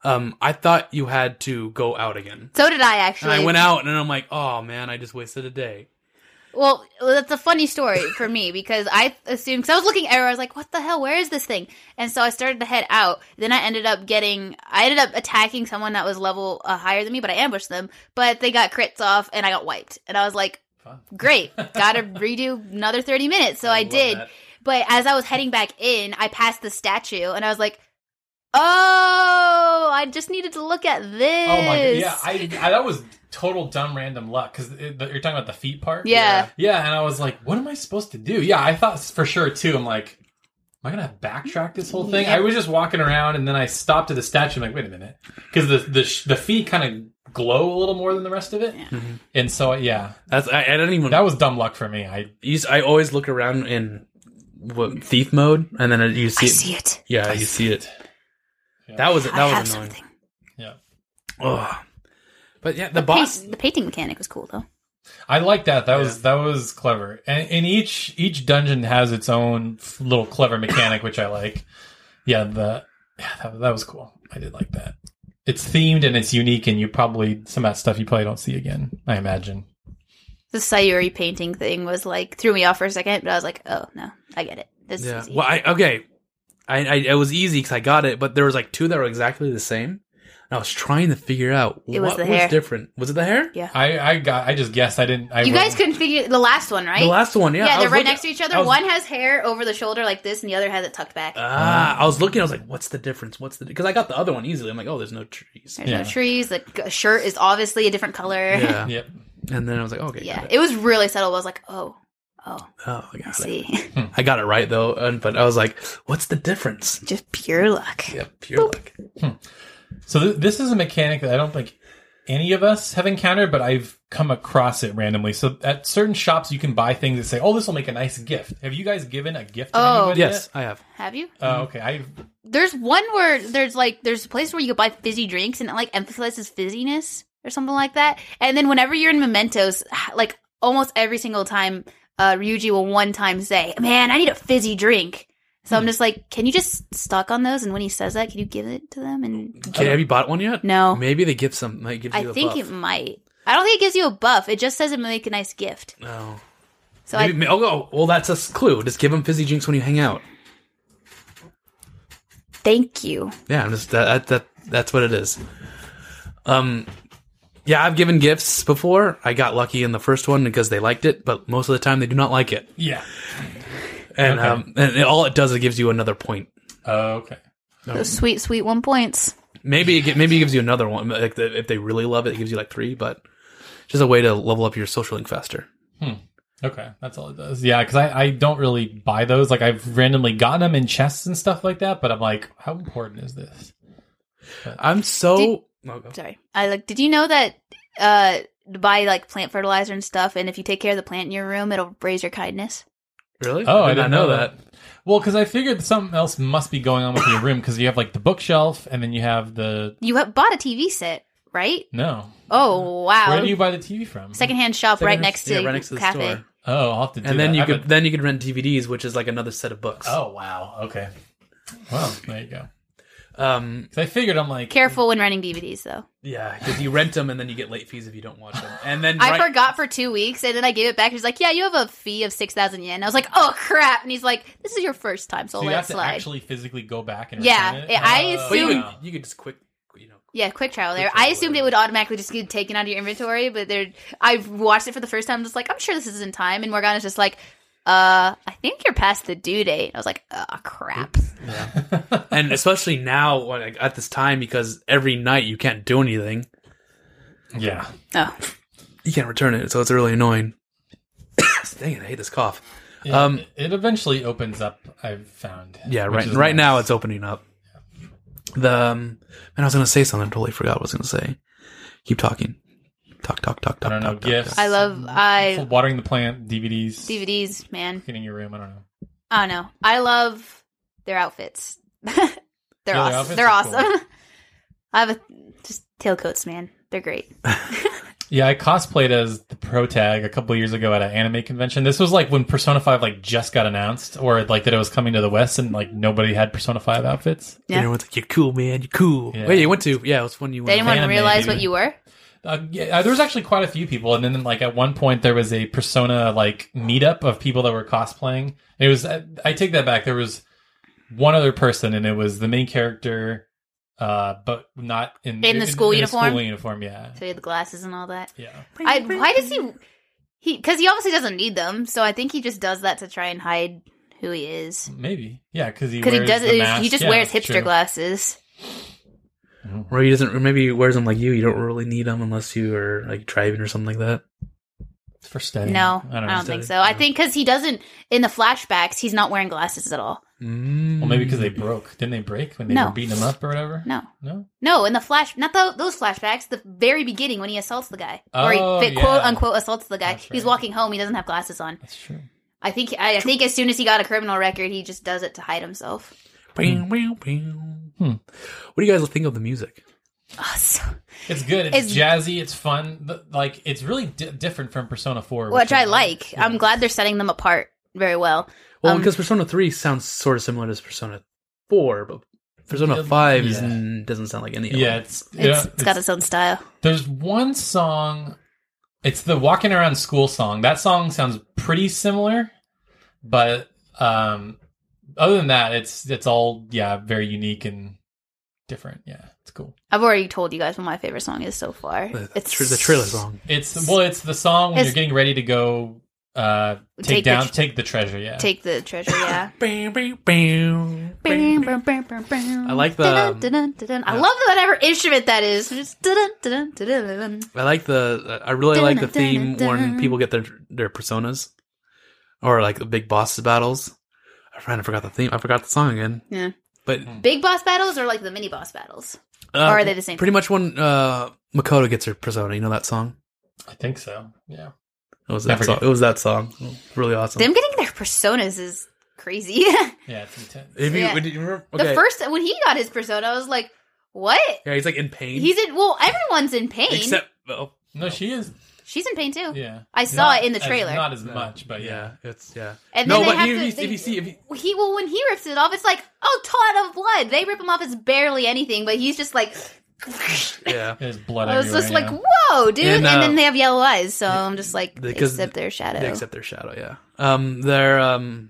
[SPEAKER 2] Um, I thought you had to go out again.
[SPEAKER 4] So did I
[SPEAKER 2] And
[SPEAKER 4] actually.
[SPEAKER 2] I went out, and I'm like, oh man, I just wasted a day.
[SPEAKER 4] Well, that's a funny story for me because I assumed because I was looking everywhere. I was like, "What the hell? Where is this thing?" And so I started to head out. Then I ended up getting, I ended up attacking someone that was level uh, higher than me, but I ambushed them. But they got crits off, and I got wiped. And I was like,
[SPEAKER 3] Fun.
[SPEAKER 4] "Great, gotta redo another thirty minutes." So I,
[SPEAKER 3] love
[SPEAKER 4] did.
[SPEAKER 3] that.
[SPEAKER 4] But as I was heading back in, I passed the statue, and I was like, "Oh, I just needed to look at this."
[SPEAKER 3] Oh my god! Yeah, I, I that was total dumb random luck because you're talking about the feet part.
[SPEAKER 4] Yeah.
[SPEAKER 3] yeah, and I was like, what am I supposed to do? Yeah, I thought for sure too. I'm like, am I gonna backtrack this whole thing? I was just walking around and then I stopped at the statue. I'm like, wait a minute, because the the sh- the feet kind of glow a little more than the rest of it,
[SPEAKER 2] Mm-hmm.
[SPEAKER 3] and so yeah,
[SPEAKER 2] That's I, I don't even.
[SPEAKER 3] that was dumb luck for me. I
[SPEAKER 2] you s- I always look around in what, thief mode, and then you see.
[SPEAKER 4] I
[SPEAKER 2] it.
[SPEAKER 4] see it.
[SPEAKER 2] Yeah, you see it.
[SPEAKER 3] Yeah.
[SPEAKER 2] That was that
[SPEAKER 4] I have
[SPEAKER 2] was annoying.
[SPEAKER 4] something.
[SPEAKER 3] yeah,
[SPEAKER 2] Ugh. But yeah, the,
[SPEAKER 4] The,
[SPEAKER 2] boss.
[SPEAKER 4] paint- the painting mechanic was cool though.
[SPEAKER 3] I like that. That was
[SPEAKER 2] Yeah.
[SPEAKER 3] that was clever. And, and each each dungeon has its own f- little clever mechanic, which I like. Yeah, the yeah, that, that was cool. I did like that. It's themed and it's unique, and you probably some of that stuff you probably don't see again. I imagine.
[SPEAKER 4] the Sayuri painting thing was like threw me off for a second, but I was like, oh no, I get it. This
[SPEAKER 2] Yeah.
[SPEAKER 4] is easy.
[SPEAKER 2] Well, I okay. I, I it was easy because I got it, but there was like two that were exactly the same. And I was trying to figure out
[SPEAKER 4] It was
[SPEAKER 2] what
[SPEAKER 4] the
[SPEAKER 2] was
[SPEAKER 4] hair.
[SPEAKER 2] different. Was it the hair?
[SPEAKER 4] Yeah.
[SPEAKER 3] I, I got. I just guessed. I didn't. I
[SPEAKER 4] you
[SPEAKER 3] wouldn't-
[SPEAKER 4] guys couldn't figure the last one, right?
[SPEAKER 2] The last one, yeah.
[SPEAKER 4] yeah,
[SPEAKER 2] I
[SPEAKER 4] they're
[SPEAKER 2] was
[SPEAKER 4] right
[SPEAKER 2] looking-
[SPEAKER 4] next to each other.
[SPEAKER 2] I was-
[SPEAKER 4] one has hair over the shoulder like this, and the other has it tucked back.
[SPEAKER 2] Ah, I was looking. I was like, "What's the difference? What's the?" Because I got the other one easily. I'm like, "Oh, there's no trees."
[SPEAKER 4] There's
[SPEAKER 3] yeah.
[SPEAKER 4] no trees. The g- shirt is obviously a different color.
[SPEAKER 2] Yeah,
[SPEAKER 3] Yep.
[SPEAKER 2] and then I was like, "Okay,
[SPEAKER 4] Yeah,
[SPEAKER 2] got it.
[SPEAKER 4] it was really subtle. I was like, oh, oh,
[SPEAKER 2] oh, I got it.
[SPEAKER 4] see,
[SPEAKER 2] I got it right though." And, but I was like, "What's the difference?"
[SPEAKER 4] just pure luck.
[SPEAKER 2] Yeah, pure luck.
[SPEAKER 3] So th- this is a mechanic that I don't think any of us have encountered, but I've come across it randomly. So at certain shops, you can buy things that say, "Oh, this will make a nice gift." Have you guys given a gift? to
[SPEAKER 4] Oh.
[SPEAKER 3] anybody
[SPEAKER 2] Yes, I have.
[SPEAKER 4] Have you?
[SPEAKER 3] yet? Oh, okay. I
[SPEAKER 4] There's one where there's like there's a place where you could buy fizzy drinks, and it like emphasizes fizziness or something like that. And then whenever you're in Mementos, like almost every single time, uh, Ryuji will one time say, "Man, I need a fizzy drink." So
[SPEAKER 2] Hmm.
[SPEAKER 4] I'm just like, can you just stock on those? And when he says that, can you give it to them? And
[SPEAKER 2] Okay, have you bought one yet?
[SPEAKER 4] No.
[SPEAKER 2] Maybe they give some. Might give
[SPEAKER 4] I
[SPEAKER 2] you. a
[SPEAKER 4] think
[SPEAKER 2] buff.
[SPEAKER 4] it might. I don't think it gives you a buff. It just says it make a nice gift.
[SPEAKER 2] No.
[SPEAKER 4] So
[SPEAKER 2] Maybe, may- oh, oh, well, that's a s- clue. Just give them fizzy drinks when you hang out.
[SPEAKER 4] I thank you.
[SPEAKER 2] Yeah, I'm just that, that, that that's what it is. Um, yeah, I've given gifts before. I got lucky in the first one because they liked it, but most of the time they do not like it.
[SPEAKER 3] yeah.
[SPEAKER 2] And
[SPEAKER 3] Okay.
[SPEAKER 2] um, and it, all it does is it gives you another point.
[SPEAKER 3] Oh, okay.
[SPEAKER 4] Those sweet, sweet one points.
[SPEAKER 2] Maybe it, gi- maybe it gives you another one. Like the, if they really love it, it gives you like three. But just a way to level up your social link faster.
[SPEAKER 3] Okay, that's all it does. Yeah, because I, I don't really buy those. Like I've randomly gotten them in chests and stuff like that, but I'm like, how important is this?
[SPEAKER 2] I'm so. Oh, go.
[SPEAKER 4] Sorry. I like did you know that uh to buy like plant fertilizer and stuff and if you take care of the plant in your room it'll raise your kindness?
[SPEAKER 2] Really?
[SPEAKER 3] Oh, I
[SPEAKER 2] did
[SPEAKER 3] didn't
[SPEAKER 2] not
[SPEAKER 3] know that. Well, because I figured something else must be going on with your room because you have like the bookshelf and then you have the
[SPEAKER 4] You have bought a TV set, right?
[SPEAKER 3] no.
[SPEAKER 4] Oh wow.
[SPEAKER 3] Where do you buy the TV from?
[SPEAKER 4] Secondhand shop right
[SPEAKER 2] Secondhand-
[SPEAKER 4] next to
[SPEAKER 2] yeah,
[SPEAKER 4] your
[SPEAKER 2] right next to the
[SPEAKER 4] cafe.
[SPEAKER 2] store.
[SPEAKER 3] Oh, I'll have to. Do
[SPEAKER 2] And then
[SPEAKER 3] that.
[SPEAKER 2] you
[SPEAKER 3] I
[SPEAKER 2] could
[SPEAKER 3] bet-
[SPEAKER 2] then you could rent DVDs, which is like another set of books.
[SPEAKER 3] Oh wow. Okay. Well, there you go.
[SPEAKER 2] Um,
[SPEAKER 3] 'Cause I figured I'm like
[SPEAKER 4] Careful when renting DVDs though.
[SPEAKER 2] Yeah, because you rent them and then you get late fees if you don't watch them. And then
[SPEAKER 4] I
[SPEAKER 2] right-
[SPEAKER 4] forgot for two weeks and then I gave it back. She's like, Yeah, you have a fee of six thousand yen. I was like, Oh crap and he's like, This is your first time, so,
[SPEAKER 3] so you
[SPEAKER 4] let it
[SPEAKER 3] have to
[SPEAKER 4] slide.
[SPEAKER 3] actually physically go back and
[SPEAKER 4] Yeah,
[SPEAKER 3] return it? Oh,
[SPEAKER 4] yeah, I
[SPEAKER 2] But you
[SPEAKER 4] assume-
[SPEAKER 2] could, you could just quick, you know.
[SPEAKER 4] Yeah, quick travel there.
[SPEAKER 2] Quick travel,
[SPEAKER 4] I assumed
[SPEAKER 2] whatever.
[SPEAKER 4] it would automatically just get taken out of your inventory, but there I've watched it for the first time. I'm just like, I'm sure this is in time. And Morgana's just like, uh, I think you're past the due date. I was like, oh, crap.
[SPEAKER 2] And especially now when- like, at this time, because every night you can't do anything,
[SPEAKER 3] yeah.
[SPEAKER 4] Oh,
[SPEAKER 2] you can't return it, so it's really annoying. Dang it, I hate this cough.
[SPEAKER 3] Yeah,
[SPEAKER 2] Um,
[SPEAKER 3] it eventually opens up. I've found.
[SPEAKER 2] Yeah,
[SPEAKER 3] which
[SPEAKER 2] right.
[SPEAKER 3] is
[SPEAKER 2] Right
[SPEAKER 3] nice.
[SPEAKER 2] now it's opening up. The um, and I was gonna say something, I totally forgot what I was gonna say. Keep talking. Talk, talk, talk, talk,
[SPEAKER 3] don't know,
[SPEAKER 2] talk, talk,
[SPEAKER 3] gifts.
[SPEAKER 2] talk.
[SPEAKER 4] I love I
[SPEAKER 3] watering the plant, DVDs,
[SPEAKER 4] DVDs, man.
[SPEAKER 3] getting your room. I don't know.
[SPEAKER 4] I don't know. I love their outfits. they're
[SPEAKER 3] their
[SPEAKER 4] awesome.
[SPEAKER 3] outfits
[SPEAKER 4] they're
[SPEAKER 3] are cool.
[SPEAKER 4] awesome. I have a just tailcoats, man. They're great.
[SPEAKER 3] Yeah, I cosplayed as the Pro Tag a couple years ago at an anime convention. This was like when Persona Five like just got announced, or like that it was coming to the West, and like nobody had Persona Five outfits.
[SPEAKER 4] Yeah.
[SPEAKER 2] Everyone's like, "You're cool, man. You're cool."
[SPEAKER 3] Yeah.
[SPEAKER 2] Wait, you went to? Yeah, it was when you
[SPEAKER 4] Did
[SPEAKER 2] went.
[SPEAKER 4] anyone
[SPEAKER 3] Anime,
[SPEAKER 4] realize what
[SPEAKER 3] dude.
[SPEAKER 4] you were?
[SPEAKER 3] Uh, yeah, there was actually quite a few people, and then like at one point there was a persona like meetup of people that were cosplaying. It was I, I take that back. There was one other person, and it was the main character, uh, but not in
[SPEAKER 4] In the school
[SPEAKER 3] a
[SPEAKER 4] uniform?
[SPEAKER 3] school uniform, yeah,
[SPEAKER 4] So you had the glasses and all that.
[SPEAKER 3] yeah.
[SPEAKER 4] I why does he he because he obviously doesn't need them, so I think he just does that to try and hide who he is.
[SPEAKER 3] Maybe, yeah, because he
[SPEAKER 4] Because he
[SPEAKER 3] wears
[SPEAKER 4] does
[SPEAKER 3] the
[SPEAKER 4] it,
[SPEAKER 3] mask.
[SPEAKER 4] he just
[SPEAKER 3] Yeah,
[SPEAKER 4] wears
[SPEAKER 3] that's
[SPEAKER 4] hipster
[SPEAKER 3] true.
[SPEAKER 4] glasses.
[SPEAKER 2] Or he doesn't. Or maybe he wears them like you. You don't really need them unless you are like driving or something like that.
[SPEAKER 3] It's for studying.
[SPEAKER 4] No, um,
[SPEAKER 3] I don't know.
[SPEAKER 4] think so. I think because he doesn't in the flashbacks, he's not wearing glasses at all.
[SPEAKER 2] Mm.
[SPEAKER 3] Well, maybe because they broke. Didn't they break when they
[SPEAKER 4] No.
[SPEAKER 3] were beating him up or whatever?
[SPEAKER 4] No,
[SPEAKER 3] No.
[SPEAKER 4] no, in the flash, not tho- those flashbacks. The very beginning when he assaults the guy, or
[SPEAKER 3] Oh,
[SPEAKER 4] he
[SPEAKER 3] yeah.
[SPEAKER 4] quote unquote assaults the guy.
[SPEAKER 3] That's
[SPEAKER 4] He's
[SPEAKER 3] right.
[SPEAKER 4] walking home. He doesn't have glasses on.
[SPEAKER 3] That's true.
[SPEAKER 4] I think. I, I think as soon as he got a criminal record, he just does it to hide himself.
[SPEAKER 2] Bing, bing, bing.
[SPEAKER 3] Hmm.
[SPEAKER 2] Mm. What do you guys think of the music?
[SPEAKER 4] Awesome.
[SPEAKER 3] It's good. It's,
[SPEAKER 4] It's-
[SPEAKER 3] jazzy. It's fun. Th- Like it's really di- different from Persona Four,
[SPEAKER 4] which I like. I'm glad they're setting them apart very well.
[SPEAKER 2] Well,
[SPEAKER 4] Um,
[SPEAKER 2] because Persona Three sounds sort of similar to Persona Four, but Persona
[SPEAKER 3] Yeah.
[SPEAKER 2] Five is- mm, doesn't sound like any. of
[SPEAKER 3] Yeah,
[SPEAKER 2] them.
[SPEAKER 3] it's,
[SPEAKER 4] It's,
[SPEAKER 3] yeah,
[SPEAKER 4] it's got its own style.
[SPEAKER 3] There's one song. It's the walking around school song. That song sounds pretty similar, but um, other than that, it's it's all yeah very unique and different. Yeah, It's cool.
[SPEAKER 4] I've already told you guys what my favorite song is so far.
[SPEAKER 2] The,
[SPEAKER 4] it's
[SPEAKER 2] tr- the trailer song.
[SPEAKER 3] It's well, it's the song when
[SPEAKER 4] It's-
[SPEAKER 3] you're getting ready to go uh, take,
[SPEAKER 4] Take the
[SPEAKER 3] down,
[SPEAKER 4] tr-
[SPEAKER 3] take the treasure. Yeah,
[SPEAKER 4] Take the treasure, yeah.
[SPEAKER 2] Bam, bam, bam, bam, bam. I
[SPEAKER 4] I
[SPEAKER 2] like the- um,
[SPEAKER 4] I love whatever instrument that is. Just dun-dun, dun-dun, dun-dun.
[SPEAKER 2] I like the. I really like the theme when people get their their personas, or like the big boss battles. I kind of forgot the theme. I forgot the song again.
[SPEAKER 4] Yeah.
[SPEAKER 2] But
[SPEAKER 4] Big boss battles or like the mini boss battles?
[SPEAKER 2] uh,
[SPEAKER 4] or are they the same?
[SPEAKER 2] Pretty much when uh, Makoto gets her persona. You know that song.
[SPEAKER 3] I think so. Yeah,
[SPEAKER 2] It was
[SPEAKER 3] I
[SPEAKER 2] that song.
[SPEAKER 3] forget.
[SPEAKER 2] It was that song. Really awesome.
[SPEAKER 4] Them getting their personas is crazy.
[SPEAKER 3] yeah, it's intense.
[SPEAKER 2] if you,
[SPEAKER 4] Yeah.
[SPEAKER 2] would you remember, okay.
[SPEAKER 4] The first when he got his persona, I was like, "What?
[SPEAKER 2] yeah, he's like in pain.
[SPEAKER 4] He's in well, everyone's in pain.
[SPEAKER 2] except oh,
[SPEAKER 3] no, she is.
[SPEAKER 4] She's in pain too.
[SPEAKER 3] Yeah,
[SPEAKER 4] I saw
[SPEAKER 3] Not
[SPEAKER 4] it in the
[SPEAKER 3] as-
[SPEAKER 4] trailer.
[SPEAKER 3] not as much, but yeah.
[SPEAKER 2] it's yeah.
[SPEAKER 4] And
[SPEAKER 2] no,
[SPEAKER 4] then they
[SPEAKER 2] but
[SPEAKER 4] have
[SPEAKER 2] you,
[SPEAKER 4] to,
[SPEAKER 2] if,
[SPEAKER 4] they-
[SPEAKER 2] you, if you see, if you,
[SPEAKER 4] he well when he rips it off, it's like oh, ton of blood. They rip him off; it's barely anything, but he's just like.
[SPEAKER 2] yeah,
[SPEAKER 3] There's blood.
[SPEAKER 4] I was
[SPEAKER 3] everywhere, yeah.
[SPEAKER 4] just like, "Whoa, dude!"
[SPEAKER 2] And,
[SPEAKER 4] And,
[SPEAKER 2] uh,
[SPEAKER 4] then they have yellow eyes, so I'm just like,
[SPEAKER 2] they- 'cause
[SPEAKER 4] "Except their shadow."
[SPEAKER 2] they accept their shadow. Yeah, um, their um,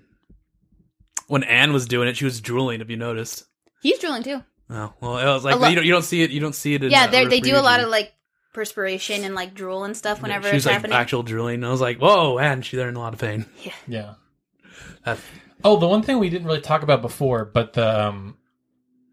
[SPEAKER 2] when Anne was doing it, she was drooling. If you noticed,
[SPEAKER 4] He's drooling too.
[SPEAKER 2] oh well, it was like
[SPEAKER 4] A lo-
[SPEAKER 2] you don't you don't see it. You don't see it. In uh,
[SPEAKER 4] yeah,
[SPEAKER 2] the
[SPEAKER 4] they they
[SPEAKER 2] re-
[SPEAKER 4] do a lot
[SPEAKER 2] re-
[SPEAKER 4] of like perspiration and like drool and stuff
[SPEAKER 2] yeah,
[SPEAKER 4] whenever
[SPEAKER 2] she was
[SPEAKER 4] it's
[SPEAKER 2] like
[SPEAKER 4] happening.
[SPEAKER 2] actual drooling. I was like, whoa, Anne, she's in a lot of pain.
[SPEAKER 3] yeah.
[SPEAKER 2] That's-
[SPEAKER 3] Oh, the one thing we didn't really talk about before, but the um,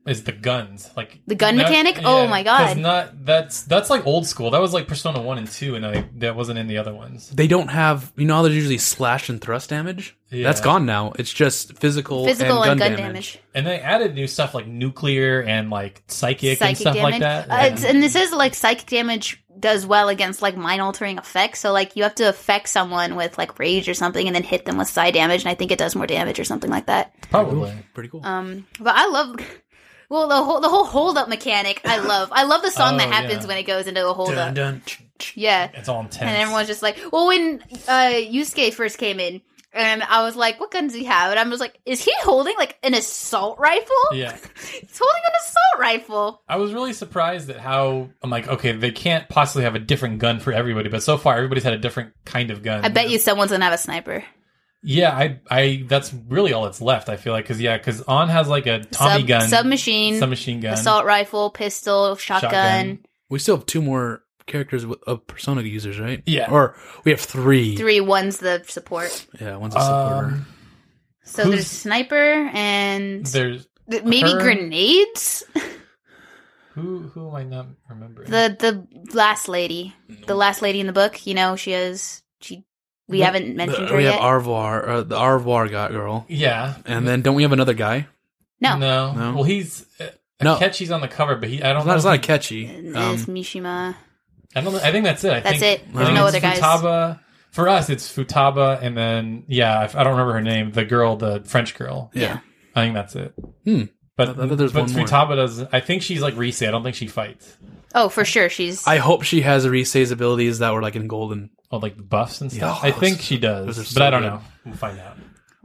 [SPEAKER 3] is the guns like
[SPEAKER 4] The gun mechanic? Oh my
[SPEAKER 3] 'cause
[SPEAKER 4] God.
[SPEAKER 3] Not that's that's like old school. That was like Persona One and Two, and I, that wasn't in the other ones.
[SPEAKER 2] They don't have you know how there's usually slash and thrust damage.
[SPEAKER 3] Yeah.
[SPEAKER 2] That's gone now. It's just physical,
[SPEAKER 4] Physical
[SPEAKER 2] and gun, damage.
[SPEAKER 4] damage.
[SPEAKER 3] And they added new stuff like nuclear and like psychic, and stuff
[SPEAKER 4] damage.
[SPEAKER 3] like that.
[SPEAKER 4] Uh, it's, and this is like psychic damage does well against like mind altering effects. So like you have to affect someone with like rage or something, and then hit them with psi damage, and I think it does more damage or something like that.
[SPEAKER 3] Probably.
[SPEAKER 2] Pretty cool.
[SPEAKER 4] Um, but I love. Well, the whole the whole hold up mechanic, I love. I love the song
[SPEAKER 3] Oh,
[SPEAKER 4] that happens
[SPEAKER 3] yeah.
[SPEAKER 4] when it goes into a hold
[SPEAKER 2] Dun,
[SPEAKER 4] up.
[SPEAKER 2] dun, ch- ch-
[SPEAKER 4] Yeah,
[SPEAKER 3] It's all intense.
[SPEAKER 4] and everyone's just like, well, when uh, Yusuke first came in, and I was like, what guns do you have? And I'm just like, is he holding like an assault rifle?
[SPEAKER 3] Yeah.
[SPEAKER 4] He's holding an assault rifle.
[SPEAKER 3] I was really surprised at how I'm like, okay, they can't possibly have a different gun for everybody, but so far everybody's had a different kind of gun.
[SPEAKER 4] I bet you someone's gonna have a sniper.
[SPEAKER 3] Yeah, I, I, that's really all that's left. I feel like because yeah, because On has like a Tommy
[SPEAKER 4] Sub-
[SPEAKER 3] gun,
[SPEAKER 4] submachine,
[SPEAKER 3] submachine gun,
[SPEAKER 4] assault rifle, pistol, shotgun.
[SPEAKER 3] Shotgun.
[SPEAKER 2] We still have two more characters with uh, persona users, right?
[SPEAKER 3] Yeah.
[SPEAKER 2] Or we have three.
[SPEAKER 4] Three one's the support.
[SPEAKER 2] Yeah, one's a supporter.
[SPEAKER 3] Um,
[SPEAKER 4] So
[SPEAKER 3] Who's-
[SPEAKER 4] there's sniper and
[SPEAKER 3] there's
[SPEAKER 4] th- maybe
[SPEAKER 3] her-
[SPEAKER 4] grenades.
[SPEAKER 3] who, who am I not remembering?
[SPEAKER 4] The the last lady, the last lady in the book. You know, she is she. We
[SPEAKER 2] The-
[SPEAKER 4] haven't mentioned
[SPEAKER 2] The-
[SPEAKER 4] her
[SPEAKER 2] uh, we
[SPEAKER 4] yet.
[SPEAKER 2] have Arvar, uh, the Arvar guy girl,
[SPEAKER 3] yeah,
[SPEAKER 2] and then don't we have another guy?
[SPEAKER 4] no,
[SPEAKER 3] no,
[SPEAKER 2] No.
[SPEAKER 3] Well, he's uh,
[SPEAKER 2] No.
[SPEAKER 3] Akechi's on the cover, but he, I
[SPEAKER 2] It's
[SPEAKER 3] don't
[SPEAKER 2] not, it's
[SPEAKER 3] know.
[SPEAKER 2] not
[SPEAKER 3] if
[SPEAKER 2] catchy.
[SPEAKER 4] it's
[SPEAKER 2] Um,
[SPEAKER 4] Mishima.
[SPEAKER 3] he- I don't. know- I think that's it. I
[SPEAKER 4] That's
[SPEAKER 3] think,
[SPEAKER 4] it.
[SPEAKER 3] I
[SPEAKER 2] There's
[SPEAKER 3] think
[SPEAKER 2] no
[SPEAKER 3] it's
[SPEAKER 4] other guys.
[SPEAKER 3] Futaba. For us, it's Futaba, and then yeah, I f- I don't remember her name. The girl, the French girl.
[SPEAKER 2] yeah.
[SPEAKER 3] I think that's it.
[SPEAKER 2] Hmm.
[SPEAKER 3] But,
[SPEAKER 2] I thought there's
[SPEAKER 3] but
[SPEAKER 2] one more.
[SPEAKER 3] Futaba does. I think she's like Reese. I don't think she fights.
[SPEAKER 4] Oh, for sure, she's.
[SPEAKER 2] I hope she has Rise's abilities that were like in golden.
[SPEAKER 3] Oh, like the buffs and stuff.
[SPEAKER 2] Yeah,
[SPEAKER 3] I
[SPEAKER 2] those-
[SPEAKER 3] think she
[SPEAKER 2] those are
[SPEAKER 3] does,
[SPEAKER 2] so
[SPEAKER 3] but I don't
[SPEAKER 2] good.
[SPEAKER 3] know. We'll find out.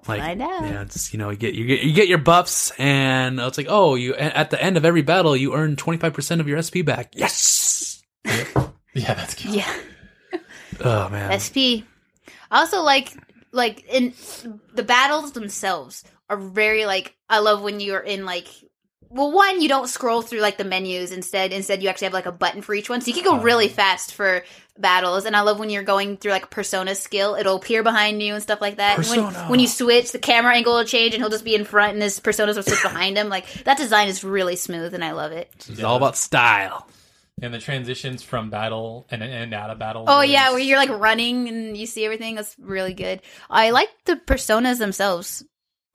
[SPEAKER 2] Like,
[SPEAKER 4] Find out.
[SPEAKER 2] Yeah, it's you know you get you get you get your buffs, and it's like oh you a- at the end of every battle you earn twenty five percent of your SP back. Yes.
[SPEAKER 3] Yeah, that's cute.
[SPEAKER 4] yeah.
[SPEAKER 2] Oh man.
[SPEAKER 4] SP. I also like like in the battles themselves are very like I love when you're in like well one you don't scroll through like the menus instead instead you actually have like a button for each one so you can go
[SPEAKER 2] Oh.
[SPEAKER 4] really fast for battles and I love when you're going through like persona skill it'll appear behind you and stuff like that And
[SPEAKER 2] Persona.
[SPEAKER 4] when when you switch the camera angle will change and he'll just be in front and his personas will switch behind him like that design is really smooth and I love it
[SPEAKER 2] It's all about style.
[SPEAKER 3] And the transitions from battle and, and out of battle.
[SPEAKER 4] Oh
[SPEAKER 3] was-
[SPEAKER 4] yeah, where you're like running and you see everything. That's really good. I like the personas themselves.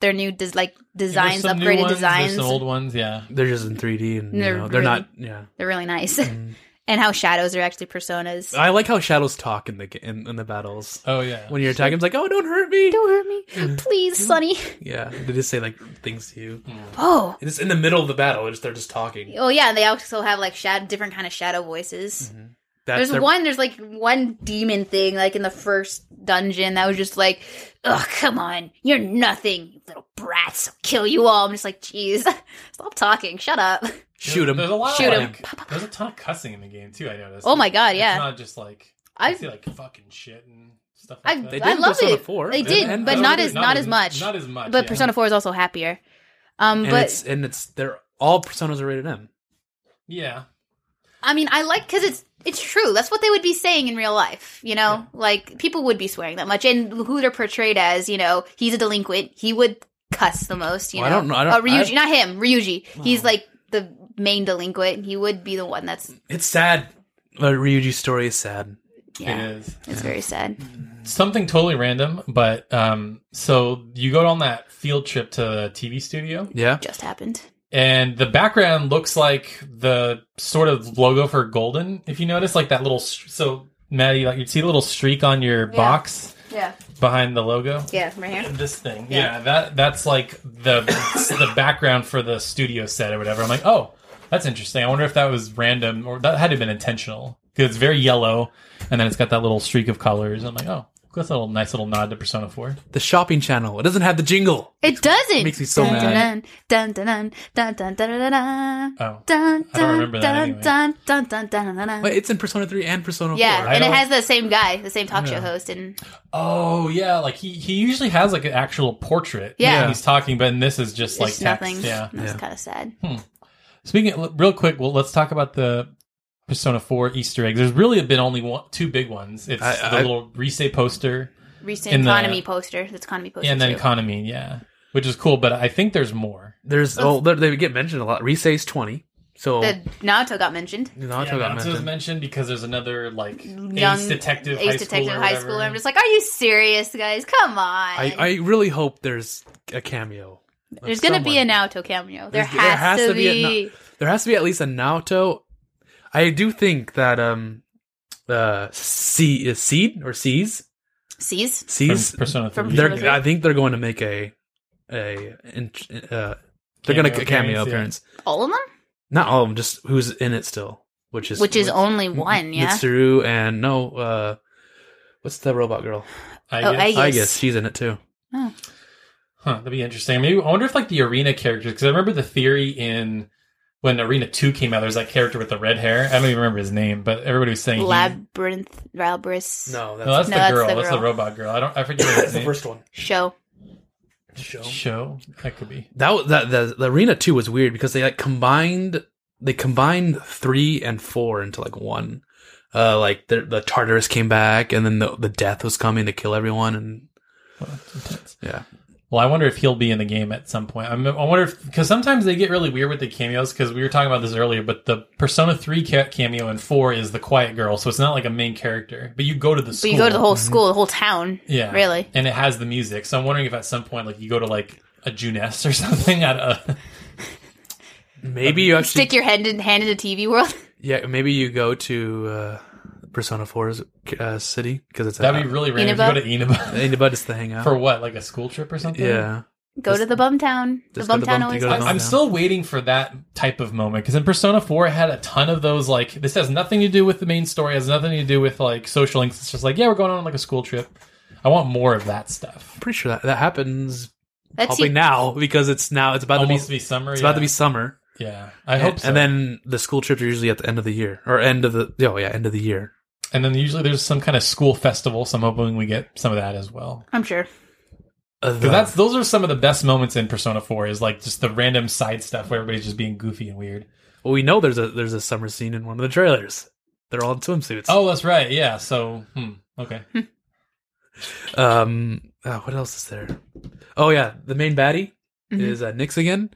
[SPEAKER 4] Their new des- like
[SPEAKER 3] There's
[SPEAKER 4] designs,
[SPEAKER 3] some new
[SPEAKER 4] upgraded
[SPEAKER 3] ones,
[SPEAKER 4] designs.
[SPEAKER 3] There's some old ones. Yeah.
[SPEAKER 2] They're just in three D and you
[SPEAKER 4] They're
[SPEAKER 2] know, they're
[SPEAKER 4] really-
[SPEAKER 2] not. Yeah.
[SPEAKER 4] They're really nice. and how shadows are actually personas.
[SPEAKER 3] Uh,
[SPEAKER 2] I like how shadows talk in the ga- in, in the battles.
[SPEAKER 3] Oh yeah.
[SPEAKER 2] When you're attacking, it's like, oh, don't hurt me.
[SPEAKER 4] Don't hurt me, please, Sonny.
[SPEAKER 2] Yeah, they just say like things to you.
[SPEAKER 4] Oh,
[SPEAKER 2] It's in the middle of the battle. It's, they're just talking.
[SPEAKER 4] oh yeah. And they also have like shad- different kind of shadow voices.
[SPEAKER 3] Mm-hmm.
[SPEAKER 2] That's
[SPEAKER 4] There's
[SPEAKER 2] their-
[SPEAKER 4] one. There's like one demon thing, like in the first dungeon, that was just like, "Oh, come on, you're nothing, you little brats. I'll kill you all." I'm just like, "Jeez, stop talking. Shut up."
[SPEAKER 2] shoot him.
[SPEAKER 3] There's a lot
[SPEAKER 4] Shoot
[SPEAKER 3] of
[SPEAKER 4] 'em.
[SPEAKER 3] like, There's a ton of cussing in the game too. I noticed.
[SPEAKER 4] Oh my god,
[SPEAKER 3] It's
[SPEAKER 4] yeah.
[SPEAKER 3] not just like I
[SPEAKER 4] I
[SPEAKER 3] see like fucking shit and stuff.
[SPEAKER 4] I-
[SPEAKER 3] Like that.
[SPEAKER 2] They
[SPEAKER 4] I
[SPEAKER 2] did in
[SPEAKER 4] love
[SPEAKER 2] Persona
[SPEAKER 4] it.
[SPEAKER 2] 4.
[SPEAKER 4] They did,
[SPEAKER 2] and-
[SPEAKER 4] but
[SPEAKER 2] and-
[SPEAKER 4] not as- much.
[SPEAKER 3] Not as much.
[SPEAKER 4] But
[SPEAKER 3] yeah.
[SPEAKER 4] Persona Four is also happier. Um,
[SPEAKER 2] And
[SPEAKER 4] but
[SPEAKER 2] it's, and it's they're all personas are rated M.
[SPEAKER 3] Yeah.
[SPEAKER 4] I mean, I like because it's it's true. That's what they would be saying in real life. You know, like people would be swearing that much, and who they're portrayed as. You know, he's a delinquent. He would cuss the most. You
[SPEAKER 2] Well, I
[SPEAKER 4] know,
[SPEAKER 2] don't know. I Oh. don't-
[SPEAKER 4] Uh, Ryuji, not him. Ryuji. He's like the main delinquent. He would be the one that's
[SPEAKER 2] It's sad. But Ryuji's story is sad.
[SPEAKER 4] yeah.
[SPEAKER 3] It is.
[SPEAKER 4] It's very sad.
[SPEAKER 3] Something totally random, but um, so you go on that field trip to the TV studio,
[SPEAKER 2] Yeah.
[SPEAKER 4] Just happened.
[SPEAKER 3] and the background looks like the sort of logo for Golden. If you notice, like that little s- so Maddie, like you'd see a little streak on your
[SPEAKER 4] Yeah.
[SPEAKER 3] box
[SPEAKER 4] Yeah.
[SPEAKER 3] behind the logo.
[SPEAKER 4] Yeah. Right here.
[SPEAKER 3] This thing,
[SPEAKER 4] Yeah.
[SPEAKER 3] yeah, that that's like the the background for the studio set or whatever. I'm like, oh, that's interesting. I wonder if that was random or that had to have been intentional because it's very yellow, and then it's got that little streak of colors. I'm like, oh, that's a little nice little nod to Persona Four.
[SPEAKER 2] The shopping channel. It doesn't have the jingle.
[SPEAKER 4] It doesn't.
[SPEAKER 2] makes me so
[SPEAKER 4] dun,
[SPEAKER 2] mad.
[SPEAKER 4] Dun dun dun dun dun dun dun dun dun.
[SPEAKER 3] Oh,
[SPEAKER 4] Dun,
[SPEAKER 3] I don't
[SPEAKER 4] dun,
[SPEAKER 3] remember that
[SPEAKER 4] dun,
[SPEAKER 3] anyway.
[SPEAKER 4] dun, dun, dun, dun, dun, dun.
[SPEAKER 2] Wait, it's in Persona 3 and Persona 4.
[SPEAKER 4] Yeah,
[SPEAKER 3] I
[SPEAKER 4] and it
[SPEAKER 3] don't-
[SPEAKER 4] has the same guy, the same talk show host, and
[SPEAKER 3] oh yeah, like he he usually has like an actual portrait.
[SPEAKER 4] Yeah.
[SPEAKER 3] when he's talking, but in this is just like
[SPEAKER 4] it's
[SPEAKER 3] text.
[SPEAKER 4] nothing.
[SPEAKER 3] Yeah.
[SPEAKER 4] That's
[SPEAKER 2] Yeah.
[SPEAKER 4] kind of sad.
[SPEAKER 3] Speaking l- real quick, well, let's talk about the Persona Four Easter eggs. There's really been only one, two big ones. It's
[SPEAKER 2] I-
[SPEAKER 3] the
[SPEAKER 2] I-
[SPEAKER 3] little Rise poster.
[SPEAKER 4] Recent
[SPEAKER 3] In the-
[SPEAKER 4] economy poster. That's economy poster.
[SPEAKER 3] and then
[SPEAKER 4] too.
[SPEAKER 3] Konami, yeah, which is cool. But I think there's more.
[SPEAKER 2] There's, oh, they- they get mentioned a lot. Risei's 20. So,
[SPEAKER 4] the Naoto got mentioned.
[SPEAKER 2] Naruto
[SPEAKER 3] Yeah,
[SPEAKER 2] got
[SPEAKER 3] Natsu was
[SPEAKER 2] mentioned.
[SPEAKER 3] mentioned because there's another like
[SPEAKER 4] Young
[SPEAKER 3] ace detective,
[SPEAKER 4] Ace
[SPEAKER 3] high
[SPEAKER 4] detective
[SPEAKER 3] school,
[SPEAKER 4] high school. I'm just like, are you serious, guys? Come on.
[SPEAKER 2] I, I really hope there's a cameo. of
[SPEAKER 4] There's gonna be a
[SPEAKER 2] someone.
[SPEAKER 4] Naoto cameo. There,
[SPEAKER 2] There's-
[SPEAKER 4] has, to, be.
[SPEAKER 2] A, Na- there has to be at least a Naoto. I do think that um, uh, C is seed or sees
[SPEAKER 4] Sees.
[SPEAKER 2] sees.
[SPEAKER 3] from Persona
[SPEAKER 4] From
[SPEAKER 3] Three.
[SPEAKER 4] Persona
[SPEAKER 2] They're,
[SPEAKER 4] three?
[SPEAKER 2] I think they're going to make a a in- uh, they're going to
[SPEAKER 3] Cameo
[SPEAKER 2] a cameo
[SPEAKER 3] appearance, yeah.
[SPEAKER 2] appearance.
[SPEAKER 4] All of them?
[SPEAKER 2] Not all of them, just who's in it still, which is
[SPEAKER 4] Which is
[SPEAKER 2] with
[SPEAKER 4] only one, yeah.
[SPEAKER 2] Mitsuru and no, uh, what's the robot girl?
[SPEAKER 3] I
[SPEAKER 4] Oh,
[SPEAKER 3] guess.
[SPEAKER 4] I- Yes.
[SPEAKER 2] I guess she's in it too.
[SPEAKER 3] Huh, that'd be interesting. Maybe I wonder if like the arena characters because I remember the theory in when Arena Two came out. There's that character with the red hair. I don't even remember his name, but everybody was saying he-
[SPEAKER 4] Labyrinth Labyrinth
[SPEAKER 2] No,
[SPEAKER 3] no, that's
[SPEAKER 4] No,
[SPEAKER 3] the
[SPEAKER 4] that's
[SPEAKER 3] girl.
[SPEAKER 4] the
[SPEAKER 3] That's the
[SPEAKER 4] girl.
[SPEAKER 3] robot girl. I don't. I forget what his name.
[SPEAKER 2] one.
[SPEAKER 4] show.
[SPEAKER 2] Show.
[SPEAKER 3] show. That could be.
[SPEAKER 2] That wa- that the, the arena two was weird because they like combined they combined three and four into like one. Uh, like the the Tartarus came back, and then the the death was coming to kill everyone, and
[SPEAKER 3] Well, that's intense.
[SPEAKER 2] yeah,
[SPEAKER 3] Well, I wonder if he'll be in the game at some point. I'm, I wonder if because sometimes they get really weird with the cameos. Because we were talking about this earlier, but the Persona Three ca- cameo in four is the quiet girl, so it's not like a main character. But you go to the
[SPEAKER 4] But
[SPEAKER 3] school,
[SPEAKER 4] you go to the whole school, the whole town.
[SPEAKER 3] Mm-hmm. yeah,
[SPEAKER 4] Really.
[SPEAKER 3] and it has the music. So I'm wondering if at some point, like you go to like a Juness or something uh, at a
[SPEAKER 2] maybe you actually
[SPEAKER 4] Stick your head in hand in the TV world.
[SPEAKER 2] yeah maybe you go to uh, Persona 4's uh, city because it's
[SPEAKER 3] that'd be really random.
[SPEAKER 4] Inaba?
[SPEAKER 3] If you go to Inaba
[SPEAKER 2] really about is the hangout.
[SPEAKER 3] for what, like a school trip or something?
[SPEAKER 2] yeah,
[SPEAKER 4] Go
[SPEAKER 2] Just-
[SPEAKER 4] to the bum town. The
[SPEAKER 2] just go
[SPEAKER 4] bum
[SPEAKER 2] to
[SPEAKER 4] town
[SPEAKER 2] bum-
[SPEAKER 4] always
[SPEAKER 2] go to
[SPEAKER 3] I'm,
[SPEAKER 4] has.
[SPEAKER 2] bum-
[SPEAKER 3] I'm still waiting for that type of moment because in Persona 4, it had a ton of those. Like, this has nothing to do with the main story, has nothing to do with like social links. It's just like, yeah, we're going on like a school trip. I want more of that stuff.
[SPEAKER 2] pretty sure that that happens
[SPEAKER 4] That's
[SPEAKER 2] probably
[SPEAKER 4] you.
[SPEAKER 2] now because it's now it's about to be
[SPEAKER 3] Almost
[SPEAKER 2] it's
[SPEAKER 3] to be summer.
[SPEAKER 2] about
[SPEAKER 3] yeah.
[SPEAKER 2] to be summer,
[SPEAKER 3] Yeah, I
[SPEAKER 2] and,
[SPEAKER 3] hope so.
[SPEAKER 2] and then the school trips are usually at the end of the year or end of the oh yeah end of the year.
[SPEAKER 3] and then usually there's some kind of school festival. So I'm hoping we get some of that as well.
[SPEAKER 4] I'm sure.
[SPEAKER 2] Uh,
[SPEAKER 3] Because that's those are some of the best moments in Persona 4 is like just the random side stuff where everybody's just being goofy and weird.
[SPEAKER 2] Well, we know there's a there's a summer scene in one of the trailers. They're all in swimsuits.
[SPEAKER 3] Oh, that's right. Yeah. So, hmm, okay.
[SPEAKER 2] Um, uh, what else is there? Oh yeah, the main baddie
[SPEAKER 4] Mm-hmm.
[SPEAKER 2] is uh, Nyx again,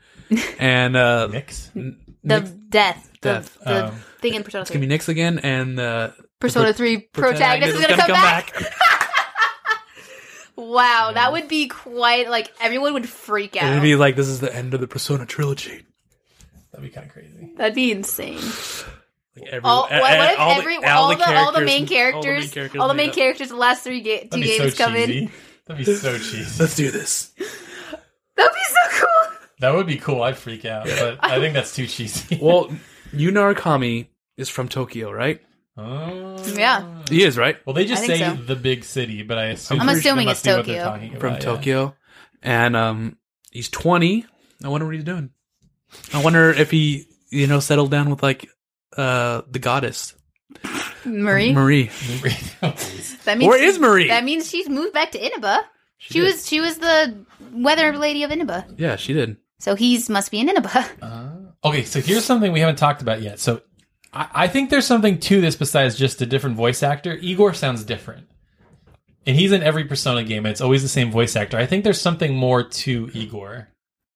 [SPEAKER 2] and uh,
[SPEAKER 3] Mix.
[SPEAKER 2] N-
[SPEAKER 4] The
[SPEAKER 2] Nyx-
[SPEAKER 4] death. The,
[SPEAKER 2] Death.
[SPEAKER 4] the
[SPEAKER 3] Um,
[SPEAKER 4] thing in Persona
[SPEAKER 2] it's gonna
[SPEAKER 4] 3.
[SPEAKER 2] be Nyx again, and uh,
[SPEAKER 4] Persona 3 protagonist is going to come, back. Wow, that would be quite like everyone would freak
[SPEAKER 2] And
[SPEAKER 4] out.
[SPEAKER 2] it'd be like this is the end of the Persona trilogy.
[SPEAKER 3] That'd be kind of crazy.
[SPEAKER 4] That'd be insane.
[SPEAKER 2] Like every, e-,
[SPEAKER 4] All, what, what if
[SPEAKER 2] all the-
[SPEAKER 4] every all, the, all the main
[SPEAKER 2] characters- all the main
[SPEAKER 4] characters, all the
[SPEAKER 2] made
[SPEAKER 4] main
[SPEAKER 2] up.
[SPEAKER 4] characters, in the last three ga- two
[SPEAKER 3] That'd be so
[SPEAKER 4] games come in?
[SPEAKER 3] cheesy. That'd be so cheesy.
[SPEAKER 2] Let's do this.
[SPEAKER 4] That'd be so cool.
[SPEAKER 3] That would be cool. I'd freak out, but I think that's too cheesy.
[SPEAKER 2] Well, Yunar Kami is from Tokyo, right?
[SPEAKER 3] Oh.
[SPEAKER 4] Yeah.
[SPEAKER 2] He is right
[SPEAKER 3] Well, they just
[SPEAKER 4] I
[SPEAKER 3] say
[SPEAKER 4] think so.
[SPEAKER 3] the big city, but I assume
[SPEAKER 4] I'm
[SPEAKER 3] that
[SPEAKER 4] assuming
[SPEAKER 3] must
[SPEAKER 4] it's
[SPEAKER 3] be what they're
[SPEAKER 4] Tokyo.
[SPEAKER 3] talking
[SPEAKER 2] from
[SPEAKER 3] about, yeah.
[SPEAKER 2] Tokyo, and um, he's twenty. I wonder what he's doing. I wonder if he, you know, settled down with like uh the goddess
[SPEAKER 4] Marie,
[SPEAKER 2] Marie.
[SPEAKER 4] that
[SPEAKER 2] Where is Marie?
[SPEAKER 4] That means she's moved back to Inaba. She,
[SPEAKER 2] did.
[SPEAKER 4] was she was the weather lady of Inaba.
[SPEAKER 2] Yeah, she did.
[SPEAKER 4] So he's must be in Inaba.
[SPEAKER 3] Uh, Okay, so here's something we haven't talked about yet. So I, I think there's something to this besides just a different voice actor. Igor sounds different. And he's in every Persona game, and it's always the same voice actor. I think there's something more to Igor.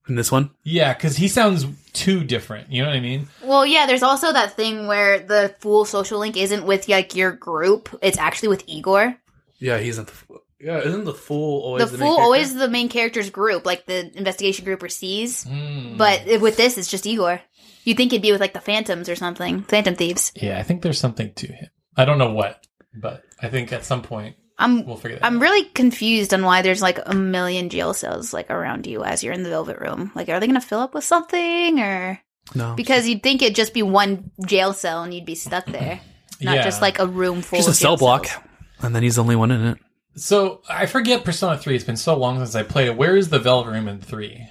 [SPEAKER 2] in this one.
[SPEAKER 3] Yeah, because he sounds too different. You know what I mean?
[SPEAKER 4] Well, yeah, there's also that thing where the full social link isn't with like your group; it's actually with Igor.
[SPEAKER 2] Yeah, he's not the. f- Yeah, isn't the fool always
[SPEAKER 4] the
[SPEAKER 2] the main
[SPEAKER 4] fool
[SPEAKER 2] character?
[SPEAKER 4] always the main character's group, like the investigation group or sees.
[SPEAKER 3] Hmm.
[SPEAKER 4] But
[SPEAKER 2] Hmm.
[SPEAKER 4] it- with this, it's just Igor. You'd think it'd be with like the Phantoms or something, Phantom Thieves.
[SPEAKER 3] Yeah, I think there's something to him. I don't know what, but I think at some point
[SPEAKER 4] I'm
[SPEAKER 3] we'll figure that out.
[SPEAKER 4] I'm really confused on why there's like a million jail cells like around you as you're in the Velvet Room. Like, are they gonna fill up with something or
[SPEAKER 2] No,
[SPEAKER 4] because you'd think it'd just be one jail cell and you'd be stuck there, not
[SPEAKER 3] Yeah.
[SPEAKER 4] just like a room full.
[SPEAKER 2] just a
[SPEAKER 4] of jail
[SPEAKER 2] cell block,
[SPEAKER 4] cells.
[SPEAKER 2] and then he's the only one in it.
[SPEAKER 3] So I forget Persona 3. It's been so long since I played it. Where is the Velvet Room in 3?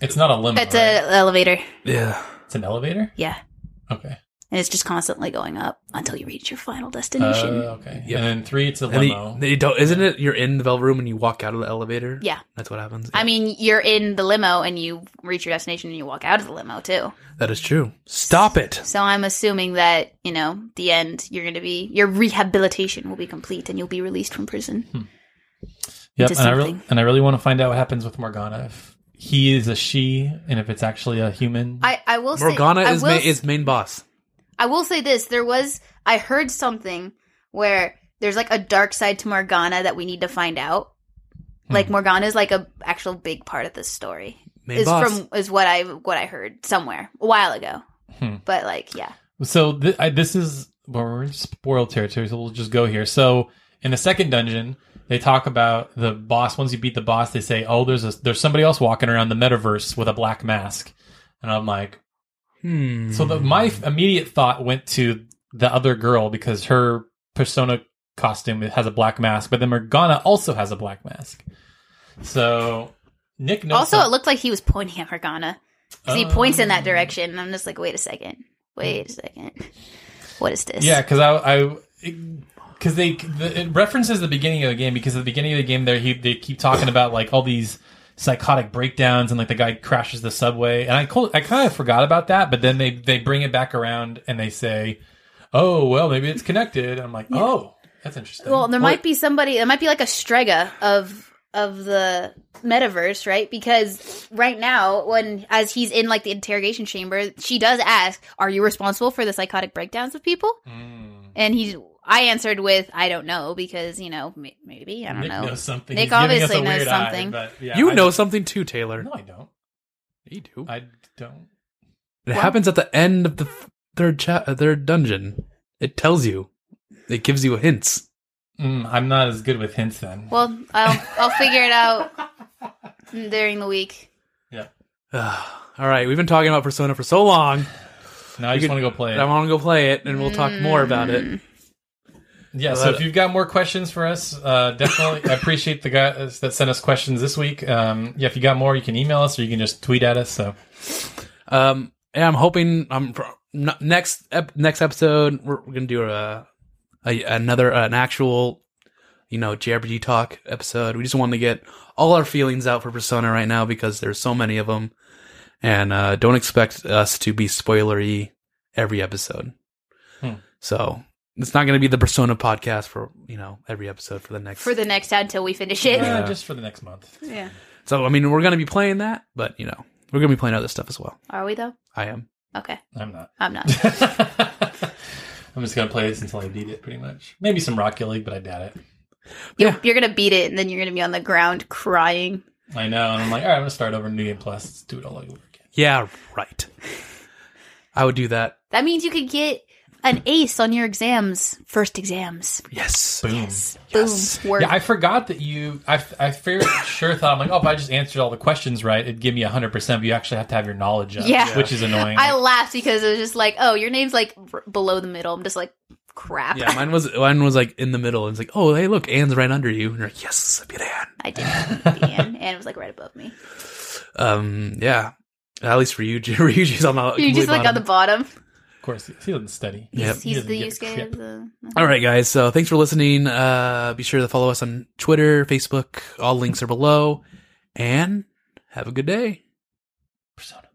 [SPEAKER 3] It's not a limo.
[SPEAKER 4] It's
[SPEAKER 3] right?
[SPEAKER 4] an elevator.
[SPEAKER 2] Yeah,
[SPEAKER 3] It's an elevator?
[SPEAKER 4] Yeah.
[SPEAKER 3] Okay.
[SPEAKER 4] and it's just constantly going up until you reach your final
[SPEAKER 3] Uh,
[SPEAKER 4] destination.
[SPEAKER 3] okay.
[SPEAKER 2] Yep.
[SPEAKER 3] And then 3, it's a
[SPEAKER 2] and he-
[SPEAKER 3] limo.
[SPEAKER 2] they don't, isn't it? You're in the velvet room and you walk out of the elevator.
[SPEAKER 4] yeah.
[SPEAKER 2] that's what happens.
[SPEAKER 4] I mean, you're in the limo and you reach your destination and you walk out of the limo too.
[SPEAKER 2] that is true. Stop it.
[SPEAKER 4] So I'm assuming that, you know, the end, you're going to be, your rehabilitation will be complete and you'll be released from prison.
[SPEAKER 2] Hmm.
[SPEAKER 3] Yep,
[SPEAKER 4] to
[SPEAKER 3] and I, really,
[SPEAKER 4] something.
[SPEAKER 3] and I really want to find out what happens with Morgana if he is a she and if it's actually a human.
[SPEAKER 4] I, I will
[SPEAKER 2] Morgana
[SPEAKER 4] say, I
[SPEAKER 2] is
[SPEAKER 4] will
[SPEAKER 2] ma-
[SPEAKER 4] s-
[SPEAKER 2] is main boss.
[SPEAKER 4] I will say this: there was I heard something where there's like a dark side to Morgana that we need to find out. Like
[SPEAKER 2] Hmm.
[SPEAKER 4] Morgana is like a actual big part of this story.
[SPEAKER 2] Main
[SPEAKER 4] is
[SPEAKER 2] boss.
[SPEAKER 4] from is what I what I heard somewhere a while ago.
[SPEAKER 3] Hmm.
[SPEAKER 4] But like, yeah,
[SPEAKER 3] so th- I, this is well, we're in spoiled territory, so we'll just go here. So in the second dungeon, they talk about the boss. Once you beat the boss, they say, "Oh, there's a, there's somebody else walking around the metaverse with a black mask," and I'm like,
[SPEAKER 2] Hmm.
[SPEAKER 3] So the, my f- immediate thought went to the other girl because her persona costume has a black mask, but then Morgana also has a black mask. So Nick knows.
[SPEAKER 4] also
[SPEAKER 3] some- Um,
[SPEAKER 4] it looked like he was pointing at Morgana because he points in
[SPEAKER 3] Oh.
[SPEAKER 4] that direction, and I'm just like, wait a second, wait a second, what is this?
[SPEAKER 3] Yeah, because I, I, because they the, it references the beginning of the game because at the beginning of the game there he they keep talking about like all these psychotic breakdowns and like the guy crashes the subway and I col- I kind of forgot about that but then they they bring it back around and they say, oh well maybe it's connected and I'm like oh that's interesting.
[SPEAKER 4] Well, there might be somebody. There might be like a Strega of of the metaverse, right? Because right now, when as he's in like the interrogation chamber, she does ask, "Are you responsible for the psychotic breakdowns of people?"
[SPEAKER 3] Hmm.
[SPEAKER 4] And he, I answered with, "I don't know," because you know, may- maybe I don't
[SPEAKER 3] Nick
[SPEAKER 4] know.
[SPEAKER 3] knows something.
[SPEAKER 4] Nick
[SPEAKER 3] He's giving us
[SPEAKER 4] obviously
[SPEAKER 3] a
[SPEAKER 4] knows
[SPEAKER 3] weird eye,
[SPEAKER 4] something.
[SPEAKER 3] but yeah,
[SPEAKER 2] you
[SPEAKER 3] I
[SPEAKER 2] know
[SPEAKER 3] don't-
[SPEAKER 2] something too, Taylor.
[SPEAKER 3] No, I don't.
[SPEAKER 2] you do.
[SPEAKER 3] I don't.
[SPEAKER 2] it happens at the end of the th- third cha- uh, third dungeon. It tells you. It gives you hints.
[SPEAKER 3] Mm, I'm not as good with hints then.
[SPEAKER 4] Well, I'll, I'll figure it out during the week.
[SPEAKER 3] yeah.
[SPEAKER 2] All right, we've been talking about Persona for so long.
[SPEAKER 3] Now I just
[SPEAKER 2] could-
[SPEAKER 3] want to go play.
[SPEAKER 2] I
[SPEAKER 3] It.
[SPEAKER 2] want to go play it, and we'll talk more about it.
[SPEAKER 4] Mm.
[SPEAKER 3] Yeah. So
[SPEAKER 2] Well,
[SPEAKER 3] if you've got more questions for us, uh, definitely I appreciate the guys that sent us questions this week. Um, yeah. If you got more, you can email us or you can just tweet at us. So
[SPEAKER 2] Um, and I'm hoping I'm pro- n- next ep- next episode we're, we're gonna do a, a another an actual you know JRPG talk episode. We just wanted to get all our feelings out for Persona right now because there's so many of them, and uh, don't expect us to be spoilery every episode.
[SPEAKER 3] Hmm.
[SPEAKER 2] So it's not gonna be the Persona podcast for you know every episode for the next
[SPEAKER 4] For the next time till we finish
[SPEAKER 3] yeah,
[SPEAKER 4] it.
[SPEAKER 3] Uh, just for the next month.
[SPEAKER 4] yeah.
[SPEAKER 2] So I mean, we're gonna be playing that, but you know, we're gonna be playing other stuff as well.
[SPEAKER 4] Are we though?
[SPEAKER 2] I am.
[SPEAKER 4] Okay.
[SPEAKER 3] I'm not.
[SPEAKER 4] I'm not.
[SPEAKER 3] I'm just gonna play this until I beat it, pretty much. Maybe some Rocket League, but I doubt it.
[SPEAKER 4] You're,
[SPEAKER 2] Yeah.
[SPEAKER 4] you're gonna beat it, and then you're gonna be on the ground crying.
[SPEAKER 3] I know, and I'm like, all right, I'm gonna start over New Game Plus. Let's do it all over again.
[SPEAKER 2] Yeah, right. I would do that.
[SPEAKER 4] That means you could get an ace on your exams, first exams.
[SPEAKER 2] Yes.
[SPEAKER 3] Boom.
[SPEAKER 2] Yes.
[SPEAKER 4] Boom. Work.
[SPEAKER 3] Yeah, I forgot that you. I I fair, sure thought I'm like, oh, if I just answered all the questions right, it'd give me 100. percent But you actually have to have your knowledge up,
[SPEAKER 4] Yeah.
[SPEAKER 3] which is annoying.
[SPEAKER 4] I laughed because it was just like, oh, your name's like r- below the middle. I'm just like, crap.
[SPEAKER 2] Yeah, mine was mine was like in the middle. It's like, oh, hey, look, Anne's right under you, and you're like, yes, I beat Anne.
[SPEAKER 4] I didn't. and, and it was like right above me.
[SPEAKER 2] Um, yeah. At least for you, Ryuji's on the
[SPEAKER 4] You're
[SPEAKER 2] complete
[SPEAKER 4] just like on the
[SPEAKER 2] bottom.
[SPEAKER 4] bottom.
[SPEAKER 3] of course, he doesn't study.
[SPEAKER 2] Yeah. Yep.
[SPEAKER 4] He's,
[SPEAKER 3] He
[SPEAKER 4] he's
[SPEAKER 3] doesn't
[SPEAKER 4] the
[SPEAKER 3] give a
[SPEAKER 4] use guy
[SPEAKER 3] crap.
[SPEAKER 4] of the.
[SPEAKER 2] All right, guys. So thanks for listening. Uh, be sure to follow us on Twitter, Facebook. All links are below, and have a good day.
[SPEAKER 3] Persona.